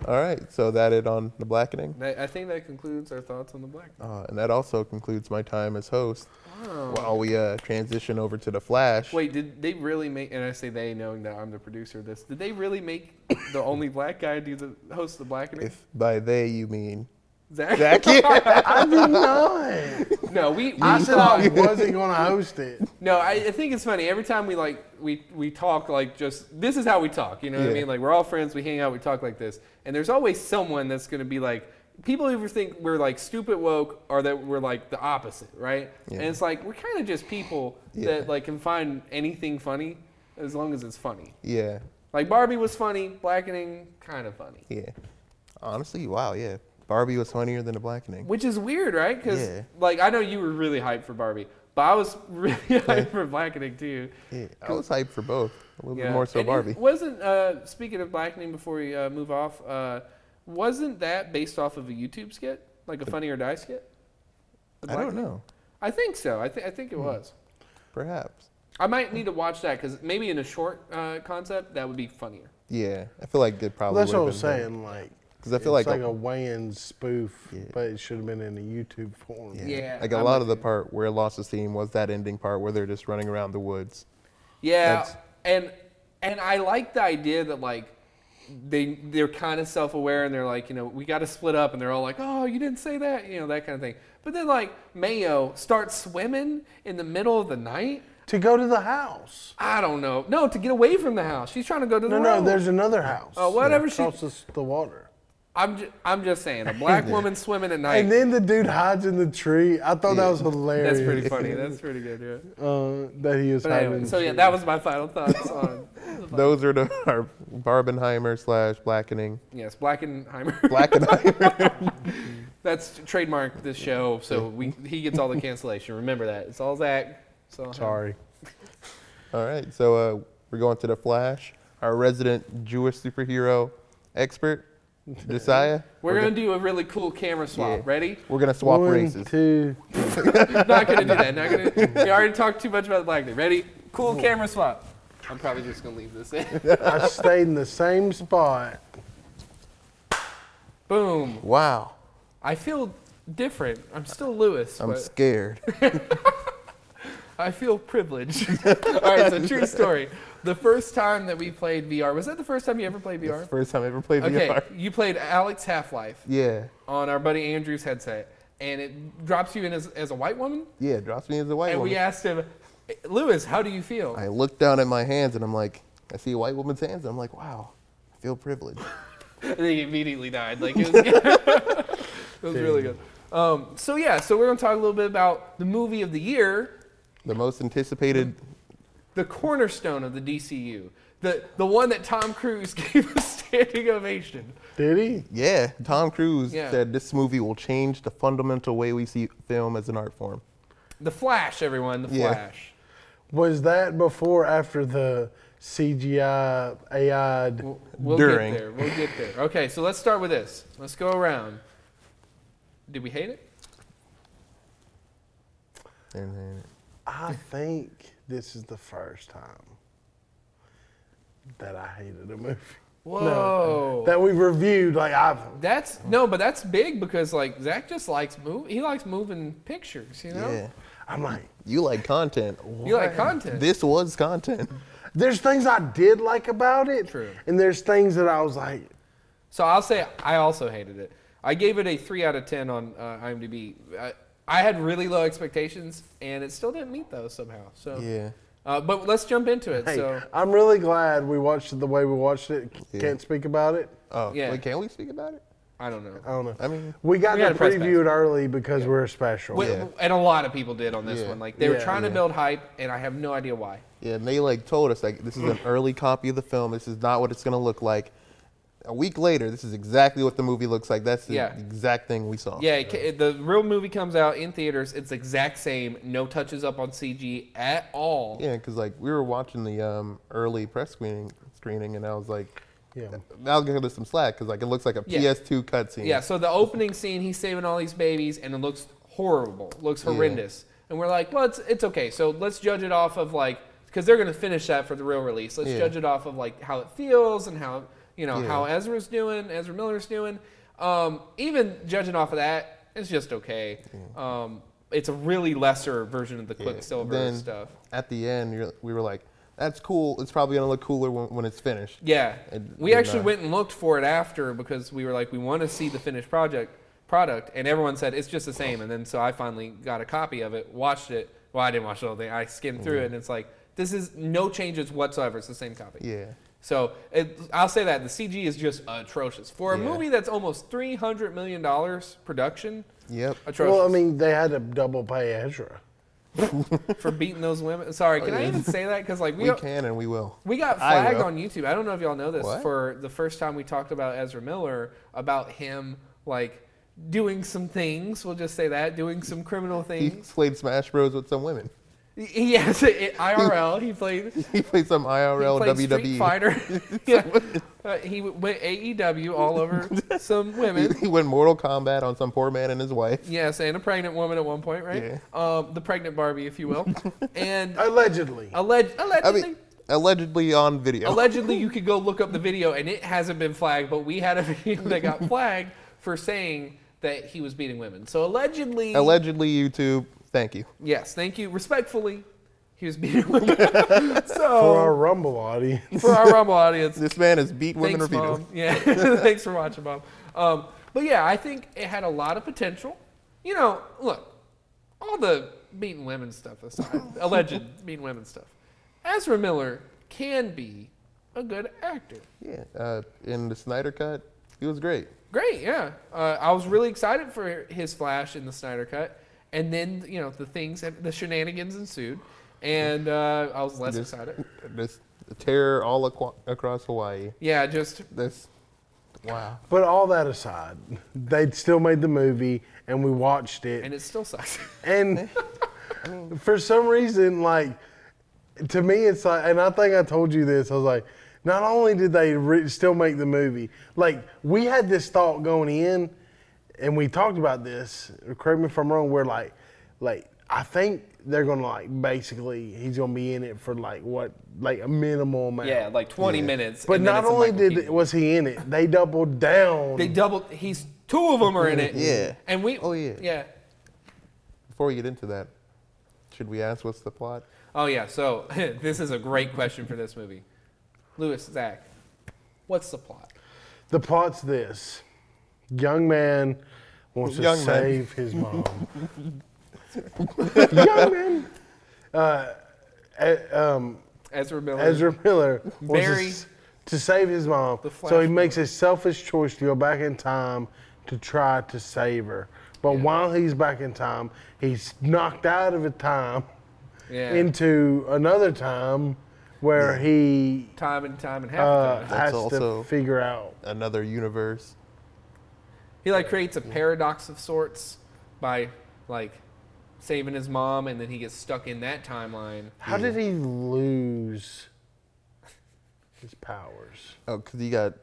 [SPEAKER 1] All right, so that it on the blackening,
[SPEAKER 2] That- I think that concludes our thoughts on the black.
[SPEAKER 1] uh, and that also concludes my time as host.
[SPEAKER 2] Wow.
[SPEAKER 1] While we uh, transition over to the Flash,
[SPEAKER 2] Oh. Wait, did they really make? And I say they, knowing that I'm the producer of this. Did they really make the only black guy do the host the blackening?
[SPEAKER 1] if by they you mean
[SPEAKER 2] Zach.
[SPEAKER 1] Zach,
[SPEAKER 3] I did not.
[SPEAKER 2] *laughs*
[SPEAKER 1] *laughs*
[SPEAKER 2] No, we.
[SPEAKER 3] I
[SPEAKER 2] we
[SPEAKER 3] said I
[SPEAKER 2] thought-
[SPEAKER 3] wasn't going to host it.
[SPEAKER 2] No, I, I think it's funny. Every time we like we we talk like just this is how we talk. You know what I
[SPEAKER 1] Yeah.
[SPEAKER 2] mean? Like we're all friends. We hang out. We talk like this. And there's always someone that's gonna be like people either think we're like stupid woke or that we're like the opposite, right?
[SPEAKER 1] Yeah.
[SPEAKER 2] And it's like we're kind of just people
[SPEAKER 1] Yeah.
[SPEAKER 2] that like can find anything funny as long as it's funny.
[SPEAKER 1] yeah,
[SPEAKER 2] Like Barbie was funny. Blackening kind of funny.
[SPEAKER 1] yeah. Honestly, wow, yeah. Barbie was funnier than the blackening.
[SPEAKER 2] Which is weird, right? Because
[SPEAKER 1] Yeah.
[SPEAKER 2] like I know you were really hyped for Barbie, but I was *laughs* really hyped for Blackening too.
[SPEAKER 1] Yeah, I was hyped for both, a little
[SPEAKER 2] Yeah.
[SPEAKER 1] bit more so
[SPEAKER 2] And it
[SPEAKER 1] Barbie.
[SPEAKER 2] wasn't uh, speaking of blackening before we uh, move off. Uh, wasn't that based off of a YouTube skit, like a Funny or Die skit? The
[SPEAKER 1] I don't
[SPEAKER 2] Blackening?
[SPEAKER 1] know, Hmm.
[SPEAKER 2] I think so. I think I think it was.
[SPEAKER 1] perhaps.
[SPEAKER 2] I might need to watch that because maybe in a short uh, concept that would be funnier.
[SPEAKER 1] Yeah, I feel like it *laughs* probably.
[SPEAKER 3] that's what I
[SPEAKER 1] would've
[SPEAKER 3] was
[SPEAKER 1] been better.
[SPEAKER 3] saying. Like,
[SPEAKER 1] 'Cause I
[SPEAKER 3] it's
[SPEAKER 1] feel
[SPEAKER 3] like,
[SPEAKER 1] like
[SPEAKER 3] a,
[SPEAKER 1] a-
[SPEAKER 3] Wayans spoof,
[SPEAKER 1] Yeah.
[SPEAKER 3] but it should have been in a YouTube form.
[SPEAKER 2] Yeah.
[SPEAKER 1] like a
[SPEAKER 2] I'm
[SPEAKER 1] lot
[SPEAKER 2] with
[SPEAKER 1] of the
[SPEAKER 2] you.
[SPEAKER 1] part where it lost its theme was that ending part where they're just running around the woods.
[SPEAKER 2] Yeah,
[SPEAKER 1] That's-
[SPEAKER 2] and and I like the idea that like they they're kind of self-aware and they're like, you know, we got to split up, and they're all like, oh, you didn't say that, you know, that kind of thing. But then like Mayo starts swimming in the middle of the night.
[SPEAKER 3] To go to the house.
[SPEAKER 2] I don't know. No, to get away from the house. She's trying to go to the
[SPEAKER 3] No, no,
[SPEAKER 2] road.
[SPEAKER 3] there's another house.
[SPEAKER 2] Oh, whatever she-
[SPEAKER 3] Across the- the water.
[SPEAKER 2] I'm ju- I'm just saying, a black woman swimming at night.
[SPEAKER 3] And then the dude hides in the tree. I thought that was hilarious.
[SPEAKER 2] that's pretty funny. That's pretty good.
[SPEAKER 3] *laughs*
[SPEAKER 2] Yeah.
[SPEAKER 3] Uh, that he was
[SPEAKER 2] But
[SPEAKER 3] hiding. in
[SPEAKER 2] anyway,
[SPEAKER 3] the
[SPEAKER 2] so yeah,
[SPEAKER 3] tree.
[SPEAKER 2] that was my final thoughts on
[SPEAKER 1] Those are the *laughs* our Barbenheimer slash blackening.
[SPEAKER 2] yes, Blackenheimer.
[SPEAKER 1] Blackenheimer.
[SPEAKER 2] *laughs* That's trademark this show, so we he gets all the cancellation. Remember that. It's all Zach. It's all him.
[SPEAKER 3] Sorry.
[SPEAKER 1] *laughs* All right, so uh, we're going to the Flash, our resident Jewish superhero
[SPEAKER 2] *laughs*
[SPEAKER 1] expert, Josiah.
[SPEAKER 2] We're gonna do a really cool camera swap.
[SPEAKER 1] Yeah.
[SPEAKER 2] Ready?
[SPEAKER 1] We're gonna swap
[SPEAKER 3] One,
[SPEAKER 1] races.
[SPEAKER 3] two.
[SPEAKER 2] Not gonna do that. Not gonna. We already talked too much about the black dude. Ready? Cool camera swap. I'm probably just gonna leave this in.
[SPEAKER 3] *laughs* I stayed in the same spot.
[SPEAKER 2] Boom.
[SPEAKER 1] Wow,
[SPEAKER 2] I feel different. I'm still Lewis.
[SPEAKER 1] I'm
[SPEAKER 2] but-
[SPEAKER 1] scared.
[SPEAKER 2] *laughs* I feel privileged. All right, so true story. the first time that we played VR was that the first time *laughs* you ever played VR?
[SPEAKER 1] First time I ever played
[SPEAKER 2] Okay,
[SPEAKER 1] VR.
[SPEAKER 2] you played Alex Half Life
[SPEAKER 1] Yeah,
[SPEAKER 2] on our buddy Andrew's headset, and it drops you in as, as a white woman.
[SPEAKER 1] yeah. Drops me as a white
[SPEAKER 2] And
[SPEAKER 1] woman.
[SPEAKER 2] we asked him, Lewis, how do you feel?
[SPEAKER 1] I look down at my hands and I'm like, I see a white woman's hands and I'm like, wow, I feel privileged.
[SPEAKER 2] And then he immediately died.
[SPEAKER 1] *laughs*
[SPEAKER 2] Like it was, *laughs* it was really good. Um, so yeah, so we're gonna talk a little bit about the movie of the year,
[SPEAKER 1] the most anticipated.
[SPEAKER 2] the cornerstone of the DCU, the the one that Tom Cruise *laughs* gave a standing ovation.
[SPEAKER 3] Did he?
[SPEAKER 1] Yeah, Tom Cruise
[SPEAKER 2] Yeah.
[SPEAKER 1] said this movie will change the fundamental way we see film as an art form.
[SPEAKER 2] The Flash, everyone, the
[SPEAKER 1] Yeah.
[SPEAKER 2] Flash.
[SPEAKER 3] Was that before or after the CGI AI? 'd-
[SPEAKER 2] We'll, we'll
[SPEAKER 1] During.
[SPEAKER 2] get there. We'll get there. Okay, so let's start with this. Let's go around. Did we hate it?
[SPEAKER 1] And then
[SPEAKER 3] I think this is the first time that I hated a movie. No,
[SPEAKER 2] Whoa.
[SPEAKER 3] that we've reviewed. Like I've
[SPEAKER 2] That's no, but that's big because like Zach just likes move. He likes moving pictures. You know,
[SPEAKER 1] yeah,
[SPEAKER 3] I'm like,
[SPEAKER 1] you like content.
[SPEAKER 2] you like content.
[SPEAKER 1] This was
[SPEAKER 2] *laughs*
[SPEAKER 1] content.
[SPEAKER 3] there's things I did like about it,
[SPEAKER 2] True.
[SPEAKER 3] and there's things that I was like,
[SPEAKER 2] So I'll say I also hated it. I gave it a three out of ten on uh, IMDb. I, I had really low expectations, and it still didn't meet those somehow. So
[SPEAKER 1] Yeah.
[SPEAKER 2] Uh, but let's jump into it.
[SPEAKER 3] hey,
[SPEAKER 2] So
[SPEAKER 3] I'm really glad we watched it the way we watched it. C-
[SPEAKER 1] Yeah.
[SPEAKER 3] Can't speak about it.
[SPEAKER 1] Oh,
[SPEAKER 2] Yeah.
[SPEAKER 1] wait, can we speak about it?
[SPEAKER 2] I don't know.
[SPEAKER 3] I don't know.
[SPEAKER 1] I mean,
[SPEAKER 3] we got
[SPEAKER 2] We
[SPEAKER 3] to
[SPEAKER 2] had a press
[SPEAKER 3] preview it early because we're special.
[SPEAKER 2] Wh-
[SPEAKER 1] Yeah.
[SPEAKER 2] And a lot of people did on this
[SPEAKER 1] Yeah.
[SPEAKER 2] one. Like they were
[SPEAKER 3] Yeah.
[SPEAKER 2] trying to build hype, and I have no idea why.
[SPEAKER 1] yeah, and they like told us like this is
[SPEAKER 2] *clears throat*
[SPEAKER 1] an early copy of the film. This is not what it's gonna look like. A week later, this is exactly what the movie looks like. That's the
[SPEAKER 2] Yeah.
[SPEAKER 1] exact thing we saw.
[SPEAKER 2] Yeah, it, ca- it- the real movie comes out in theaters. It's the exact same. No touches up on CG at all.
[SPEAKER 1] Yeah, because like we were watching the um, early press screening, screening, and I was like,
[SPEAKER 3] Yeah.
[SPEAKER 1] I'll give it some slack because like it looks like a
[SPEAKER 2] Yeah.
[SPEAKER 1] PS2 cutscene.
[SPEAKER 2] Yeah, so the opening scene, he's saving all these babies, and it looks horrible, looks horrendous. And we're like, well, it's, it's okay. So let's judge it off of like, because they're going to finish that for the real release. Let's
[SPEAKER 1] Yeah.
[SPEAKER 2] judge it off of like how it feels and how, you know,
[SPEAKER 1] Yeah.
[SPEAKER 2] how Ezra's doing, Ezra Miller's doing. Um, even judging off of that, it's just okay. Um, it's a really lesser version of the
[SPEAKER 1] Yeah.
[SPEAKER 2] Quicksilver
[SPEAKER 1] Then
[SPEAKER 2] stuff.
[SPEAKER 1] At the end, you're, we were like, that's cool. It's probably gonna look cooler when, when it's finished.
[SPEAKER 2] Yeah,
[SPEAKER 1] And
[SPEAKER 2] we
[SPEAKER 1] then,
[SPEAKER 2] actually
[SPEAKER 1] uh,
[SPEAKER 2] went and looked for it after because we were like, we want to see the finished project product, and everyone said it's just the same. And then so I finally got a copy of it, watched it. Well, I didn't watch the whole thing. I skimmed
[SPEAKER 1] Mm-hmm.
[SPEAKER 2] through it, and it's like this is no changes whatsoever. It's the same copy.
[SPEAKER 1] Yeah.
[SPEAKER 2] So it, I'll say that the CG is just atrocious for a
[SPEAKER 1] Yeah.
[SPEAKER 2] movie that's almost three hundred million dollars production.
[SPEAKER 1] Yep.
[SPEAKER 2] Atrocious
[SPEAKER 3] Well, I mean, they had to double pay Ezra.
[SPEAKER 2] for beating those women. Sorry, can I even say that? Because like we,
[SPEAKER 1] Oh, We
[SPEAKER 2] don't-
[SPEAKER 1] can and we will.
[SPEAKER 2] We got
[SPEAKER 1] I
[SPEAKER 2] flagged
[SPEAKER 1] will.
[SPEAKER 2] on YouTube. I don't know if y'all know this.
[SPEAKER 1] What?
[SPEAKER 2] For the first time we talked about Ezra Miller, about him like doing some things. We'll just say that doing some criminal
[SPEAKER 1] *laughs* He
[SPEAKER 2] things.
[SPEAKER 1] played Smash Bros with some women. *laughs*
[SPEAKER 2] He, he has a, IRL. He played. He
[SPEAKER 1] He played E. some IRL
[SPEAKER 2] played Street
[SPEAKER 1] WWE.
[SPEAKER 2] Fighter. *laughs* yeah. Uh, he w- went AEW
[SPEAKER 1] *laughs*
[SPEAKER 2] all over some women.
[SPEAKER 1] *laughs* He went Mortal Kombat on some poor man and his wife.
[SPEAKER 2] Yes, and a pregnant woman at one point, right? Um, the pregnant Barbie, if
[SPEAKER 1] *laughs*
[SPEAKER 2] you will. and
[SPEAKER 3] Allegedly.
[SPEAKER 2] alleg-
[SPEAKER 1] I
[SPEAKER 2] allegedly.
[SPEAKER 1] mean, allegedly on video.
[SPEAKER 2] *laughs* allegedly you could go look up the video and it hasn't been flagged but we had a *laughs* video that got flagged for saying that he was beating women so allegedly
[SPEAKER 1] allegedly YouTube. Thank you.
[SPEAKER 2] yes thank you respectfully he was beating women *laughs*
[SPEAKER 3] For
[SPEAKER 2] so
[SPEAKER 3] our Rumble audience.
[SPEAKER 2] for our rumble audience
[SPEAKER 1] This man has beat *laughs* women
[SPEAKER 2] thanks
[SPEAKER 1] repeatedly.
[SPEAKER 2] mom yeah *laughs* thanks for watching mom um, but yeah i think it had a lot of potential you know look all the beating women stuff aside alleged beating women stuff ezra miller can be a good actor
[SPEAKER 1] Yeah, uh, in the Snyder cut, he was great.
[SPEAKER 2] Great, yeah. Uh, I was really excited for his Flash in the Snyder cut, and then you know the things, the shenanigans ensued, and uh, I was less
[SPEAKER 1] Just-
[SPEAKER 2] excited.
[SPEAKER 1] This terror all aqua- across Hawaii.
[SPEAKER 2] Yeah, just
[SPEAKER 1] This, wow.
[SPEAKER 3] But all that aside, they still made the movie and we watched it.
[SPEAKER 2] and it still sucks.
[SPEAKER 3] And *laughs* for some reason, like to me, it's like, and I think I told you this. I was like, not only did they re- still make the movie, like we had this thought going in, and we talked about this. Correct me if I'm wrong. We're like, like I think they're gonna like basically he's gonna be in it for like what like a minimal
[SPEAKER 2] *laughs*
[SPEAKER 3] amount.
[SPEAKER 2] yeah, like 20 minutes.
[SPEAKER 3] But
[SPEAKER 2] and then
[SPEAKER 3] not
[SPEAKER 2] it's a
[SPEAKER 3] only
[SPEAKER 2] Michael
[SPEAKER 3] did
[SPEAKER 2] Keaton.
[SPEAKER 3] was he in it, they doubled down.
[SPEAKER 2] they doubled, he's two of them are in it.
[SPEAKER 1] Yeah.
[SPEAKER 2] and we.
[SPEAKER 1] Oh, yeah.
[SPEAKER 2] Yeah.
[SPEAKER 1] Before we get into that, Should we ask what's the plot?
[SPEAKER 2] Oh yeah, so *laughs* this is a great question for this movie. Lewis, Zach, what's the plot?
[SPEAKER 3] The plot's this: young man wants
[SPEAKER 1] Young
[SPEAKER 3] to
[SPEAKER 1] man.
[SPEAKER 3] save
[SPEAKER 2] *laughs*
[SPEAKER 3] his mom. young man, uh, eh, um,
[SPEAKER 2] Ezra Miller.
[SPEAKER 3] Ezra Miller wants to,
[SPEAKER 2] Barry.
[SPEAKER 3] s- to save his mom,
[SPEAKER 2] The
[SPEAKER 3] so he
[SPEAKER 2] Flash
[SPEAKER 3] makes a selfish choice to go back in time to try to save her. But while he's back in time, he's knocked out of a time
[SPEAKER 2] Yeah.
[SPEAKER 3] into another time where he
[SPEAKER 2] time and time and half
[SPEAKER 3] uh,
[SPEAKER 2] time.
[SPEAKER 3] has
[SPEAKER 1] also-
[SPEAKER 3] to figure out
[SPEAKER 1] Another universe.
[SPEAKER 2] He like creates a paradox of sorts by like saving his mom, and then he gets stuck in that timeline.
[SPEAKER 3] How did he lose his powers?
[SPEAKER 1] Oh, because he got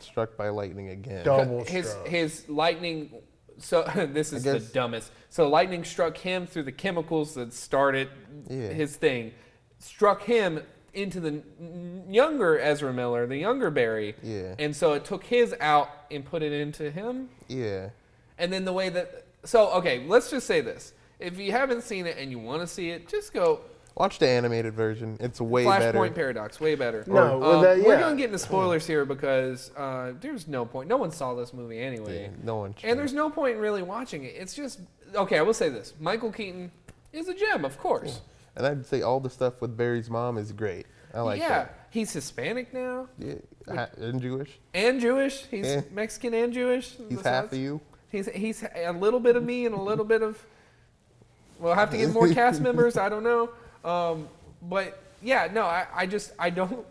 [SPEAKER 1] struck by lightning again.
[SPEAKER 3] Double
[SPEAKER 2] His
[SPEAKER 3] struck.
[SPEAKER 2] his lightning. So *laughs* this is the
[SPEAKER 1] guess-
[SPEAKER 2] dumbest. So lightning struck him through the chemicals that started
[SPEAKER 1] Yeah.
[SPEAKER 2] his thing. Struck him into the n- younger Ezra Miller, the younger Barry.
[SPEAKER 1] Yeah.
[SPEAKER 2] And so it took his out and put it into him.
[SPEAKER 1] Yeah.
[SPEAKER 2] And then the way that so okay, let's just say this. If you haven't seen it and you want to see it, just go
[SPEAKER 1] Watch the animated version. It's way
[SPEAKER 2] Flashpoint
[SPEAKER 1] better.
[SPEAKER 2] Paradox, way better.
[SPEAKER 3] No, well,
[SPEAKER 2] Um,
[SPEAKER 3] that-
[SPEAKER 2] we're
[SPEAKER 3] yeah.
[SPEAKER 2] gonna get into spoilers here because uh, there's no point. No one saw this movie anyway,
[SPEAKER 1] Yeah, no one.
[SPEAKER 2] and there's no point in really watching it. It's just okay. I will say this: Michael Keaton is a gem, of course.
[SPEAKER 1] and I'd say all the stuff with Barry's mom is great. I like
[SPEAKER 2] yeah,
[SPEAKER 1] that.
[SPEAKER 2] he's Hispanic now
[SPEAKER 1] Yeah. Ha- and Jewish.
[SPEAKER 2] and Jewish. He's
[SPEAKER 1] Yeah.
[SPEAKER 2] Mexican and Jewish.
[SPEAKER 1] He's
[SPEAKER 2] So
[SPEAKER 1] half
[SPEAKER 2] it's-
[SPEAKER 1] of you.
[SPEAKER 2] He's he's a little bit of me and a little bit of. We'll have to get more cast members. I don't know, um, but yeah, no, I, I just I don't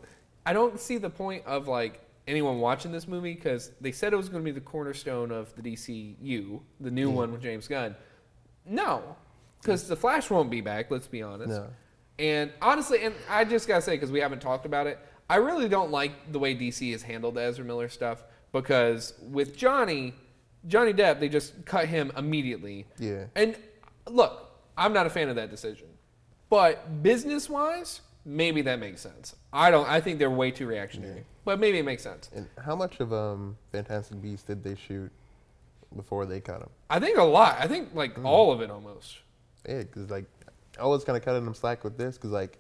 [SPEAKER 2] I don't see the point of like anyone watching this movie because they said it was going to be the cornerstone of the DCU, the new one with James Gunn. No, because the Flash won't be back. Let's be honest.
[SPEAKER 1] No.
[SPEAKER 2] And honestly, and I just gotta say because we haven't talked about it, I really don't like the way DC has handled the Ezra Miller stuff because with Johnny, Johnny Depp, they just cut him immediately.
[SPEAKER 1] Yeah.
[SPEAKER 2] And look, I'm not a fan of that decision, but business wise, maybe that makes sense. I don't. I think they're way too reactionary, but maybe it makes sense.
[SPEAKER 1] And how much of um, Fantastic Beasts did they shoot before they cut him?
[SPEAKER 2] I think a lot. I think like
[SPEAKER 1] Mm.
[SPEAKER 2] all of it almost.
[SPEAKER 1] Yeah, because like I was kind of cutting them slack with this because like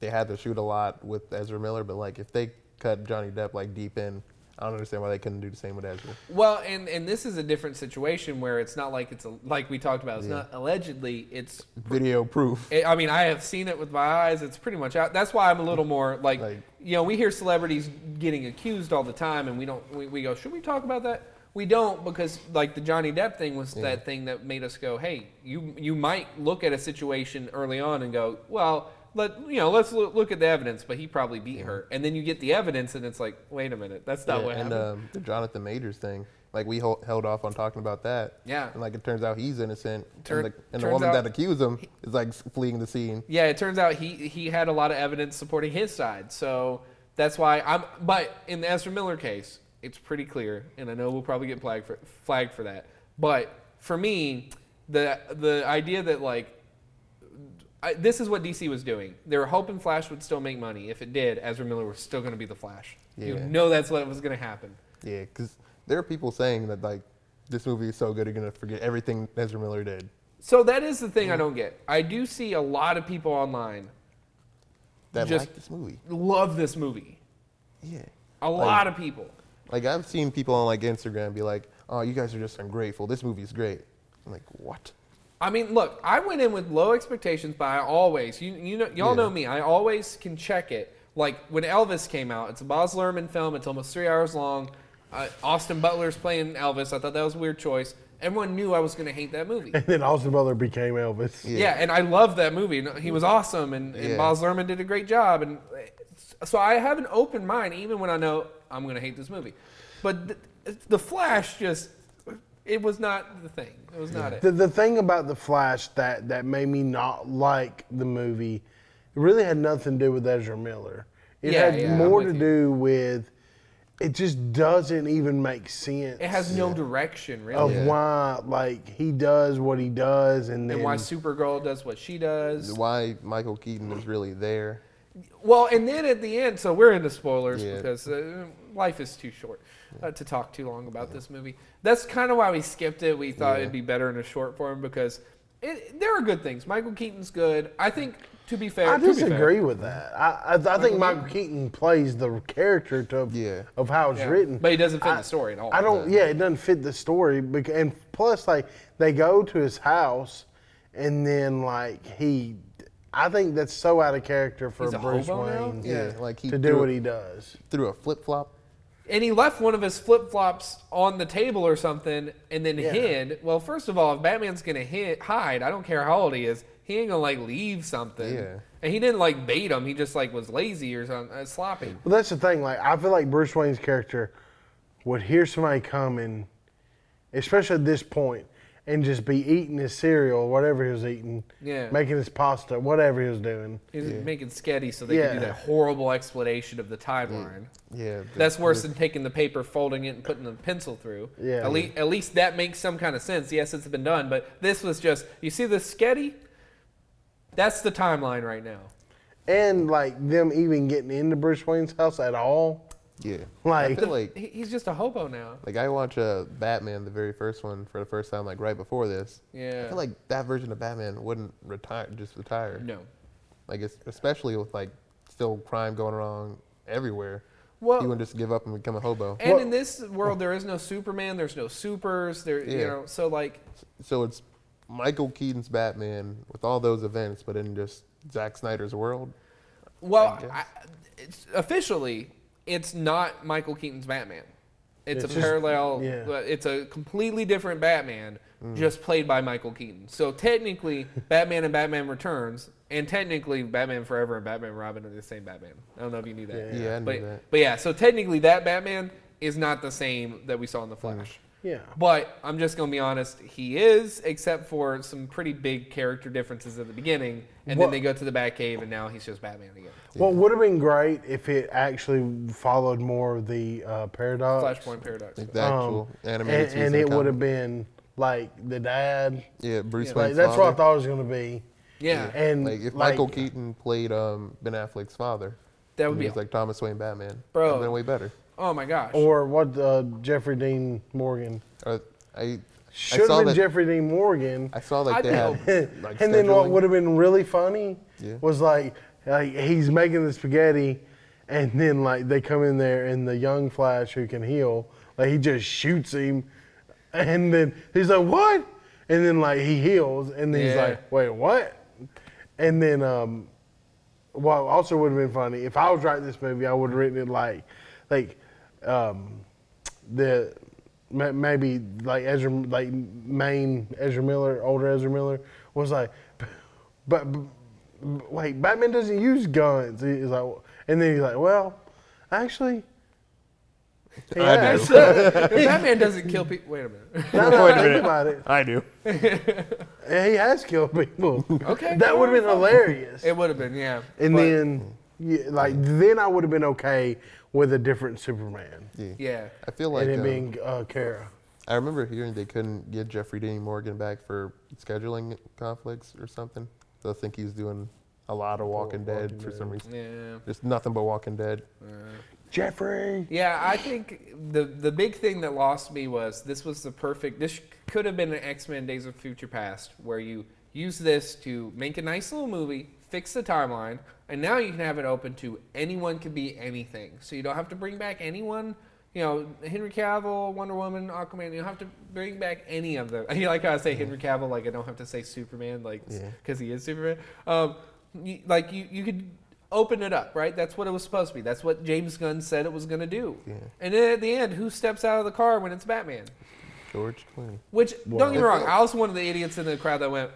[SPEAKER 1] they had to shoot a lot with Ezra Miller, but like if they cut Johnny Depp like deep in, I don't understand why they couldn't do the same with Ezra.
[SPEAKER 2] Well, and and this is a different situation where it's not like it's a, like we talked about. It's
[SPEAKER 1] Yeah.
[SPEAKER 2] not allegedly. It's
[SPEAKER 1] Video proof.
[SPEAKER 2] It, I mean, I have seen it with my eyes. It's pretty much out. That's why I'm a little more like,
[SPEAKER 1] Like-
[SPEAKER 2] you know, we hear celebrities getting accused all the time, and we don't. We, we go, should we talk about that? We don't because like the Johnny Depp thing was that thing that made us go, hey, you you might look at a situation early on and go, well, let you know, let's loo- look at the evidence, but he probably beat her, and then you get the evidence, and it's like, wait a minute, that's not
[SPEAKER 1] Yeah,
[SPEAKER 2] what
[SPEAKER 1] and
[SPEAKER 2] happened.
[SPEAKER 1] um, the Jonathan Majors thing, like we hol- held off on talking about that.
[SPEAKER 2] Yeah.
[SPEAKER 1] And like it turns out he's innocent,
[SPEAKER 2] Tur-
[SPEAKER 1] and the, and the
[SPEAKER 2] turns
[SPEAKER 1] woman
[SPEAKER 2] out-
[SPEAKER 1] that accused him is like s- fleeing the scene.
[SPEAKER 2] Yeah, it turns out he he had a lot of evidence supporting his side, so that's why I'm. But in the Ezra Miller case, it's pretty clear, and I know we'll probably get flagged for flagged for that. But for me, the the idea that like I, this is what DC was doing. They were hoping Flash would still make money. If it did, Ezra Miller was still going to be the Flash. You
[SPEAKER 1] Yeah.
[SPEAKER 2] know that's what was going to happen.
[SPEAKER 1] Yeah, because there are people saying that like this movie is so good you're gonna forget everything Ezra Miller did.
[SPEAKER 2] So that is the thing I don't get. I do see a lot of people online
[SPEAKER 1] That
[SPEAKER 2] Just-
[SPEAKER 1] like this movie.
[SPEAKER 2] love this movie.
[SPEAKER 1] Yeah.
[SPEAKER 2] A lot of people.
[SPEAKER 1] Like I've seen people on like Instagram be like, "Oh, you guys are just ungrateful. This movie's great." I'm like, "What?"
[SPEAKER 2] I mean, look, I went in with low expectations, but I always, you, you know, y'all
[SPEAKER 1] Yeah.
[SPEAKER 2] know me. I always can check it. Like when Elvis came out, it's a Boz Luhrmann film. It's almost three hours long. Uh, Austin Butler's playing Elvis. I thought that was a weird choice. Everyone knew I was going to hate that
[SPEAKER 1] *laughs*
[SPEAKER 2] movie.
[SPEAKER 3] *laughs* and then Austin Butler became Elvis.
[SPEAKER 2] Yeah. and I loved that movie. and He was awesome, and, and
[SPEAKER 1] Yeah.
[SPEAKER 2] Boz Luhrmann did a great job. And so I have an open mind, even when I know I'm going to hate this movie. But the, the Flash just, it was not the thing. It was not it.
[SPEAKER 3] The, the thing about the Flash that that made me not like the movie it really had nothing to do with Ezra Miller. It
[SPEAKER 2] Yeah,
[SPEAKER 3] had
[SPEAKER 2] yeah, I'm
[SPEAKER 3] more
[SPEAKER 2] with
[SPEAKER 3] to
[SPEAKER 2] you.
[SPEAKER 3] do with it just doesn't even make sense
[SPEAKER 2] It has no direction, really.
[SPEAKER 3] of
[SPEAKER 1] Yeah.
[SPEAKER 3] why like he does what he does and then
[SPEAKER 2] and why Supergirl does what she does.
[SPEAKER 1] Why Michael Keaton is really there?
[SPEAKER 2] Well, and then at the end, so we're into spoilers
[SPEAKER 1] Yeah.
[SPEAKER 2] because uh, life is too short uh, to talk too long about this movie. That's kind of why we skipped it. We thought it'd be better in a short form because it, there are good things. Michael Keaton's good. I think, to be fair,
[SPEAKER 3] I
[SPEAKER 2] to be fair-
[SPEAKER 3] disagree with that. I, I, I think Michael Keaton plays the character to,
[SPEAKER 1] Yeah.
[SPEAKER 3] of how it's
[SPEAKER 2] Yeah.
[SPEAKER 3] written,
[SPEAKER 2] But he doesn't fit
[SPEAKER 3] I-
[SPEAKER 2] the story at all.
[SPEAKER 3] I don't. Yeah, it doesn't fit the story. bec- And plus, like they go to his house, and then like he, I think that's so out of character for
[SPEAKER 2] He's a
[SPEAKER 3] Bruce
[SPEAKER 2] hobo now?
[SPEAKER 3] Wayne.
[SPEAKER 1] Yeah, like he
[SPEAKER 3] to
[SPEAKER 1] threw-
[SPEAKER 3] do what he does.
[SPEAKER 1] Through a flip flop.
[SPEAKER 2] And he left one of his flip flops on the table or something, and then hid. Well, first of all, if Batman's gonna hid, hide, I don't care how old he is, he ain't gonna like leave something.
[SPEAKER 1] Yeah.
[SPEAKER 2] And he didn't like bait him. He just like was lazy or something, uh, sloppy.
[SPEAKER 3] Well, that's the thing. Like, I feel like Bruce Wayne's character would hear somebody coming, especially at this point, and just be eating his cereal, whatever he was eating,
[SPEAKER 2] Yeah.
[SPEAKER 3] making his pasta, whatever he was doing.
[SPEAKER 2] He's making sketty so they could do
[SPEAKER 3] Yeah.
[SPEAKER 2] that horrible explanation of the timeline.
[SPEAKER 1] Yeah. the-
[SPEAKER 2] That's worse than taking the paper, folding it, and putting the pencil through.
[SPEAKER 3] Yeah.
[SPEAKER 2] At, le- at least that makes some kind of sense. Yes, it's been done, but this was just you see this sketty. That's the timeline right now.
[SPEAKER 3] And like them even getting into Bruce Wayne's house at all.
[SPEAKER 1] Yeah. I
[SPEAKER 3] Like-
[SPEAKER 1] feel like
[SPEAKER 2] He, he's just a hobo now.
[SPEAKER 1] Like I watch uh, Batman, the very first one, for the first time, like right before this.
[SPEAKER 2] Yeah.
[SPEAKER 1] I feel like that version of Batman wouldn't retire, just retire.
[SPEAKER 2] No.
[SPEAKER 1] Like it's, especially with like still crime going wrong everywhere.
[SPEAKER 2] Well-
[SPEAKER 1] he wouldn't just give up and become a hobo.
[SPEAKER 2] And
[SPEAKER 3] Well-
[SPEAKER 2] in this world, there is no Superman. There's no supers. There, you
[SPEAKER 1] Yeah.
[SPEAKER 2] know. So like,
[SPEAKER 1] so it's Michael Keaton's Batman with all those events, but in just Zack Snyder's world.
[SPEAKER 2] well,
[SPEAKER 1] guess.
[SPEAKER 2] I, it's, officially, it's not Michael Keaton's Batman. It's,
[SPEAKER 3] It's
[SPEAKER 2] a
[SPEAKER 3] just-
[SPEAKER 2] parallel.
[SPEAKER 3] yeah.
[SPEAKER 2] uh, It's a completely different Batman,
[SPEAKER 1] Mm.
[SPEAKER 2] just played by Michael Keaton. So technically, Batman and Batman Returns, and technically, Batman Forever and Batman Robin are the same Batman. I don't know if you knew that.
[SPEAKER 1] Yeah, I knew
[SPEAKER 2] but,
[SPEAKER 1] that.
[SPEAKER 2] But yeah, so technically, that Batman is not the same that we saw in the
[SPEAKER 1] Mm.
[SPEAKER 2] Flash.
[SPEAKER 3] Yeah.
[SPEAKER 2] But I'm just gonna be honest, he is, except for some pretty big character differences at the beginning, and
[SPEAKER 3] Well-
[SPEAKER 2] then they go to the Batcave, and now he's just Batman again.
[SPEAKER 3] What would have been great if it actually followed more of the uh, paradox.
[SPEAKER 2] Flashpoint Paradox.
[SPEAKER 1] Like the actual
[SPEAKER 3] And,
[SPEAKER 1] animated series
[SPEAKER 3] Um, and
[SPEAKER 1] of
[SPEAKER 3] it would
[SPEAKER 1] comic-
[SPEAKER 3] have been like the dad.
[SPEAKER 1] yeah Bruce
[SPEAKER 2] Yeah.
[SPEAKER 1] Wayne's
[SPEAKER 3] Like, that's what I
[SPEAKER 1] father.
[SPEAKER 3] thought it was going to be.
[SPEAKER 2] Yeah,
[SPEAKER 3] And
[SPEAKER 1] Like if Michael Keaton played um, Ben Affleck's father,
[SPEAKER 2] that would
[SPEAKER 1] he
[SPEAKER 2] be
[SPEAKER 1] was like Thomas Wayne Batman.
[SPEAKER 2] Bro.
[SPEAKER 1] then way better.
[SPEAKER 2] Oh my gosh.
[SPEAKER 3] Or what uh, Jeffrey Dean Morgan.
[SPEAKER 1] Or Uh, I
[SPEAKER 3] Should
[SPEAKER 1] I saw
[SPEAKER 3] have been
[SPEAKER 1] that,
[SPEAKER 3] Jeffrey Dean Morgan.
[SPEAKER 1] I saw
[SPEAKER 2] I
[SPEAKER 1] like they
[SPEAKER 2] know.
[SPEAKER 3] *laughs*
[SPEAKER 1] had like
[SPEAKER 3] and then what
[SPEAKER 1] scheduling.
[SPEAKER 3] would have been really funny
[SPEAKER 1] Yeah.
[SPEAKER 3] was like, like he's making the spaghetti, and then like they come in there and the young Flash who can heal, like he just shoots him, and then he's like what, and then like he heals, and then he's
[SPEAKER 2] Yeah.
[SPEAKER 3] like wait what, and then um, what also would have been funny if I was writing this movie, I would have written it like, like, um, the ma- maybe like Ezra, like main Ezra Miller, older Ezra Miller was like, but, but wait, Batman doesn't use guns. He's like, and then he's like, well, actually, he
[SPEAKER 1] I do.
[SPEAKER 3] does."
[SPEAKER 2] Batman doesn't kill people. Wait a minute.
[SPEAKER 3] *laughs* Now that I think about it,
[SPEAKER 1] I do.
[SPEAKER 3] he has killed people.
[SPEAKER 2] Okay,
[SPEAKER 3] that would have been hilarious.
[SPEAKER 2] It would have been, yeah.
[SPEAKER 3] And
[SPEAKER 2] But,
[SPEAKER 3] then, yeah, like, then I would have been okay with a different Superman
[SPEAKER 2] yeah.
[SPEAKER 1] I feel like
[SPEAKER 3] and it
[SPEAKER 1] um,
[SPEAKER 3] being uh, Kara.
[SPEAKER 1] I remember hearing they couldn't get Jeffrey Dean Morgan back for scheduling conflicts or something. So I think he's doing a lot of Walking Dead for some reason.
[SPEAKER 2] Yeah. Uh,
[SPEAKER 1] Just nothing but Walking Dead.
[SPEAKER 3] Jeffrey.
[SPEAKER 2] Yeah, I think the the big thing that lost me was this was the perfect. This could have been an X Men Days of Future Past, where you use this to make a nice little movie, fix the timeline, and now you can have it open to anyone can be anything. So you don't have to bring back anyone. You know, Henry Cavill, Wonder Woman, Aquaman. You don't have to bring back any of them. *laughs* You like how I say Henry Cavill, like I don't have to say Superman, like
[SPEAKER 1] Yeah.
[SPEAKER 2] because he is Superman. Um, you, like you, you could open it up, right? That's what it was supposed to be. That's what James Gunn said it was going to do.
[SPEAKER 1] Yeah.
[SPEAKER 2] And then at the end, who steps out of the car when it's Batman?
[SPEAKER 1] George Clooney.
[SPEAKER 2] Which don't get me
[SPEAKER 1] I
[SPEAKER 2] wrong,
[SPEAKER 1] feel-
[SPEAKER 2] I was one of the idiots in the crowd that went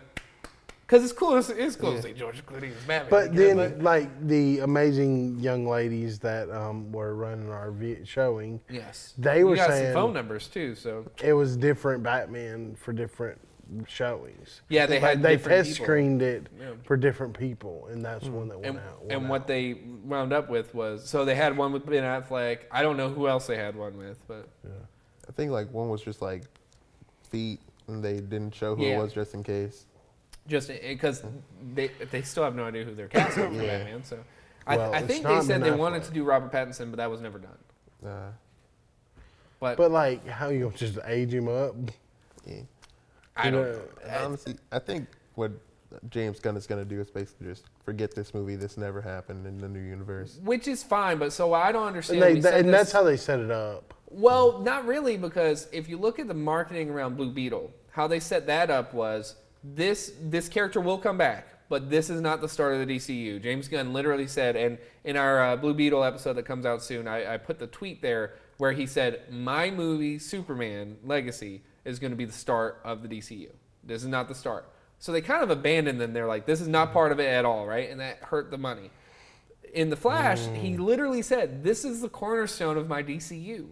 [SPEAKER 2] because it's cool. It's, it's cool to see George Clooney as Batman.
[SPEAKER 3] But
[SPEAKER 2] because,
[SPEAKER 3] then, like, the amazing young ladies that um, were running our vi- showing,
[SPEAKER 2] yes,
[SPEAKER 3] they
[SPEAKER 2] You
[SPEAKER 3] were
[SPEAKER 2] got
[SPEAKER 3] saying-
[SPEAKER 2] some phone numbers too. So
[SPEAKER 3] it was different Batman for different showings.
[SPEAKER 2] yeah, they
[SPEAKER 3] Like,
[SPEAKER 2] had
[SPEAKER 3] they
[SPEAKER 2] different
[SPEAKER 3] test
[SPEAKER 2] people.
[SPEAKER 3] screened it
[SPEAKER 2] Yeah.
[SPEAKER 3] for different people, and that's one that went
[SPEAKER 2] And,
[SPEAKER 3] out. went
[SPEAKER 2] and what
[SPEAKER 3] out.
[SPEAKER 2] they wound up with was so they had one with Ben Affleck. I don't know who else they had one with, but
[SPEAKER 1] I think like one was just like feet, and they didn't show who
[SPEAKER 2] Yeah.
[SPEAKER 1] it was just in case.
[SPEAKER 2] just because they they still have no idea who their cast
[SPEAKER 3] *coughs*
[SPEAKER 2] is for
[SPEAKER 1] Yeah.
[SPEAKER 2] Batman. So I,
[SPEAKER 3] Well,
[SPEAKER 2] I
[SPEAKER 3] it's
[SPEAKER 2] think
[SPEAKER 3] not
[SPEAKER 2] they said
[SPEAKER 3] Ben
[SPEAKER 2] they wanted
[SPEAKER 3] Affleck.
[SPEAKER 2] to do Robert Pattinson, but that was never done.
[SPEAKER 1] Uh,
[SPEAKER 2] But,
[SPEAKER 3] But, like, how you gonna just age him up?
[SPEAKER 1] yeah.
[SPEAKER 4] I don't.
[SPEAKER 3] know. um,
[SPEAKER 1] And
[SPEAKER 2] uh,
[SPEAKER 1] honestly, I think what James Gunn is going to do is basically just forget this movie. This never happened in the new universe.
[SPEAKER 2] Which is fine, but so I don't understand.
[SPEAKER 3] And, they,
[SPEAKER 2] we said
[SPEAKER 3] and that's
[SPEAKER 2] this-
[SPEAKER 3] how they set it up.
[SPEAKER 2] Well, not really, because if you look at the marketing around Blue Beetle, how they set that up was this this character will come back, but this is not the start of the DCU. James Gunn literally said, and in our uh, Blue Beetle episode that comes out soon, I, I put the tweet there where he said, "My movie Superman Legacy is going to be the start of the DCU. This is not the start." So they kind of abandoned them. They're like, "This is not part of it at all, right?" And that hurt the money in the Flash, he literally said, "This is the cornerstone of my DCU."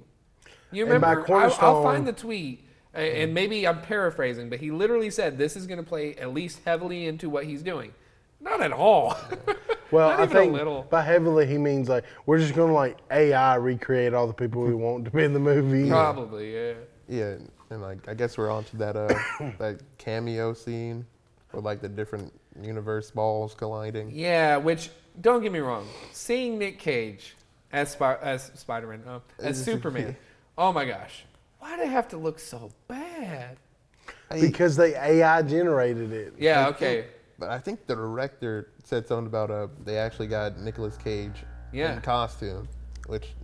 [SPEAKER 2] You
[SPEAKER 3] And by
[SPEAKER 2] remember? I'll, I'll
[SPEAKER 3] cornerstone-
[SPEAKER 2] find the tweet, a- and maybe I'm paraphrasing, but he literally said, "This is going to play at least heavily into what he's doing." Not at all. *laughs*
[SPEAKER 3] Well,
[SPEAKER 2] Not
[SPEAKER 3] I
[SPEAKER 2] even a
[SPEAKER 3] think
[SPEAKER 2] little.
[SPEAKER 3] by heavily he means like we're just gonna like AI recreate all the people we want to be in the movie.
[SPEAKER 2] Probably, yeah.
[SPEAKER 1] Yeah, and, and like I guess we're on to that
[SPEAKER 2] *coughs*
[SPEAKER 1] uh that cameo scene with like the different universe balls colliding.
[SPEAKER 2] Yeah, which don't get me wrong, seeing Nick Cage as Spi- as Spider-Man, uh, as Superman. Oh my gosh, why would I have to look so bad?
[SPEAKER 1] I-
[SPEAKER 3] Because they AI generated it.
[SPEAKER 2] Yeah, okay.
[SPEAKER 1] But I think the director said something about uh they actually got Nicolas Cage
[SPEAKER 2] Yeah.
[SPEAKER 1] in costume, which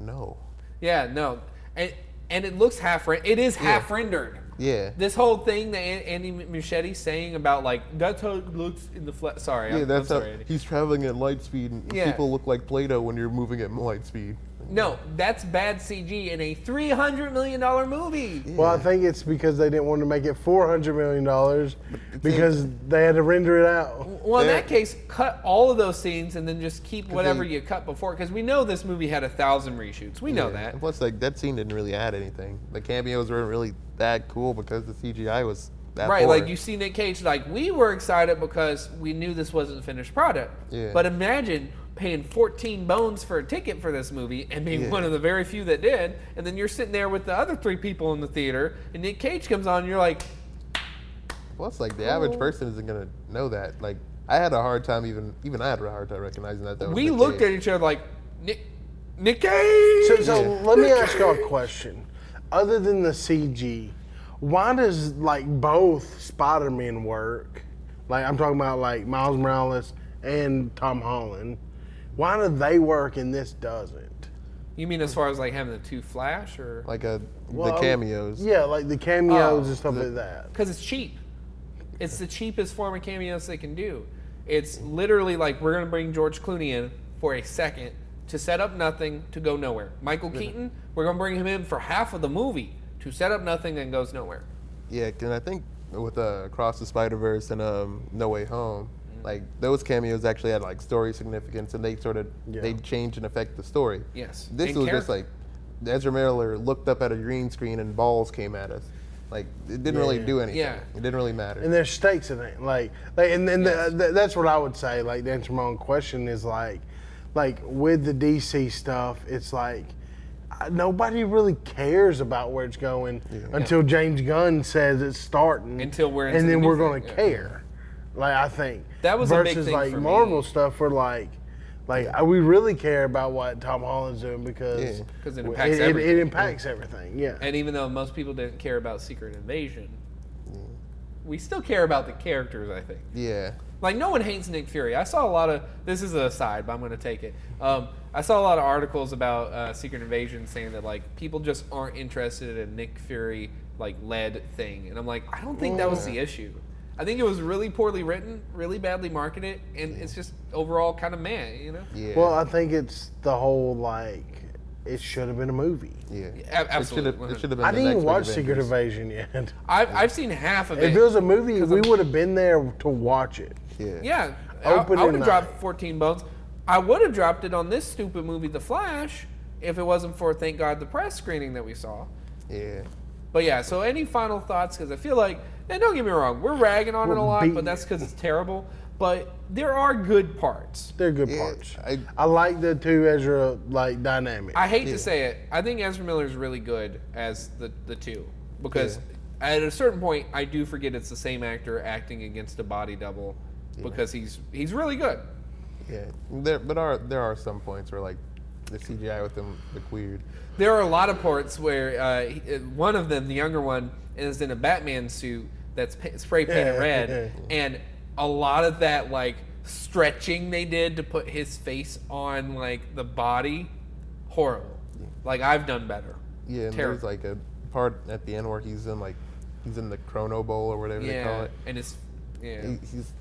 [SPEAKER 1] no.
[SPEAKER 2] Yeah, no, and and it looks half re- it is half rendered.
[SPEAKER 1] Yeah.
[SPEAKER 2] This whole thing that An- Andy Muschietti saying about like that's how it looks in the flesh. Sorry, I'm-
[SPEAKER 1] yeah,
[SPEAKER 2] I'm,
[SPEAKER 1] that's how
[SPEAKER 2] sorry. Andy.
[SPEAKER 1] he's traveling at light speed and
[SPEAKER 2] Yeah.
[SPEAKER 1] people look like Play-Doh when you're moving at light speed.
[SPEAKER 2] No, that's bad CG in a three hundred million dollar movie.
[SPEAKER 3] Well, I think it's because they didn't want to make it four hundred million dollars because they had to render it out.
[SPEAKER 2] Well, in
[SPEAKER 1] There-
[SPEAKER 2] that case, cut all of those scenes and then just keep whatever
[SPEAKER 1] they-
[SPEAKER 2] you cut before, because we know this movie had a thousand reshoots. We know
[SPEAKER 1] Yeah,
[SPEAKER 2] that.
[SPEAKER 1] And plus, like that scene didn't really add anything. The cameos weren't really that cool because the CGI was that
[SPEAKER 2] Right, like
[SPEAKER 1] poor.
[SPEAKER 2] you see Nick Cage, like we were excited because we knew this wasn't a finished product.
[SPEAKER 1] Yeah.
[SPEAKER 2] But imagine paying 14 bones for a ticket for this movie and being
[SPEAKER 1] Yeah.
[SPEAKER 2] one of the very few that did, and then you're sitting there with the other three people in the theater, and Nick Cage comes on, and you're like,
[SPEAKER 1] Plus, like the average person isn't gonna know that. Like I had a hard time even even I had a hard time recognizing that. that was
[SPEAKER 2] we
[SPEAKER 1] Nick
[SPEAKER 2] looked
[SPEAKER 1] Cage.
[SPEAKER 2] at each other like, Nick, Nick Cage.
[SPEAKER 3] So, so let me ask y'all a question. Other than the CG, why does like both Spider-Man work? Like I'm talking about like Miles Morales and Tom Holland. Why do they work and this doesn't?
[SPEAKER 2] you mean as far as like having the two Flash, or
[SPEAKER 1] like a,
[SPEAKER 3] Well,
[SPEAKER 1] the cameos.
[SPEAKER 3] Yeah, like the cameos
[SPEAKER 2] Oh,
[SPEAKER 3] and stuff like that.
[SPEAKER 2] because it's cheap. It's the cheapest form of cameos they can do. It's literally like we're gonna bring George Clooney in for a second to set up nothing to go nowhere. Michael Keaton, we're gonna bring him in for half of the movie to set up nothing and goes nowhere.
[SPEAKER 1] Yeah, and I think with uh, Across the Spider Verse and um, No Way Home,
[SPEAKER 2] Mm.
[SPEAKER 1] like those cameos actually had like story significance, and they sort of
[SPEAKER 3] Yeah.
[SPEAKER 1] they change and affect the story.
[SPEAKER 2] Yes.
[SPEAKER 1] this
[SPEAKER 2] And
[SPEAKER 1] was just like
[SPEAKER 2] character.
[SPEAKER 1] Ezra Miller looked up at a green screen and balls came at us. Like it didn't really
[SPEAKER 3] Yeah.
[SPEAKER 1] do anything.
[SPEAKER 2] Yeah.
[SPEAKER 1] It didn't really matter.
[SPEAKER 3] and there's stakes in it. Like, like and then
[SPEAKER 2] Yes.
[SPEAKER 3] the, th that's what I would say. Like, to answer my own question is like, like with the DC stuff, it's like I- nobody really cares about where it's going until James Gunn says it's starting.
[SPEAKER 2] Until we're into
[SPEAKER 3] and
[SPEAKER 2] the
[SPEAKER 3] then
[SPEAKER 2] new
[SPEAKER 3] we're gonna
[SPEAKER 2] thing, yeah.
[SPEAKER 3] care. Like I think
[SPEAKER 2] That was a big
[SPEAKER 3] versus
[SPEAKER 2] thing
[SPEAKER 3] like
[SPEAKER 2] for me.
[SPEAKER 3] Marvel stuff where like. Like I- we really care about what Tom Holland's doing because
[SPEAKER 1] Yeah.
[SPEAKER 2] 'Cause it
[SPEAKER 3] w-
[SPEAKER 2] impacts
[SPEAKER 3] it, it
[SPEAKER 2] everything.
[SPEAKER 3] impacts everything. Yeah,
[SPEAKER 2] And even though most people didn't care about Secret Invasion, we still care about the characters, I think.
[SPEAKER 1] yeah,
[SPEAKER 2] Like no one hates Nick Fury. I saw a lot of. This is a aside, but I'm going to take it. Um, I saw a lot of articles about uh, Secret Invasion saying that like people just aren't interested in Nick Fury like led thing, and I'm like, I don't think that was the issue. I think it was really poorly written, really badly marketed, and it's just overall kind of meh, you know.
[SPEAKER 1] yeah.
[SPEAKER 3] Well, I think it's the whole like it should have been a movie.
[SPEAKER 1] yeah.
[SPEAKER 2] ab-
[SPEAKER 1] It
[SPEAKER 2] absolutely,
[SPEAKER 1] should have. It should have been.
[SPEAKER 3] I
[SPEAKER 1] the
[SPEAKER 3] didn't
[SPEAKER 1] next
[SPEAKER 3] even
[SPEAKER 1] big
[SPEAKER 3] watch Secret
[SPEAKER 1] Avengers.
[SPEAKER 3] Invasion
[SPEAKER 2] *laughs*
[SPEAKER 3] yet.
[SPEAKER 2] I've, I've seen half of
[SPEAKER 3] If
[SPEAKER 2] it.
[SPEAKER 3] it was a movie, we would have been there to watch it.
[SPEAKER 1] Yeah.
[SPEAKER 2] yeah,
[SPEAKER 3] Open
[SPEAKER 2] I, I would
[SPEAKER 3] and
[SPEAKER 2] have dropped 14 bones. I would have dropped it on this stupid movie, The Flash, if it wasn't for thank God the press screening that we saw.
[SPEAKER 1] Yeah.
[SPEAKER 2] But yeah, so any final thoughts? Because I feel like, and don't get me wrong, we're ragging on it
[SPEAKER 3] We're
[SPEAKER 2] a lot,
[SPEAKER 3] beating
[SPEAKER 2] but that's because it's terrible. But there are good parts.
[SPEAKER 3] They're good
[SPEAKER 1] Yeah,
[SPEAKER 3] parts. I,
[SPEAKER 1] I-
[SPEAKER 3] like the two Ezra like dynamic.
[SPEAKER 2] I hate to say it, I think Ezra Miller is really good as the the two because at a certain point, I do forget it's the same actor acting against a body double because he's he's really good.
[SPEAKER 1] Yeah. There, but are there are some points where like the CGI with them look weird.
[SPEAKER 2] There are a lot of parts where uh, he- uh, one of them, the younger one, is in a Batman suit that's pa- spray painted
[SPEAKER 3] Yeah,
[SPEAKER 2] red,
[SPEAKER 3] yeah.
[SPEAKER 2] and a lot of that like stretching they did to put his face on like the body, horrible. Like I've done better.
[SPEAKER 1] Yeah, and
[SPEAKER 2] Terrible.
[SPEAKER 1] there's like a part at the end where he's in like he's in the Chrono Bowl or whatever they call
[SPEAKER 2] yeah,
[SPEAKER 1] it.
[SPEAKER 2] and it's yeah.
[SPEAKER 1] He, he's,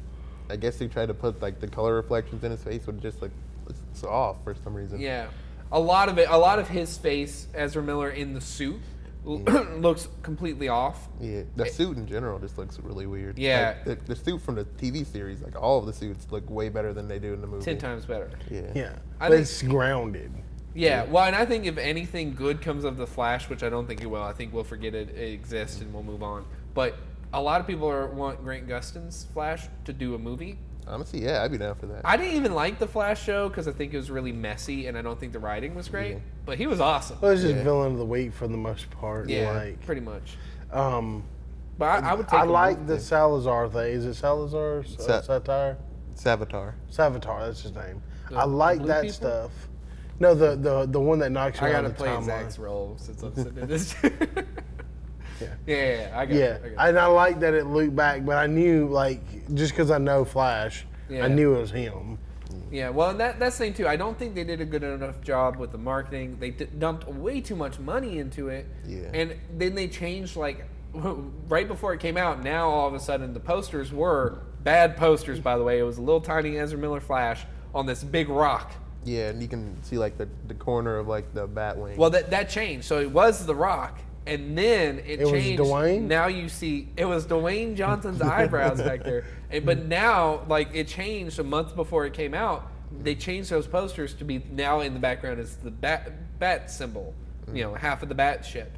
[SPEAKER 1] I guess they tried to put like the color reflections in his face, but just like it's- it's off for some reason.
[SPEAKER 2] Yeah, a lot of it. A lot of his face, Ezra Miller in the suit, l-
[SPEAKER 1] Mm.
[SPEAKER 2] *clears throat* looks completely off.
[SPEAKER 1] Yeah, the suit in general just looks really weird.
[SPEAKER 2] Yeah.
[SPEAKER 1] like, the, the suit from the TV series, like all of the suits look way better than they do in the movie.
[SPEAKER 2] Ten times better.
[SPEAKER 1] Yeah,
[SPEAKER 3] Yeah,
[SPEAKER 2] I
[SPEAKER 3] but
[SPEAKER 2] think-
[SPEAKER 3] it's grounded.
[SPEAKER 2] Yeah. Well, and I think if anything good comes of the Flash, which I don't think it will, I think we'll forget it, it exists and we'll move on. But a lot of people are, want Grant Gustin's Flash to do a movie.
[SPEAKER 1] honestly, yeah, I'd be down for that.
[SPEAKER 2] I didn't even like the Flash show because I think it was really messy and I don't think the writing was great. But he was awesome.
[SPEAKER 3] Well, it's just
[SPEAKER 1] Yeah.
[SPEAKER 3] villain of the week for the most part.
[SPEAKER 2] yeah,
[SPEAKER 3] like,
[SPEAKER 2] pretty much.
[SPEAKER 3] um,
[SPEAKER 2] But I, I would take.
[SPEAKER 3] I
[SPEAKER 2] a
[SPEAKER 3] like
[SPEAKER 2] movie.
[SPEAKER 3] the Salazar thing. Is it Salazar? S-
[SPEAKER 1] Sa-
[SPEAKER 3] uh, satire?
[SPEAKER 1] Savitar.
[SPEAKER 3] Savitar. That's his name.
[SPEAKER 2] The
[SPEAKER 3] I like
[SPEAKER 2] blue
[SPEAKER 3] that
[SPEAKER 2] people?
[SPEAKER 3] stuff. No, the the the one that knocks you
[SPEAKER 2] I
[SPEAKER 3] out
[SPEAKER 2] gotta
[SPEAKER 3] of the
[SPEAKER 2] play
[SPEAKER 3] timeline.
[SPEAKER 2] Zach's role since I'm
[SPEAKER 3] *laughs*
[SPEAKER 2] sitting in this. *laughs* yeah.
[SPEAKER 3] Yeah.
[SPEAKER 2] yeah, yeah, I got
[SPEAKER 3] Yeah,
[SPEAKER 2] it. I got it.
[SPEAKER 3] and I like that it looped back, but I knew like just because I know Flash,
[SPEAKER 2] Yeah.
[SPEAKER 3] I knew it was him.
[SPEAKER 2] yeah, well, and that that's the thing too. I don't think they did a good enough job with the marketing. They d- dumped way too much money into it.
[SPEAKER 1] Yeah.
[SPEAKER 2] And then they changed like *laughs* right before it came out. Now all of a sudden the posters were bad posters. By the way, it was a little tiny Ezra Miller Flash on this big rock.
[SPEAKER 1] Yeah, and you can see like the, the corner of like the Batwing.
[SPEAKER 2] Well, that that changed. So it was The Rock, and then it,
[SPEAKER 3] It was
[SPEAKER 2] changed.
[SPEAKER 3] Dwayne?
[SPEAKER 2] Now you see it was Dwayne Johnson's eyebrows back there, and, but now like it changed a month before it came out. They changed those posters to be now in the background is the bat bat symbol, you know, half of the bat ship,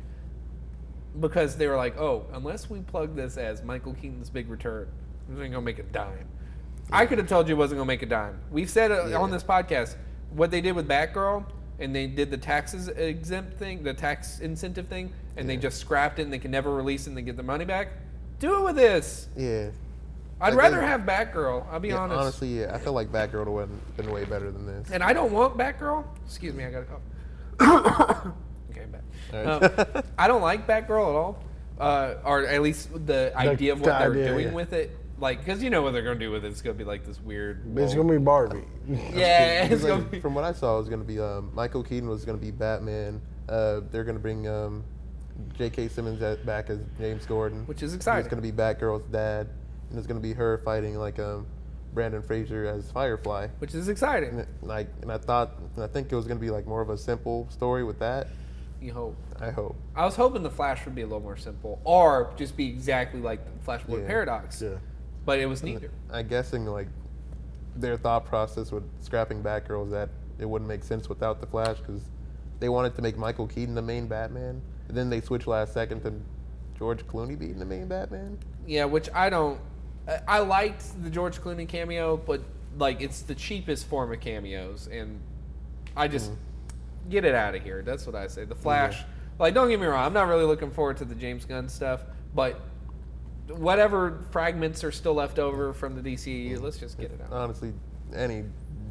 [SPEAKER 2] because they were like, oh, unless we plug this as Michael Keaton's big return, we ain't gonna make a dime. I could have told you it wasn't gonna make a dime. We've said uh, on this podcast what they did with Batgirl, and they did the taxes exempt thing, the tax incentive thing, and they just scrapped it, and they can never release it, and they get the money back. Do it with this.
[SPEAKER 1] yeah.
[SPEAKER 2] I'd
[SPEAKER 1] I
[SPEAKER 2] rather
[SPEAKER 1] think-
[SPEAKER 2] have Batgirl. I'll be
[SPEAKER 1] Yeah,
[SPEAKER 2] honest.
[SPEAKER 1] Honestly, yeah, I feel like Batgirl would have been way better than this.
[SPEAKER 2] And I don't want Batgirl. Excuse me, I got a cough. *coughs*
[SPEAKER 1] All
[SPEAKER 2] okay, I'm
[SPEAKER 1] right.
[SPEAKER 2] back. Um, I don't like Batgirl at all, uh, or at least the idea of
[SPEAKER 3] the
[SPEAKER 2] what they're
[SPEAKER 3] idea,
[SPEAKER 2] doing
[SPEAKER 3] yeah.
[SPEAKER 2] with it. Like, because you know what they're gonna do with it. It's gonna be like this weird.
[SPEAKER 3] But it's
[SPEAKER 2] wall.
[SPEAKER 3] gonna be Barbie. *laughs*
[SPEAKER 2] *laughs* yeah, it's
[SPEAKER 1] Because,
[SPEAKER 2] gonna
[SPEAKER 1] like,
[SPEAKER 2] be.
[SPEAKER 1] From what I saw, it was going to be um, Michael Keaton was going to be Batman. Uh, they're going to bring um, J.K. Simmons at, back as James Gordon,
[SPEAKER 2] Which is
[SPEAKER 1] It's
[SPEAKER 2] exciting.
[SPEAKER 1] going to be Batgirl's dad, and it's going to be her fighting like um, Brandon Fraser as Firefly.
[SPEAKER 2] Which is exciting.
[SPEAKER 1] And it- like, and I thought, and I think it was going to be like more of a simple story with that.
[SPEAKER 2] You hope.
[SPEAKER 1] I hope.
[SPEAKER 2] I was hoping the Flash would be a little more simple, or just be exactly like the Flash Floyd
[SPEAKER 1] Yeah.
[SPEAKER 2] Paradox. But it was neither.
[SPEAKER 1] I'm guessing like their thought process with scrapping Batgirl is that it wouldn't make sense without the Flash because they wanted to make Michael Keaton the main Batman, and then they switched last second to George Clooney being the main Batman.
[SPEAKER 2] Yeah, which I don't. I- I liked the George Clooney cameo, but like it's the cheapest form of cameos, and I just get it out of here. That's what I say. The Flash. Like, don't get me wrong. I'm not really looking forward to the James Gunn stuff, but whatever fragments are still left over from the DCEU, let's just get it out.
[SPEAKER 1] Honestly, any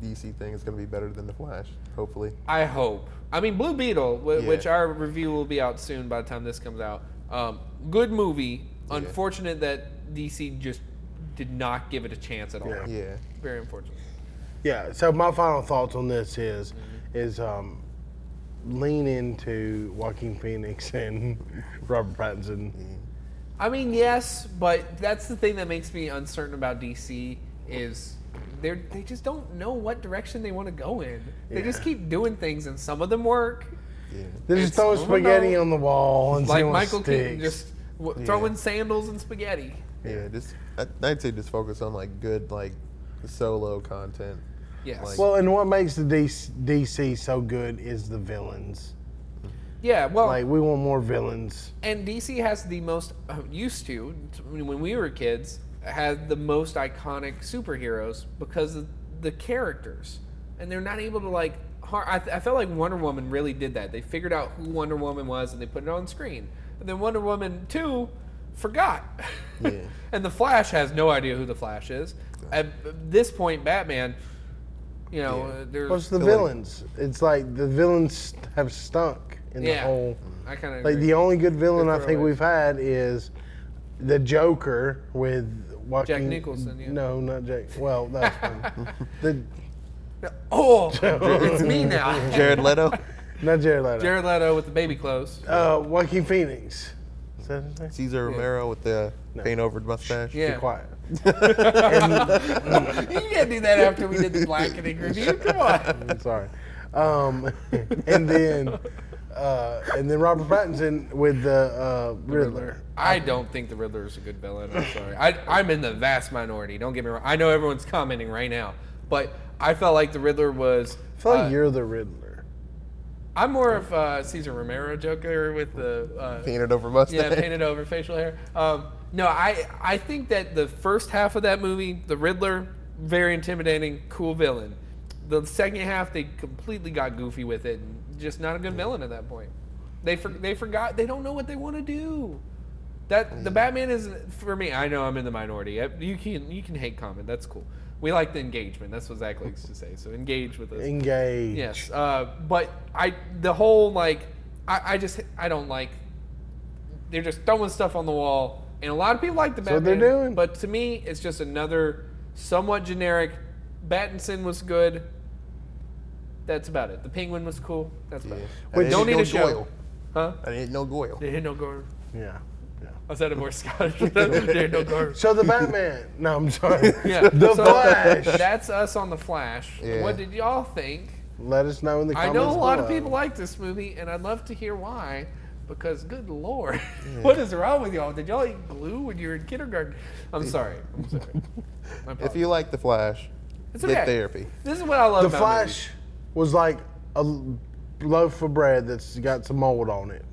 [SPEAKER 1] DC thing is going to be better than the Flash, hopefully.
[SPEAKER 2] I hope. I mean, Blue Beetle, w-
[SPEAKER 1] Yeah.
[SPEAKER 2] which our review will be out soon by the time this comes out. Um, good movie. Unfortunate that DC just did not give it a chance at all.
[SPEAKER 3] Yeah.
[SPEAKER 1] Yeah,
[SPEAKER 2] Very unfortunate.
[SPEAKER 3] Yeah. So my final thoughts on this is,
[SPEAKER 2] Mm-hmm.
[SPEAKER 3] is um, lean into Joaquin Phoenix *laughs* and Robert Pattinson.
[SPEAKER 2] I mean, yes, but that's the thing that makes me uncertain about DC is they are they just don't know what direction they want to go in. They just
[SPEAKER 3] Yeah.
[SPEAKER 2] keep doing things, and some of them work.
[SPEAKER 1] yeah.
[SPEAKER 3] They just
[SPEAKER 2] It's-
[SPEAKER 3] throw
[SPEAKER 2] I don't
[SPEAKER 3] spaghetti
[SPEAKER 2] know.
[SPEAKER 3] on the wall and see
[SPEAKER 2] Like
[SPEAKER 3] what
[SPEAKER 2] Michael Keaton
[SPEAKER 3] sticks.
[SPEAKER 2] just w- throwing sandals and spaghetti.
[SPEAKER 1] Yeah, just I, I'd say just focus on like good like solo content.
[SPEAKER 2] Yes.
[SPEAKER 1] Like-
[SPEAKER 3] Well, and what makes the DC, DC so good is the villains.
[SPEAKER 2] yeah. Well,
[SPEAKER 3] Like we want more villains.
[SPEAKER 2] and DC has the most uh, used to t- when we were kids had the most iconic superheroes because of the characters, and they're not able to like. Har- I, th- I felt like Wonder Woman really did that. They figured out who Wonder Woman was and they put it on screen, and then Wonder Woman two forgot.
[SPEAKER 1] Yeah.
[SPEAKER 2] *laughs* and the Flash has no idea who the Flash is. At this point, Batman, you know, uh, there's
[SPEAKER 3] What's the
[SPEAKER 1] feel like-
[SPEAKER 3] villains? it's like the villains have stunk in
[SPEAKER 2] yeah.
[SPEAKER 3] the whole.
[SPEAKER 2] I kind of
[SPEAKER 3] Like the only good villain I
[SPEAKER 2] Good
[SPEAKER 3] think
[SPEAKER 2] throwaway.
[SPEAKER 3] we've had is the Joker with Joaquin,
[SPEAKER 2] Nicholson, yeah.
[SPEAKER 3] No, not Jack.
[SPEAKER 2] *laughs*
[SPEAKER 3] Well, that's fine. the *laughs*
[SPEAKER 2] Oh, it's me now.
[SPEAKER 1] Jared Leto.
[SPEAKER 3] not Jared Leto.
[SPEAKER 2] Jared Leto with the baby clothes.
[SPEAKER 3] uh, Joaquin Phoenix. Is that his name?
[SPEAKER 1] Caesar Romero with the paint over mustache.
[SPEAKER 2] Yeah.
[SPEAKER 3] Be quiet.
[SPEAKER 2] *laughs* You can't do that after we did the blackening review. Come on.
[SPEAKER 3] I'm sorry. Um, *laughs* and then uh, and then Robert Pattinson with the uh, Riddler.
[SPEAKER 2] I don't think the Riddler is a good villain. I'm sorry. I, I'm in the vast minority. Don't get me wrong. I know everyone's commenting right now, but I felt like the Riddler was.
[SPEAKER 3] I feel like
[SPEAKER 2] uh,
[SPEAKER 3] you're the Riddler.
[SPEAKER 2] I'm more of uh, Caesar Romero Joker with the uh,
[SPEAKER 1] Painted over mustache. *laughs*
[SPEAKER 2] yeah painted over facial hair. Um, no, I I think that the first half of that movie, the Riddler, very intimidating, cool villain. The second half, they completely got goofy with it, and just not a good villain at that point. They for, they forgot they don't know what they want to do. That the Batman is for me. I know I'm in the minority. Uh, You can you can hate comment. That's cool. We like the engagement. That's what Zach likes to say. So engage with us.
[SPEAKER 3] Engage.
[SPEAKER 2] Yes, uh, but I the whole like I, I just I don't like they're just throwing stuff on the wall, and a lot of people like the Batman.
[SPEAKER 3] what they're doing.
[SPEAKER 2] But to me, it's just another somewhat generic. Battinson was good. That's about it. The Penguin was cool. That's about
[SPEAKER 1] Yeah.
[SPEAKER 2] it.
[SPEAKER 1] I didn't
[SPEAKER 2] don't
[SPEAKER 1] know
[SPEAKER 2] need a show,
[SPEAKER 1] Goyle.
[SPEAKER 2] huh?
[SPEAKER 1] I didn't know Goyle.
[SPEAKER 2] They hit no guard.
[SPEAKER 3] Yeah. yeah.
[SPEAKER 2] I said it more
[SPEAKER 1] *laughs*
[SPEAKER 2] Scottish. they hit no guard.
[SPEAKER 3] So the Batman. *laughs* No, I'm sorry.
[SPEAKER 2] Yeah,
[SPEAKER 3] The
[SPEAKER 2] so uh,
[SPEAKER 3] Flash.
[SPEAKER 2] That's us on the Flash.
[SPEAKER 1] Yeah.
[SPEAKER 2] What did y'all think?
[SPEAKER 3] Let us know in the
[SPEAKER 2] I
[SPEAKER 3] comments.
[SPEAKER 2] know a lot of
[SPEAKER 3] below.
[SPEAKER 2] people like this movie, and I'd love to hear why. Because good lord, *laughs* what is wrong with y'all? Did y'all eat glue when you were in kindergarten? I'm sorry. I'm sorry.
[SPEAKER 3] *laughs*
[SPEAKER 2] My
[SPEAKER 1] If
[SPEAKER 2] apologies.
[SPEAKER 1] you like the Flash,
[SPEAKER 2] It's okay.
[SPEAKER 1] get therapy.
[SPEAKER 2] This is what I love.
[SPEAKER 3] The
[SPEAKER 2] about
[SPEAKER 3] Flash was like a l- loaf of bread that's got some mold on it.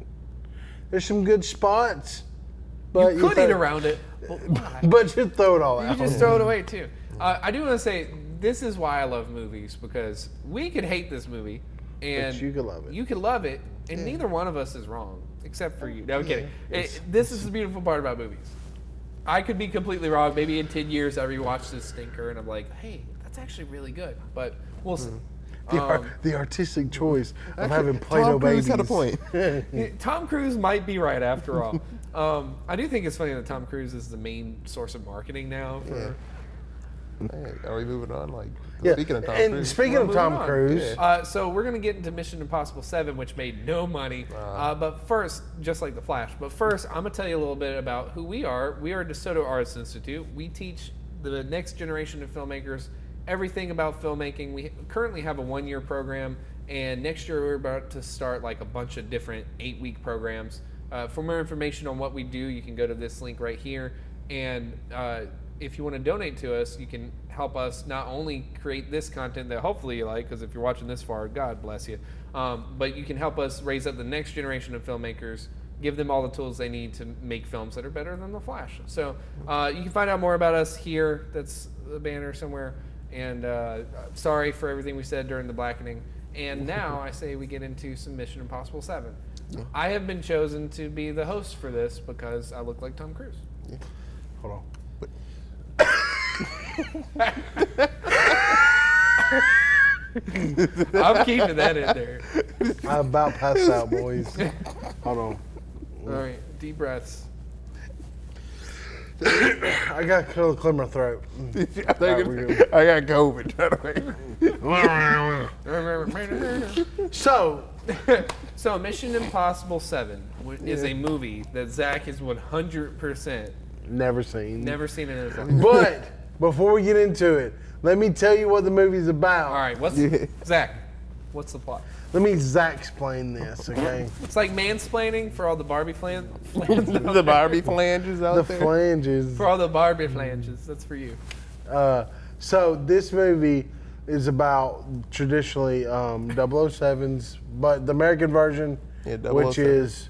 [SPEAKER 3] There's some good spots, but
[SPEAKER 2] movies. You could
[SPEAKER 3] throw-
[SPEAKER 2] eat around
[SPEAKER 3] *laughs*
[SPEAKER 2] it, but why?
[SPEAKER 3] But you throw it all
[SPEAKER 2] you
[SPEAKER 3] out.
[SPEAKER 2] just throw it away too. Uh, I do want to say this is why I love movies because we could hate this movie, and
[SPEAKER 3] you could love it.
[SPEAKER 2] You could love it, and neither one of us is wrong except for you. No, I'm kidding. It, this is the beautiful part about movies. I could be completely wrong. Maybe in ten years I rewatch this stinker and I'm like, hey, that's actually really good. But we'll see.
[SPEAKER 3] *laughs* the, ar-
[SPEAKER 2] Um,
[SPEAKER 3] the artistic choice of
[SPEAKER 1] Actually,
[SPEAKER 3] having Play-Doh
[SPEAKER 1] Tom Cruise
[SPEAKER 3] babies.
[SPEAKER 1] had a point.
[SPEAKER 2] Tom Cruise might be right after
[SPEAKER 3] *laughs*
[SPEAKER 2] all. um, I do think it's funny that Tom Cruise is the main source of marketing now. For,
[SPEAKER 1] Yeah. Hey, are we moving on? Like
[SPEAKER 3] Yeah.
[SPEAKER 1] speaking of Tom
[SPEAKER 3] and
[SPEAKER 1] Cruise,
[SPEAKER 3] speaking
[SPEAKER 2] We're
[SPEAKER 3] of
[SPEAKER 2] moving
[SPEAKER 3] Tom
[SPEAKER 2] on.
[SPEAKER 3] Cruise,
[SPEAKER 2] Uh, so we're gonna get into Mission Impossible Seven, which made no money. Uh, but first, just like the Flash, but first I'm gonna tell you a little bit about who we are. We are DeSoto Arts Institute. We teach the next generation of filmmakers everything about filmmaking. We currently have a one-year program, and next year we're about to start like a bunch of different eight-week programs. Uh, for more information on what we do, you can go to this link right here. And uh, if you want to donate to us, you can help us not only create this content that hopefully you like, because if you're watching this far, God bless you, um, but you can help us raise up the next generation of filmmakers, give them all the tools they need to make films that are better than The Flash. So uh, you can find out more about us here. That's the banner somewhere. And uh, sorry for everything we said during the blackening. And now I say we get into some Mission Impossible 7. I have been chosen to be the host for this because I look like Tom Cruise.
[SPEAKER 3] *laughs* hold on.
[SPEAKER 2] I'm keeping that in there.
[SPEAKER 3] I about passed out, boys.
[SPEAKER 2] *laughs*
[SPEAKER 3] Hold on.
[SPEAKER 2] All right, deep breaths.
[SPEAKER 3] I got to clear, clear my
[SPEAKER 2] *laughs*
[SPEAKER 3] throat.
[SPEAKER 1] *laughs* I,
[SPEAKER 3] Alright, we're good.
[SPEAKER 1] got
[SPEAKER 3] *laughs*
[SPEAKER 1] COVID. *laughs*
[SPEAKER 3] so,
[SPEAKER 2] *laughs* so, Mission Impossible 7 w- is a movie that Zach is 100%
[SPEAKER 3] never seen.
[SPEAKER 2] never seen in his life.
[SPEAKER 3] *laughs* But before we get into it, let me tell you what the movie's about.
[SPEAKER 2] All right, what's Zach? What's the plot?
[SPEAKER 3] Let me Zach explain this, okay?
[SPEAKER 2] It's like mansplaining for all the Barbie flan,
[SPEAKER 1] the Barbie flanges out
[SPEAKER 3] the
[SPEAKER 1] there.
[SPEAKER 3] flanges.
[SPEAKER 2] for all the Barbie flanges. That's for you. *laughs*
[SPEAKER 3] Uh, so this movie is about traditionally um, 007's, but the American version,
[SPEAKER 1] Yeah, 007.
[SPEAKER 3] which is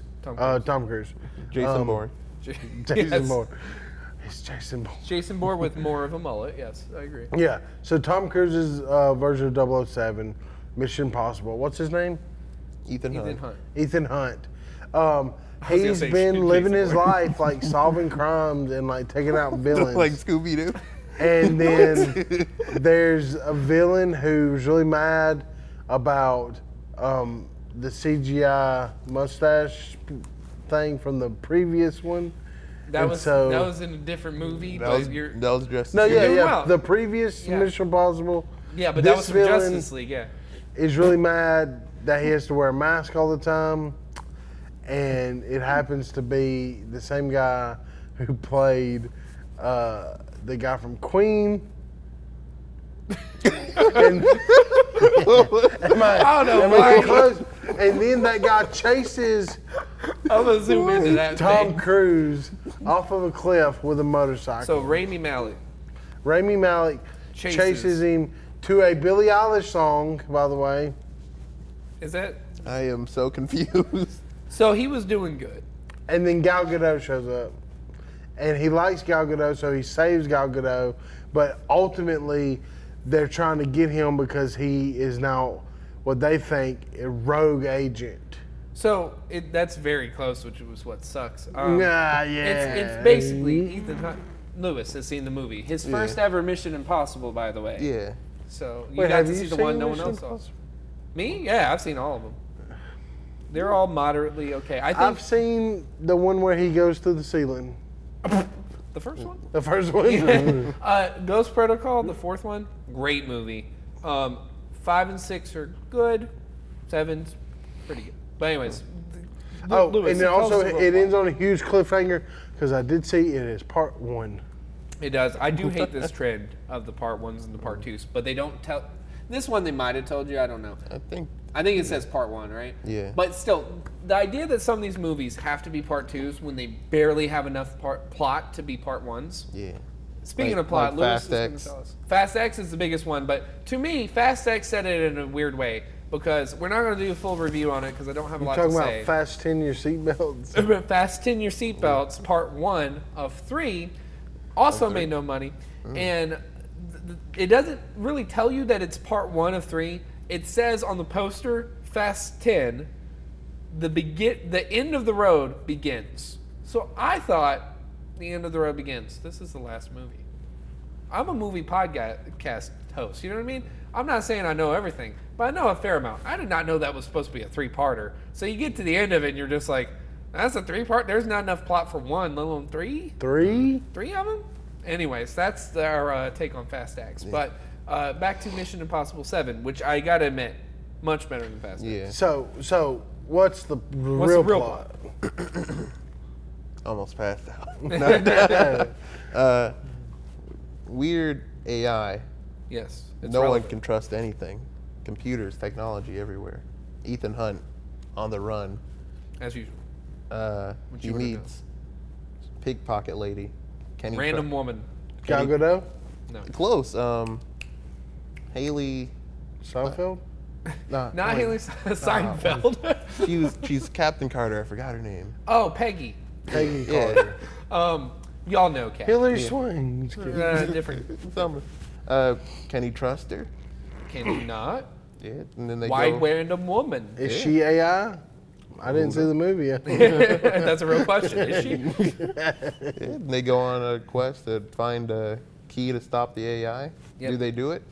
[SPEAKER 2] oh Tom
[SPEAKER 3] uh, Tom Cruise,
[SPEAKER 1] Jason
[SPEAKER 3] um,
[SPEAKER 1] Bourne.
[SPEAKER 3] *laughs* Jason
[SPEAKER 2] Yes.
[SPEAKER 3] Bourne. It's Jason Bourne.
[SPEAKER 2] Jason Bourne with more of a mullet. Yes, I agree.
[SPEAKER 3] Yeah. So Tom Cruise's uh, version of 007, Mission Impossible. What's his name?
[SPEAKER 1] Ethan Hunt.
[SPEAKER 2] Ethan Hunt.
[SPEAKER 3] Ethan Hunt. Um,
[SPEAKER 2] was gonna
[SPEAKER 3] he's
[SPEAKER 2] say
[SPEAKER 3] been
[SPEAKER 2] Jason
[SPEAKER 3] living his
[SPEAKER 2] Bourne.
[SPEAKER 3] life like solving crimes and like
[SPEAKER 2] *laughs*
[SPEAKER 3] taking out villains.
[SPEAKER 1] *laughs* like Scooby Doo.
[SPEAKER 3] And then there's a villain who's really mad about um, the CGI mustache thing from the previous one.
[SPEAKER 2] That
[SPEAKER 3] And
[SPEAKER 2] was
[SPEAKER 3] so-
[SPEAKER 2] that was in a different movie.
[SPEAKER 1] That was,
[SPEAKER 2] but you're,
[SPEAKER 1] that was just
[SPEAKER 3] No, yeah,
[SPEAKER 2] doing
[SPEAKER 3] yeah.
[SPEAKER 2] well.
[SPEAKER 3] The previous
[SPEAKER 2] Yeah.
[SPEAKER 3] Mission Impossible.
[SPEAKER 2] yeah, but that
[SPEAKER 3] this
[SPEAKER 2] was from
[SPEAKER 3] villain
[SPEAKER 2] Justice League. Yeah,
[SPEAKER 3] Is really mad that he has to wear a mask all the time, and it happens to be the same guy who played uh, the guy from Queen. and, am I,
[SPEAKER 2] I don't know
[SPEAKER 3] am
[SPEAKER 2] why.
[SPEAKER 3] I close? And then that guy chases
[SPEAKER 2] I'm gonna zoom into that.
[SPEAKER 3] Tom
[SPEAKER 2] thing.
[SPEAKER 3] Cruise off of a cliff with a motorcycle.
[SPEAKER 2] So Rami Malek.
[SPEAKER 3] Rami Malik
[SPEAKER 2] Chases.
[SPEAKER 3] chases. him to a Billie Eilish song, by the way.
[SPEAKER 2] Is that?
[SPEAKER 1] I am so *laughs* confused.
[SPEAKER 2] So he was doing good.
[SPEAKER 3] And then Gal Gadot shows up. And he likes Gal Gadot, so he saves Gal Gadot. But ultimately, they're trying to get him because he is now what they think a rogue agent.
[SPEAKER 2] So it, that's very close, which was what sucks. Um,
[SPEAKER 3] nah, Mm-hmm. yeah.
[SPEAKER 2] It's, it's basically Ethan Hunt, Lewis has seen the movie. His first
[SPEAKER 1] Yeah.
[SPEAKER 2] ever Mission Impossible, by the way.
[SPEAKER 1] Yeah.
[SPEAKER 2] So you
[SPEAKER 3] Wait,
[SPEAKER 2] got
[SPEAKER 3] have
[SPEAKER 2] to
[SPEAKER 3] you
[SPEAKER 2] see the
[SPEAKER 3] seen
[SPEAKER 2] one no one
[SPEAKER 3] Mission
[SPEAKER 2] else saw.
[SPEAKER 3] Impossible?
[SPEAKER 2] Me? Yeah, I've seen all of them. They're all moderately okay. I think
[SPEAKER 3] I've seen the one where he goes through the ceiling.
[SPEAKER 2] the first one.
[SPEAKER 3] The first one. *laughs*
[SPEAKER 2] *laughs* uh, Ghost Protocol, the fourth one, great movie. Um, five and six are good. Seven's pretty good. But anyways, th-
[SPEAKER 3] Oh,
[SPEAKER 2] Lewis,
[SPEAKER 3] and
[SPEAKER 2] it
[SPEAKER 3] then
[SPEAKER 2] tells
[SPEAKER 3] also
[SPEAKER 2] us about
[SPEAKER 3] it
[SPEAKER 2] one.
[SPEAKER 3] ends on a huge cliffhanger because I did see it is part one.
[SPEAKER 2] It does. I do hate
[SPEAKER 3] *laughs*
[SPEAKER 2] this trend of the part ones and the part twos, but they don't tell. This one they might have told you. I don't know.
[SPEAKER 1] I think
[SPEAKER 2] I think it says part one, right?
[SPEAKER 1] Yeah.
[SPEAKER 2] But still, the idea that some of these movies have to be part twos when they barely have enough part, plot to be part ones.
[SPEAKER 1] yeah.
[SPEAKER 2] Speaking
[SPEAKER 1] Like-
[SPEAKER 2] of plot,
[SPEAKER 1] like Fast
[SPEAKER 2] Lewis is going to
[SPEAKER 1] X.
[SPEAKER 2] tell us. Fast X is the biggest one, but to me, Fast X said it in a weird way because we're not going to do a full review on it because I don't have a lot
[SPEAKER 3] Talking
[SPEAKER 2] to *laughs*
[SPEAKER 3] about
[SPEAKER 2] say.
[SPEAKER 3] fasten your seatbelts. *laughs*
[SPEAKER 2] Fasten your seatbelts, part one of three, also made no money,
[SPEAKER 1] Mm.
[SPEAKER 2] and th- th- it doesn't really tell you that it's part one of three. It says on the poster, "Fast 10, the begin, the end of the road begins." So I thought the end of the road begins. This is the last movie. I'm a movie podcast host. You know what I mean? I'm not saying I know everything, but I know a fair amount. I did not know that was supposed to be a three-parter. So you get to the end of it, and you're just like, "That's a three-part. There's not enough plot for one, let alone three,
[SPEAKER 3] Three.
[SPEAKER 2] three of them." Anyways, that's our uh, take on Fast X. But uh, back to Mission Impossible Seven, which I gotta admit, much better than Fast X.
[SPEAKER 1] Yeah.
[SPEAKER 3] So so what's the
[SPEAKER 2] the
[SPEAKER 3] real,
[SPEAKER 2] real
[SPEAKER 3] plot? *laughs*
[SPEAKER 1] Almost passed out. No. uh, weird AI.
[SPEAKER 2] Yes. it's
[SPEAKER 1] no
[SPEAKER 2] relevant.
[SPEAKER 1] one can trust anything. Computers, technology everywhere. Ethan Hunt on the run.
[SPEAKER 2] as usual.
[SPEAKER 1] Uh,
[SPEAKER 2] What
[SPEAKER 1] he
[SPEAKER 2] you gonna do?
[SPEAKER 1] meets pickpocket lady. Can he tru-
[SPEAKER 2] Random woman.
[SPEAKER 3] Gal Gadot,
[SPEAKER 2] No.
[SPEAKER 1] close. Um, Haley.
[SPEAKER 2] *laughs*
[SPEAKER 3] Seinfeld.
[SPEAKER 1] Nah, wait. *laughs*
[SPEAKER 2] Not Haley *laughs* Seinfeld.
[SPEAKER 1] She was. She's *laughs* Captain Carter. I forgot her name.
[SPEAKER 2] oh, Peggy.
[SPEAKER 3] Peggy
[SPEAKER 1] Yeah.
[SPEAKER 3] Carter.
[SPEAKER 2] Um, y'all know Kat.
[SPEAKER 3] Hillary Swank.
[SPEAKER 2] Uh, different.
[SPEAKER 1] Some- Uh, can he trust her?
[SPEAKER 2] Can you not?
[SPEAKER 1] Yeah. And then they
[SPEAKER 2] Why
[SPEAKER 1] go.
[SPEAKER 2] random woman? *laughs*
[SPEAKER 3] Is she AI? I didn't see the movie yet. *laughs*
[SPEAKER 2] That's a real question. Is she?
[SPEAKER 1] Yeah, and they go on a quest to find a key to stop the AI.
[SPEAKER 2] Yep.
[SPEAKER 1] Do they do it?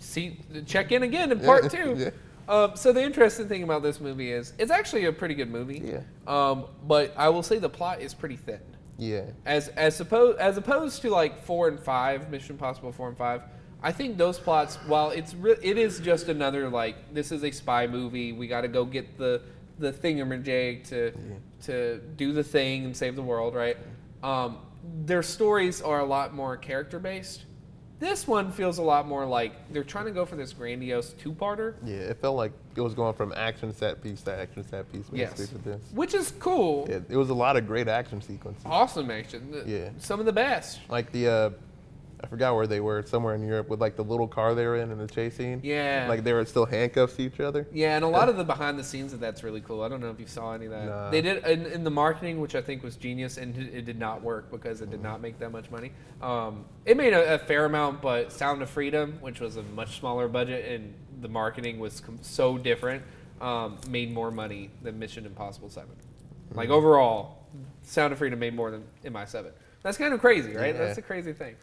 [SPEAKER 2] See, check in again in part
[SPEAKER 1] Yeah.
[SPEAKER 2] two.
[SPEAKER 1] Yeah.
[SPEAKER 2] Um, so the interesting thing about this movie is it's actually a pretty good movie.
[SPEAKER 1] Yeah.
[SPEAKER 2] Um, but I will say the plot is pretty thin.
[SPEAKER 1] Yeah.
[SPEAKER 2] As as supposed as opposed to like four and five, Mission Impossible four and five, I think those plots, while it's re- it is just another like this is a spy movie, we got to go get the the thingamajig to to do the thing and save the world, right? Um, their stories are a lot more character based. This one feels a lot more like they're trying to go for this grandiose two parter.
[SPEAKER 1] Yeah, it felt like it was going from action set piece to action set piece basically
[SPEAKER 2] Yes,
[SPEAKER 1] for this.
[SPEAKER 2] which is cool,
[SPEAKER 1] Yeah, it was a lot of great action sequences.
[SPEAKER 2] awesome action. The-
[SPEAKER 1] Yeah.
[SPEAKER 2] some of the best.
[SPEAKER 1] Like the, uh, I forgot where they were, somewhere in Europe with like the little car they were in in the chase scene.
[SPEAKER 2] Yeah.
[SPEAKER 1] Like they were still handcuffed to each other.
[SPEAKER 2] Yeah, and a lot of the behind the scenes of that's really cool. I don't know if you saw any of that.
[SPEAKER 1] Nah.
[SPEAKER 2] They did in, in the marketing, which I think was genius, and it, it did not work because
[SPEAKER 1] Mm-hmm.
[SPEAKER 2] it did not make that much money. Um, it made a, a fair amount, but Sound of Freedom, which was a much smaller budget, and the marketing was com- so different, um, made more money than Mission Impossible 7.
[SPEAKER 1] Mm-hmm.
[SPEAKER 2] Like overall, Sound of Freedom made more than MI7. That's kind of crazy, right?
[SPEAKER 1] Yeah.
[SPEAKER 2] That's a crazy thing.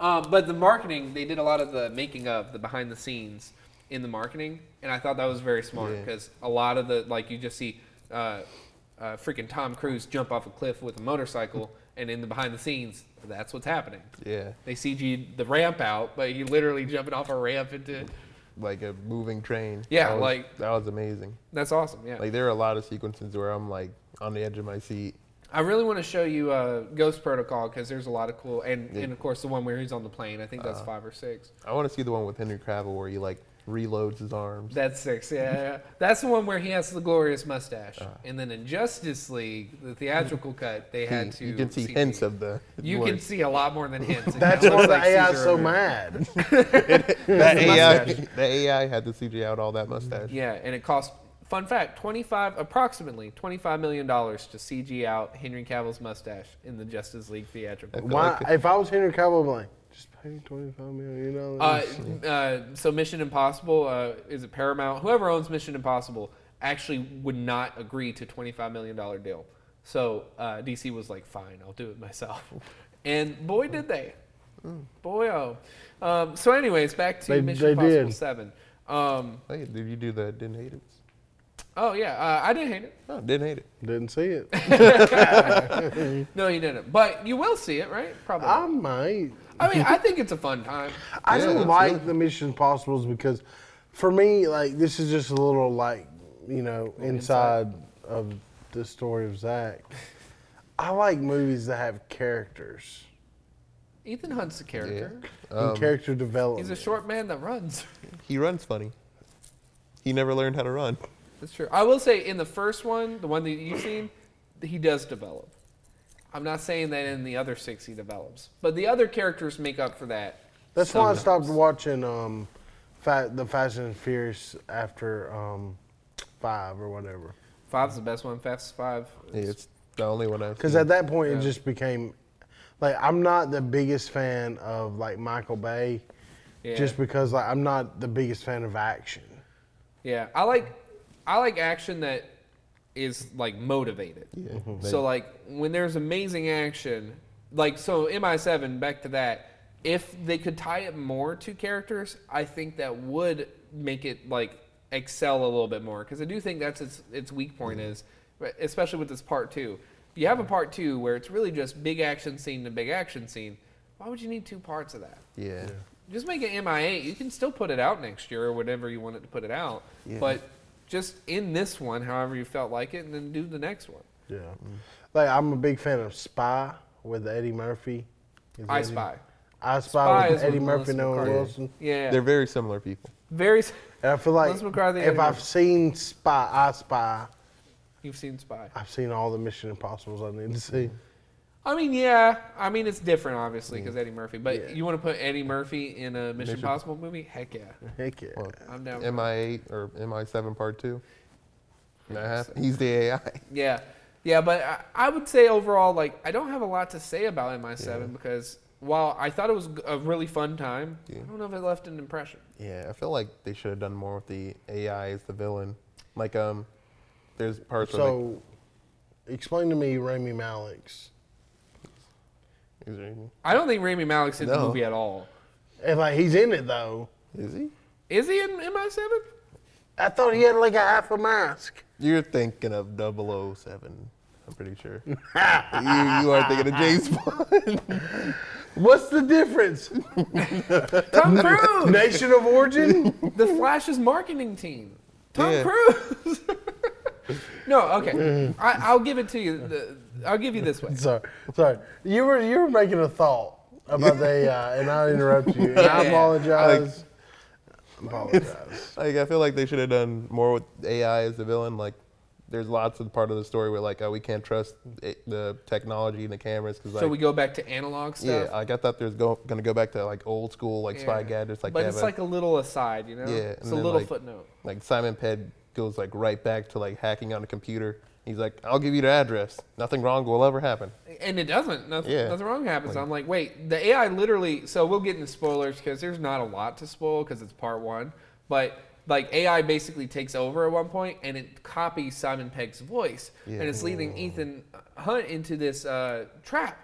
[SPEAKER 2] Um, but the marketing, they did a lot of the making of, the behind the scenes in the marketing, and I thought that was very smart
[SPEAKER 1] Yeah.
[SPEAKER 2] because a
[SPEAKER 1] *laughs*
[SPEAKER 2] lot of the like you just see uh, uh, freaking Tom Cruise jump off a cliff with a motorcycle, and in the behind the scenes, that's what's happening.
[SPEAKER 1] Yeah,
[SPEAKER 2] They CG the ramp out, but he literally jumping off a ramp into.
[SPEAKER 1] like a moving train.
[SPEAKER 2] Yeah,
[SPEAKER 1] That was-
[SPEAKER 2] like-
[SPEAKER 1] that was amazing.
[SPEAKER 2] That's awesome. Yeah.
[SPEAKER 1] Like there are a lot of sequences where I'm like on the edge of my seat.
[SPEAKER 2] I really want to show you uh, Ghost Protocol because there's a lot of cool, and, and of course the one where he's on the plane. I think
[SPEAKER 1] Uh-huh.
[SPEAKER 2] that's five or six.
[SPEAKER 1] I want to see the one with Henry Cavill where he like reloads his arms.
[SPEAKER 2] That's six. Yeah, yeah. that's the one where he has the glorious mustache.
[SPEAKER 1] Ah.
[SPEAKER 2] and then in Justice League, the theatrical cut, they had to.
[SPEAKER 1] you can see
[SPEAKER 2] CG.
[SPEAKER 1] hints of the.
[SPEAKER 2] You
[SPEAKER 1] blur. *laughs*
[SPEAKER 2] can see a lot more than
[SPEAKER 3] *laughs*
[SPEAKER 2] hints. It
[SPEAKER 3] That's
[SPEAKER 2] kinda
[SPEAKER 3] why
[SPEAKER 2] looks
[SPEAKER 3] the
[SPEAKER 2] like
[SPEAKER 3] AI is
[SPEAKER 2] Caesar
[SPEAKER 3] so
[SPEAKER 2] over-
[SPEAKER 3] mad.
[SPEAKER 1] *laughs* that
[SPEAKER 3] the
[SPEAKER 1] AI.
[SPEAKER 3] mustache.
[SPEAKER 1] The AI had to CG out all that mustache.
[SPEAKER 2] Mm-hmm. Yeah, and it cost. Fun fact: twenty-five, approximately twenty-five million dollars to CG out Henry Cavill's mustache in the Justice League theatrical.
[SPEAKER 1] feel
[SPEAKER 3] Why?
[SPEAKER 1] like it-
[SPEAKER 3] if I was Henry Cavill, I'd be like, just pay me twenty-five million dollars.
[SPEAKER 2] Uh, uh, so Mission Impossible uh, is it Paramount? Whoever owns Mission Impossible actually would not agree to twenty-five million dollar deal. So uh, DC was like, "Fine, I'll do it
[SPEAKER 3] *laughs*
[SPEAKER 2] myself," and boy, did they! Boy, oh. Um, so, anyways, back to
[SPEAKER 3] Mm. They-
[SPEAKER 2] Mission
[SPEAKER 3] they
[SPEAKER 2] Impossible
[SPEAKER 3] did.
[SPEAKER 2] Seven. Um,
[SPEAKER 1] Hey, did you do the didn't hate it?
[SPEAKER 2] oh yeah, uh, I didn't hate it.
[SPEAKER 1] No, didn't hate it.
[SPEAKER 3] Didn't
[SPEAKER 2] *laughs*
[SPEAKER 3] see it. Mm.
[SPEAKER 2] No, you didn't, but you will see it, right? Probably.
[SPEAKER 3] I might.
[SPEAKER 2] I
[SPEAKER 3] *laughs*
[SPEAKER 2] mean, I think it's a fun time.
[SPEAKER 3] I
[SPEAKER 1] Yeah,
[SPEAKER 3] didn't
[SPEAKER 1] that's
[SPEAKER 3] like
[SPEAKER 1] good.
[SPEAKER 3] the Mission Impossibles because, for me, like this is just a little like you know inside, of the story of Zach. I like movies that have characters
[SPEAKER 2] Ethan Hunt's a character.
[SPEAKER 3] and character development.
[SPEAKER 2] He's a short man that runs. *laughs*
[SPEAKER 1] He runs funny. He never learned how to run.
[SPEAKER 2] That's true. I will say in the first one, the one that you've seen, he does develop. I'm not saying that in the other six he develops, but the other characters make up for that.
[SPEAKER 3] That's why I
[SPEAKER 2] sometimes.
[SPEAKER 3] stopped watching um, Fat, the Fast and Furious after um, five or whatever.
[SPEAKER 2] Five's the best one. Fast Five.
[SPEAKER 1] Yeah, it's the only one I've.
[SPEAKER 3] Because
[SPEAKER 1] seen.
[SPEAKER 3] at that point,
[SPEAKER 2] Yeah.
[SPEAKER 3] it just became like I'm not the biggest fan of like Michael Bay,
[SPEAKER 2] Yeah.
[SPEAKER 3] just because like I'm not the biggest fan of action.
[SPEAKER 2] Yeah, I like I like action that is like motivated.
[SPEAKER 1] Yeah. Mhm.
[SPEAKER 2] So like when there's amazing action, like so MI7 back to that, if they could tie it more to characters, I think that would make it like excel a little bit more cuz I do think that's its its weak point is especially with this part 2. You have a part 2 where it's really just big action scene to big action scene. Why would you need two parts of that?
[SPEAKER 1] yeah.
[SPEAKER 2] Just make it MI8. You can still put it out next year or whenever you want it to put it out.
[SPEAKER 1] Yeah.
[SPEAKER 2] But just in this one, however you felt like it, and then do the next one.
[SPEAKER 3] Yeah, like I'm a big fan of Spy with Eddie Murphy. Is
[SPEAKER 2] I
[SPEAKER 3] Eddie-
[SPEAKER 2] Spy.
[SPEAKER 3] I Spy,
[SPEAKER 2] Spy
[SPEAKER 3] with
[SPEAKER 2] is
[SPEAKER 3] Eddie
[SPEAKER 2] with
[SPEAKER 3] Murphy and
[SPEAKER 2] Melissa
[SPEAKER 3] Owen
[SPEAKER 2] McCarthy.
[SPEAKER 3] Wilson.
[SPEAKER 2] Yeah.
[SPEAKER 1] They're very similar people.
[SPEAKER 2] very. s-
[SPEAKER 3] And I feel like
[SPEAKER 2] Melissa McCarthy,
[SPEAKER 3] if
[SPEAKER 2] Eddie
[SPEAKER 3] I've
[SPEAKER 2] Murphy.
[SPEAKER 3] seen Spy, I Spy,
[SPEAKER 2] You've seen Spy.
[SPEAKER 3] I've seen all the Mission Impossibles I need to see.
[SPEAKER 2] I mean, yeah. I mean, it's different, obviously, because Eddie Murphy. But
[SPEAKER 3] Yeah.
[SPEAKER 2] you want to put Eddie Murphy in a Mission Impossible movie? Heck yeah.
[SPEAKER 3] Heck yeah.
[SPEAKER 1] Well,
[SPEAKER 2] I'm down. for
[SPEAKER 1] MI8 or MI7 Part Two. That happened. He's the AI.
[SPEAKER 2] Yeah, yeah, but I, I would say overall, like, I don't have a lot to say about MI7 because while I thought it was a really fun time, I don't know if it left an impression.
[SPEAKER 1] *laughs* Yeah, I feel like they should have done more with the AI as the villain. Like, um, there's parts of
[SPEAKER 3] so, explain to me Rami Malek's.
[SPEAKER 1] it. Is, there any-
[SPEAKER 2] I don't think Rami Malek's in the
[SPEAKER 1] No.
[SPEAKER 2] movie at all.
[SPEAKER 3] And like he's in it though.
[SPEAKER 1] is he?
[SPEAKER 2] Is he in MI7?
[SPEAKER 3] I thought he had like a half a mask.
[SPEAKER 1] You're thinking of 007. I'm pretty
[SPEAKER 3] *laughs*
[SPEAKER 1] sure. you, you are thinking of James Bond.
[SPEAKER 3] What's the difference?
[SPEAKER 2] Tom Cruise,
[SPEAKER 3] Nation of origin?
[SPEAKER 2] the Flash's marketing team. Tom
[SPEAKER 1] Yeah. Mm.
[SPEAKER 2] Cruise. *laughs* no, okay, I, I'll give it to you. The, I'll give you
[SPEAKER 3] *laughs*
[SPEAKER 2] this way.
[SPEAKER 3] sorry, sorry. You were you were making a thought about the AI, and I interrupted you. And I
[SPEAKER 2] Yeah.
[SPEAKER 3] apologize. apologize.
[SPEAKER 1] like, I feel like they should have done more with AI as the villain. Like, there's lots of part of the story where like, oh, we can't trust it, the technology and the cameras because like,
[SPEAKER 2] So we go back to analog stuff.
[SPEAKER 1] yeah, like I thought there's go, gonna go back to like old school like spy
[SPEAKER 2] Yeah.
[SPEAKER 1] gadgets like
[SPEAKER 2] but
[SPEAKER 1] that.
[SPEAKER 2] it's like a little aside, you know.
[SPEAKER 1] Yeah, and
[SPEAKER 2] it's a
[SPEAKER 1] then,
[SPEAKER 2] little
[SPEAKER 1] like-
[SPEAKER 2] footnote.
[SPEAKER 1] like Simon Pegg goes like right back to like hacking on a computer. He's like, I'll give you the address. Nothing wrong will ever happen.
[SPEAKER 2] and it doesn't. Nothing,
[SPEAKER 1] Yeah.
[SPEAKER 2] nothing wrong happens. I'm like, wait, the AI literally. So we'll get into spoilers because there's not a lot to spoil because it's part one. But like AI basically takes over at one point and it copies Simon Pegg's voice and it's leading Ethan Hunt into this uh, trap.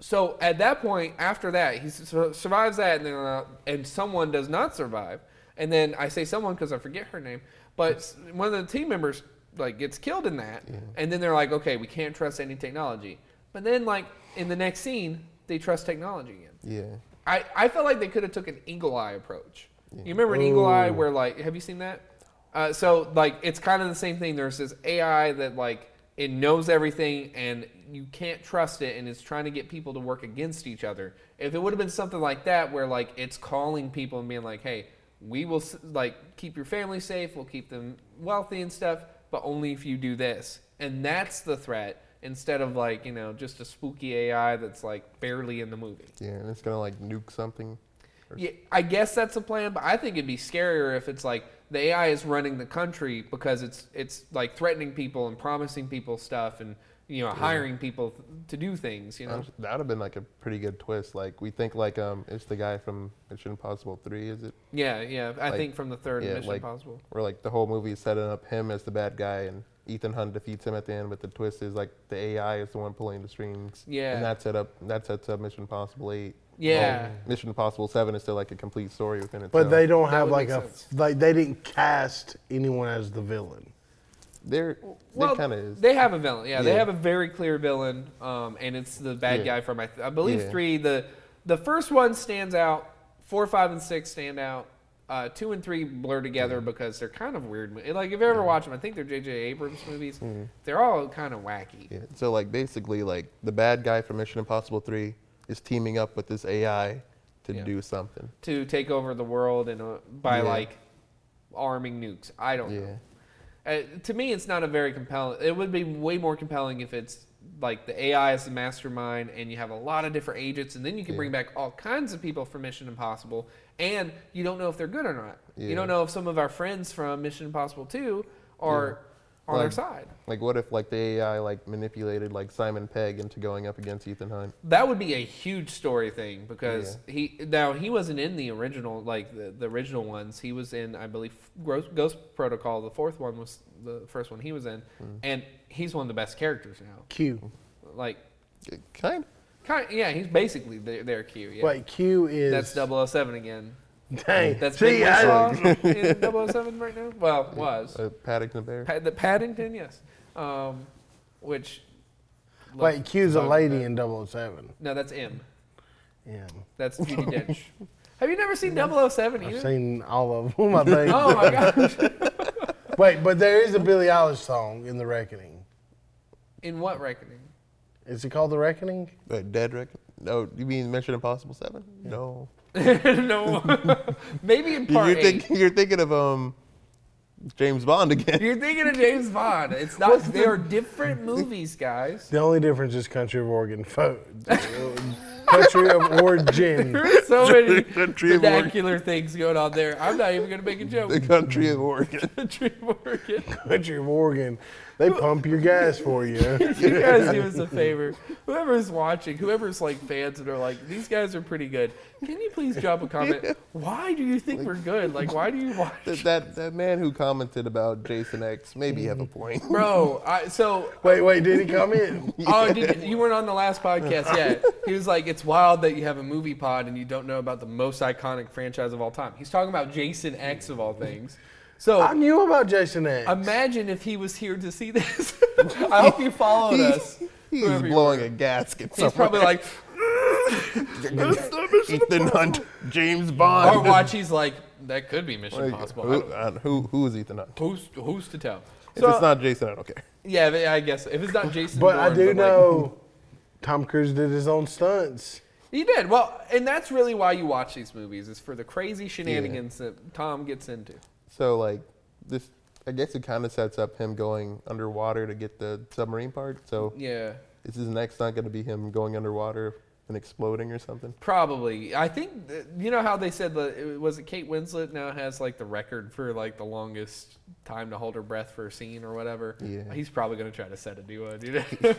[SPEAKER 2] So at that point, after that, he su- survives that, and then uh, and someone does not survive. And then I say someone because I forget her name, but s- one of the team members like gets killed in that. And then they're like, okay, we can't trust any technology. But then, like in the next scene, they trust technology again.
[SPEAKER 1] Yeah.
[SPEAKER 2] I, I felt like they could have took an eagle eye approach. You remember an eagle eye where like have you seen that? Uh, so like it's kind of the same thing. There's this AI that like it knows everything and you can't trust it and it's trying to get people to work against each other. If it would have been something like that where like it's calling people and being like, hey, we will s- like keep your family safe, we'll keep them wealthy and stuff, but only if you do this. And that's the threat instead of like you know just a spooky AI that's like barely in the movie.
[SPEAKER 1] Yeah, and it's gonna like nuke something.
[SPEAKER 2] Yeah, I guess that's a plan, but I think it'd be scarier if it's like the AI is running the country because it's it's like threatening people and promising people stuff and you know hiring people th- to do things. You know,
[SPEAKER 1] Honest- That'd have been like a pretty good twist. Like we think like um, it's the guy from Mission Impossible Three, is it?
[SPEAKER 2] yeah, yeah. I
[SPEAKER 1] Like-
[SPEAKER 2] think from the third
[SPEAKER 1] yeah,
[SPEAKER 2] Mission
[SPEAKER 1] like-
[SPEAKER 2] Impossible.
[SPEAKER 1] Where like the whole movie is setting up him as the bad guy, and Ethan Hunt defeats him at the end. But the twist is like the AI is the one pulling the strings.
[SPEAKER 2] Yeah.
[SPEAKER 1] And that set up that sets up Mission Impossible Eight.
[SPEAKER 2] Yeah.
[SPEAKER 1] Well, Mission Impossible Seven is still like a complete story within itself.
[SPEAKER 3] But they don't have
[SPEAKER 2] would
[SPEAKER 3] like
[SPEAKER 2] make
[SPEAKER 3] a
[SPEAKER 2] sense.
[SPEAKER 3] like they didn't cast anyone as the villain.
[SPEAKER 1] They're
[SPEAKER 2] Well,
[SPEAKER 1] they kind of is.
[SPEAKER 2] they have a villain. Yeah, they
[SPEAKER 1] Yeah.
[SPEAKER 2] have a very clear villain, um, and it's the bad
[SPEAKER 1] Yeah.
[SPEAKER 2] guy from I, th- I believe
[SPEAKER 1] Yeah.
[SPEAKER 2] three. The the first one stands out. Four, five, and six stand out. Uh, two and three blur together because they're kind of weird. mo- Like if you ever watch them, I think they're J.J. Abrams movies. They're all kind of wacky.
[SPEAKER 1] Yeah. So like basically like the bad guy from Mission Impossible Three is teaming up with this AI to
[SPEAKER 2] Yeah.
[SPEAKER 1] do something.
[SPEAKER 2] to take over the world and uh, by
[SPEAKER 1] Yeah.
[SPEAKER 2] like arming nukes. I don't know. Uh, to me, it's not a very compelling. It would be way more compelling if it's like the AI is the mastermind and you have a lot of different agents, and then you can bring back all kinds of people from Mission Impossible, and you don't know if they're good or not. You
[SPEAKER 1] Yeah.
[SPEAKER 2] don't know if some of our friends from Mission Impossible Two are on our
[SPEAKER 1] Like-
[SPEAKER 2] side.
[SPEAKER 1] Like what if like the AI like manipulated like Simon Pegg into going up against Ethan Hunt?
[SPEAKER 2] That would be a huge story thing because he now he wasn't in the original like the, the original ones. He was in I believe Ghost, Ghost Protocol. The fourth one was the first one he was in,
[SPEAKER 3] Mm.
[SPEAKER 2] and he's one of the best characters now.
[SPEAKER 3] Q.
[SPEAKER 2] Like,
[SPEAKER 1] K- Kind.
[SPEAKER 2] kind yeah, he's basically their, their Q. Yeah,
[SPEAKER 3] But Q is
[SPEAKER 2] that's 007 again.
[SPEAKER 3] *laughs* Dang.
[SPEAKER 2] That's
[SPEAKER 3] See,
[SPEAKER 2] Big
[SPEAKER 3] I-
[SPEAKER 2] Wichita
[SPEAKER 3] *laughs*
[SPEAKER 2] in 007 right now. Well, was
[SPEAKER 1] Uh, Paddington Bear.
[SPEAKER 2] pa- the Paddington? Yes, um, which
[SPEAKER 3] Wait, Q's a
[SPEAKER 2] Love-
[SPEAKER 3] lady in 007.
[SPEAKER 2] No, that's M.
[SPEAKER 3] Yeah.
[SPEAKER 2] That's Judy Dench. Have you never seen 007 either?
[SPEAKER 3] I've seen all of *laughs* them, I think.
[SPEAKER 2] *laughs* Oh my gosh.
[SPEAKER 3] Wait, but there is a Billie Eilish song in The Reckoning.
[SPEAKER 2] In what reckoning? *laughs*
[SPEAKER 3] Is it called The Reckoning?
[SPEAKER 1] Uh, Dead Reckon. No, you mean Mission Impossible Seven? No.
[SPEAKER 2] no. *laughs* Maybe in part
[SPEAKER 1] you're,
[SPEAKER 2] eight.
[SPEAKER 1] think, *laughs* you're thinking of um James Bond again. *laughs*
[SPEAKER 2] You're thinking of James Bond. It's not. they are different movies, guys. *laughs*
[SPEAKER 3] *laughs* The only difference is Country of Oregon Folk. Country of Origin.
[SPEAKER 2] There's so many
[SPEAKER 1] Country of Oregon.
[SPEAKER 2] vernacular things going on there. I'm not even gonna make a joke. *laughs*
[SPEAKER 1] The *laughs* country of Oregon.
[SPEAKER 2] Country of Oregon.
[SPEAKER 3] Country of Oregon. They pump your gas for you.
[SPEAKER 2] *laughs* You guys do us a favor. Whoever's watching, whoever's like fans and are like, these guys are pretty good. Can you please drop a comment? Why do you think we're good? Like, why do you watch?
[SPEAKER 1] that, that that man who commented about Jason X maybe have a point.
[SPEAKER 2] Mm-hmm. Bro, I, so
[SPEAKER 3] *laughs* Wait, wait, did he come in?
[SPEAKER 2] Oh, did, you weren't on the last podcast yet. He was like, "It's wild that you have a movie pod and you don't know about the most iconic franchise of all time." He's talking about Jason X of all things.
[SPEAKER 3] *laughs* I
[SPEAKER 2] So
[SPEAKER 3] knew about Jason X.
[SPEAKER 2] imagine if he was here to see this. *laughs* I hope you followed us.
[SPEAKER 1] *laughs* He's
[SPEAKER 2] Whoever you
[SPEAKER 1] blowing a gasket.
[SPEAKER 2] He's
[SPEAKER 1] *laughs*
[SPEAKER 2] probably
[SPEAKER 3] *laughs*
[SPEAKER 2] like,
[SPEAKER 1] Ethan Hunt, James
[SPEAKER 2] or
[SPEAKER 1] Bond.
[SPEAKER 2] watch. He's like, that could be
[SPEAKER 1] *laughs*
[SPEAKER 2] Mission
[SPEAKER 1] Like,
[SPEAKER 2] Impossible. I
[SPEAKER 1] who,
[SPEAKER 2] don't-
[SPEAKER 1] uh, who who is Ethan Hunt?
[SPEAKER 2] Who's who's to tell?
[SPEAKER 1] If
[SPEAKER 2] So,
[SPEAKER 1] it's not Jason, I don't care.
[SPEAKER 2] yeah, but I guess if it's not Jason,
[SPEAKER 3] but I
[SPEAKER 2] Bourne,
[SPEAKER 3] do
[SPEAKER 2] like,
[SPEAKER 3] know *laughs* Tom Cruise did his own stunts.
[SPEAKER 2] He did well, and that's really why you watch these movies is for the crazy shenanigans that Tom gets into.
[SPEAKER 1] So like this, I guess it kind of sets up him going underwater to get the submarine part. So
[SPEAKER 2] Yeah.
[SPEAKER 1] is his next not going to be him going underwater and exploding or something?
[SPEAKER 2] Probably. I think th- you know how they said that it was it Kate Winslet now has like the record for like the longest time to hold her breath for a scene or whatever.
[SPEAKER 1] Yeah.
[SPEAKER 2] He's probably gonna try to set a duo, dude. *laughs* he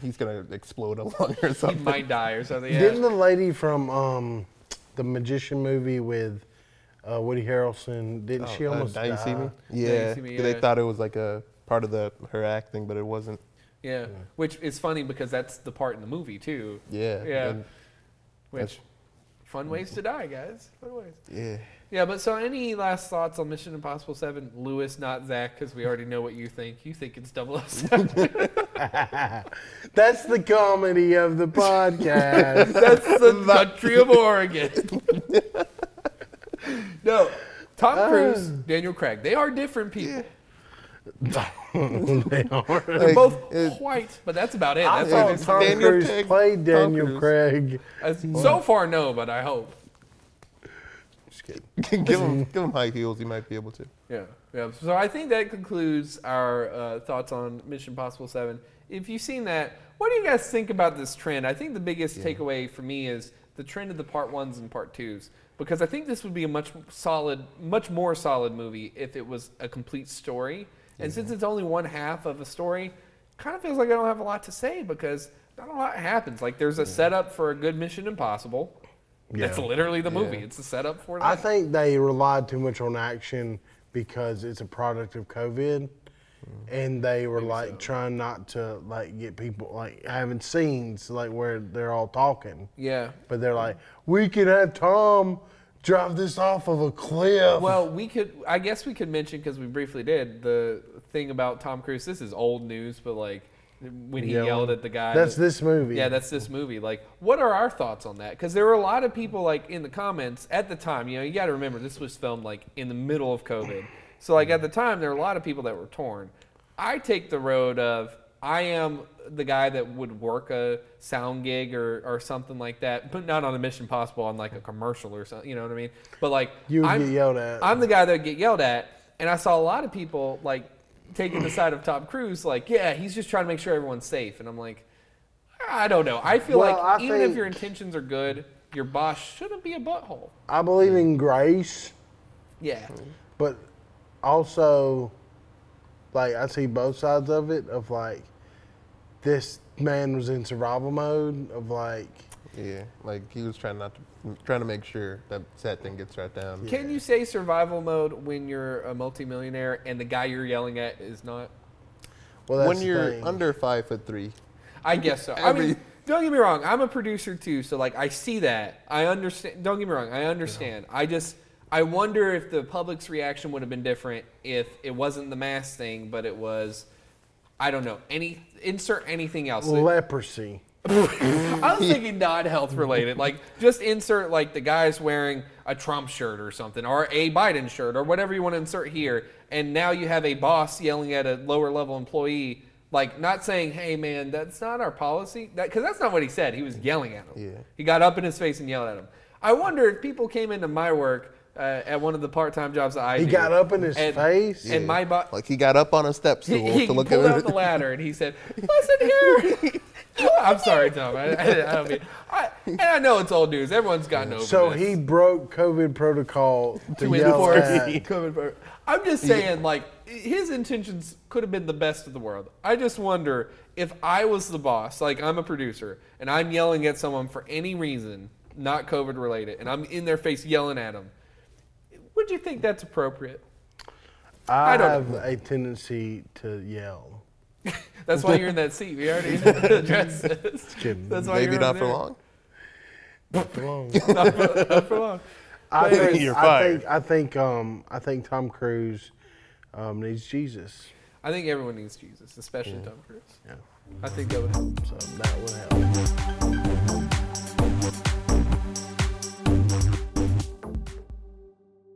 [SPEAKER 1] He's going to explode *laughs* a lung or something.
[SPEAKER 2] might die or something. Yeah.
[SPEAKER 3] Didn't the lady from um, the magician movie with uh, Woody Harrelson? Didn't she
[SPEAKER 1] Uh,
[SPEAKER 3] almost
[SPEAKER 1] Now You
[SPEAKER 3] die?
[SPEAKER 1] see me?
[SPEAKER 2] you
[SPEAKER 1] Yeah.
[SPEAKER 2] see me,
[SPEAKER 1] They
[SPEAKER 2] yeah.
[SPEAKER 1] thought it was like a part of the her acting, but it wasn't.
[SPEAKER 2] yeah. Which is funny because that's the part in the movie too.
[SPEAKER 1] Yeah.
[SPEAKER 2] Yeah.
[SPEAKER 1] and
[SPEAKER 2] Which Fun ways to die, guys. Fun ways.
[SPEAKER 1] Yeah. *laughs*
[SPEAKER 2] Yeah, but so any last thoughts on Mission Impossible 7? Lewis, not Zach, because we already know what you think. You think it's 007.
[SPEAKER 3] That's the comedy of
[SPEAKER 1] *laughs*
[SPEAKER 3] the podcast. *laughs*
[SPEAKER 2] That's the country of Oregon. no, Tom Cruise, Daniel Craig, they are different people.
[SPEAKER 3] they are.
[SPEAKER 2] They're
[SPEAKER 1] Like,
[SPEAKER 2] both
[SPEAKER 1] it-
[SPEAKER 2] white, but that's about it.
[SPEAKER 3] I
[SPEAKER 2] That's all
[SPEAKER 3] thought
[SPEAKER 2] it's,
[SPEAKER 1] it's-
[SPEAKER 3] Tom
[SPEAKER 1] Daniel
[SPEAKER 3] Cruise
[SPEAKER 1] Craig-
[SPEAKER 3] played
[SPEAKER 1] Tom
[SPEAKER 3] Daniel
[SPEAKER 1] Cruise.
[SPEAKER 3] Craig.
[SPEAKER 2] as- so far, no, but I hope.
[SPEAKER 3] Just kidding.
[SPEAKER 1] give
[SPEAKER 3] *laughs*
[SPEAKER 1] him give him high heels. He might be able to.
[SPEAKER 2] Yeah, yeah. So I think that concludes our uh, thoughts on Mission Impossible Seven. If you've seen that, what do you guys think about this trend? I think the biggest takeaway for me is the trend of the part ones and part twos because I think this would be a much solid, much more solid movie if it was a complete story. And since it's only one half of a story, kind of feels like I don't have a lot to say because not a lot happens. Like there's a setup for a good Mission Impossible. That's
[SPEAKER 3] Yeah.
[SPEAKER 2] literally the movie.
[SPEAKER 1] Yeah.
[SPEAKER 2] It's a setup for that.
[SPEAKER 3] I think they relied too much on action because it's a product of COVID, and they were like trying not to like get people like having scenes like where they're all talking,
[SPEAKER 2] yeah.
[SPEAKER 3] but they're like, we could have Tom drive this off of a cliff.
[SPEAKER 2] Well, we could. I guess we could mention because we briefly did the thing about Tom Cruise. This is old news, but like when he
[SPEAKER 3] Yeah,
[SPEAKER 2] yelled at the guy.
[SPEAKER 3] that's
[SPEAKER 2] that-
[SPEAKER 3] this movie.
[SPEAKER 2] Yeah, that's this movie. Like, what are our thoughts on that? Because there were a lot of people like in the comments at the time. You know, you got to remember this was filmed like in the middle of COVID. So like at the time, there were a lot of people that were torn. I take the road of I am the guy that would work a sound gig or, or something like that, but not on a Mission Possible, on like a commercial or something. You know what I mean? But like
[SPEAKER 3] You would
[SPEAKER 2] I'm,
[SPEAKER 3] get yelled at.
[SPEAKER 2] I'm the guy that would get yelled at, and I saw a lot of people like taking the side of Tom Cruise, like yeah, he's just trying to make sure everyone's safe, and I'm like, I don't know. I feel
[SPEAKER 3] Well,
[SPEAKER 2] like
[SPEAKER 3] I
[SPEAKER 2] even if
[SPEAKER 3] think-
[SPEAKER 2] your intentions are good, your boss shouldn't be a butthole.
[SPEAKER 3] I believe in grace.
[SPEAKER 2] Yeah.
[SPEAKER 3] but also like I see both sides of it of like this man was in survival mode of like
[SPEAKER 1] Yeah, like he was trying not to, trying to make sure that set thing gets shut down.
[SPEAKER 2] Can you say survival mode when you're a multimillionaire and the guy you're yelling at is not?
[SPEAKER 3] well that's
[SPEAKER 1] when
[SPEAKER 3] the
[SPEAKER 1] you're
[SPEAKER 3] thing.
[SPEAKER 1] under five foot three,
[SPEAKER 2] I guess so. I
[SPEAKER 1] Every-
[SPEAKER 2] mean, don't get me wrong. I'm a producer too, so like I see that. I understand. Don't get me wrong. I understand. I just I wonder if the public's reaction would have been different if it wasn't the mask thing, but it was. I don't know. Any insert anything else.
[SPEAKER 3] leprosy.
[SPEAKER 2] I was thinking not health related. Like just insert like the guys wearing a Trump shirt or something, or a Biden shirt, or whatever you want to insert here. And now you have a boss yelling at a lower level employee, like not saying, "Hey man, that's not our policy," because that's not what he said. He was yelling at him.
[SPEAKER 1] Yeah.
[SPEAKER 2] He got up in his face and yelled at him. I wonder if people came into my work uh, at one of the part-time jobs that I
[SPEAKER 3] He
[SPEAKER 2] do,
[SPEAKER 3] got up in his
[SPEAKER 2] and-
[SPEAKER 3] face.
[SPEAKER 2] and my boss
[SPEAKER 1] like he got up on a step stool
[SPEAKER 2] he, he
[SPEAKER 1] to look
[SPEAKER 2] pulled
[SPEAKER 1] at *laughs*
[SPEAKER 2] out the ladder and he said, "Listen here." *laughs* I'm sorry, Tom. I, I, I don't mean. I, and I know it's old news. Everyone's gotten over.
[SPEAKER 3] so
[SPEAKER 2] this.
[SPEAKER 3] he broke
[SPEAKER 1] *laughs*
[SPEAKER 3] COVID protocol to,
[SPEAKER 2] To
[SPEAKER 3] yell
[SPEAKER 2] enforce
[SPEAKER 3] at.
[SPEAKER 2] COVID pro- I'm just saying, like his intentions could have been the best of the world. I just wonder if I was the boss, like I'm a producer, and I'm yelling at someone for any reason, not COVID related, and I'm in their face yelling at them. Would you think that's appropriate?
[SPEAKER 3] I,
[SPEAKER 2] I don't
[SPEAKER 3] have a tendency to
[SPEAKER 1] *laughs*
[SPEAKER 3] yell.
[SPEAKER 2] That's why you're in that seat. We already *laughs* addressed this.
[SPEAKER 3] Kidding.
[SPEAKER 2] That's why
[SPEAKER 1] Maybe
[SPEAKER 2] you're
[SPEAKER 1] not
[SPEAKER 2] over
[SPEAKER 1] for
[SPEAKER 2] there.
[SPEAKER 1] long.
[SPEAKER 2] Not for long.
[SPEAKER 3] I think,
[SPEAKER 1] You're
[SPEAKER 3] I
[SPEAKER 1] fired.
[SPEAKER 3] think I think um I think Tom Cruise um, needs Jesus.
[SPEAKER 2] I think everyone needs Jesus, especially Tom Cruise.
[SPEAKER 3] Yeah.
[SPEAKER 2] I think that would help.
[SPEAKER 3] So that would help.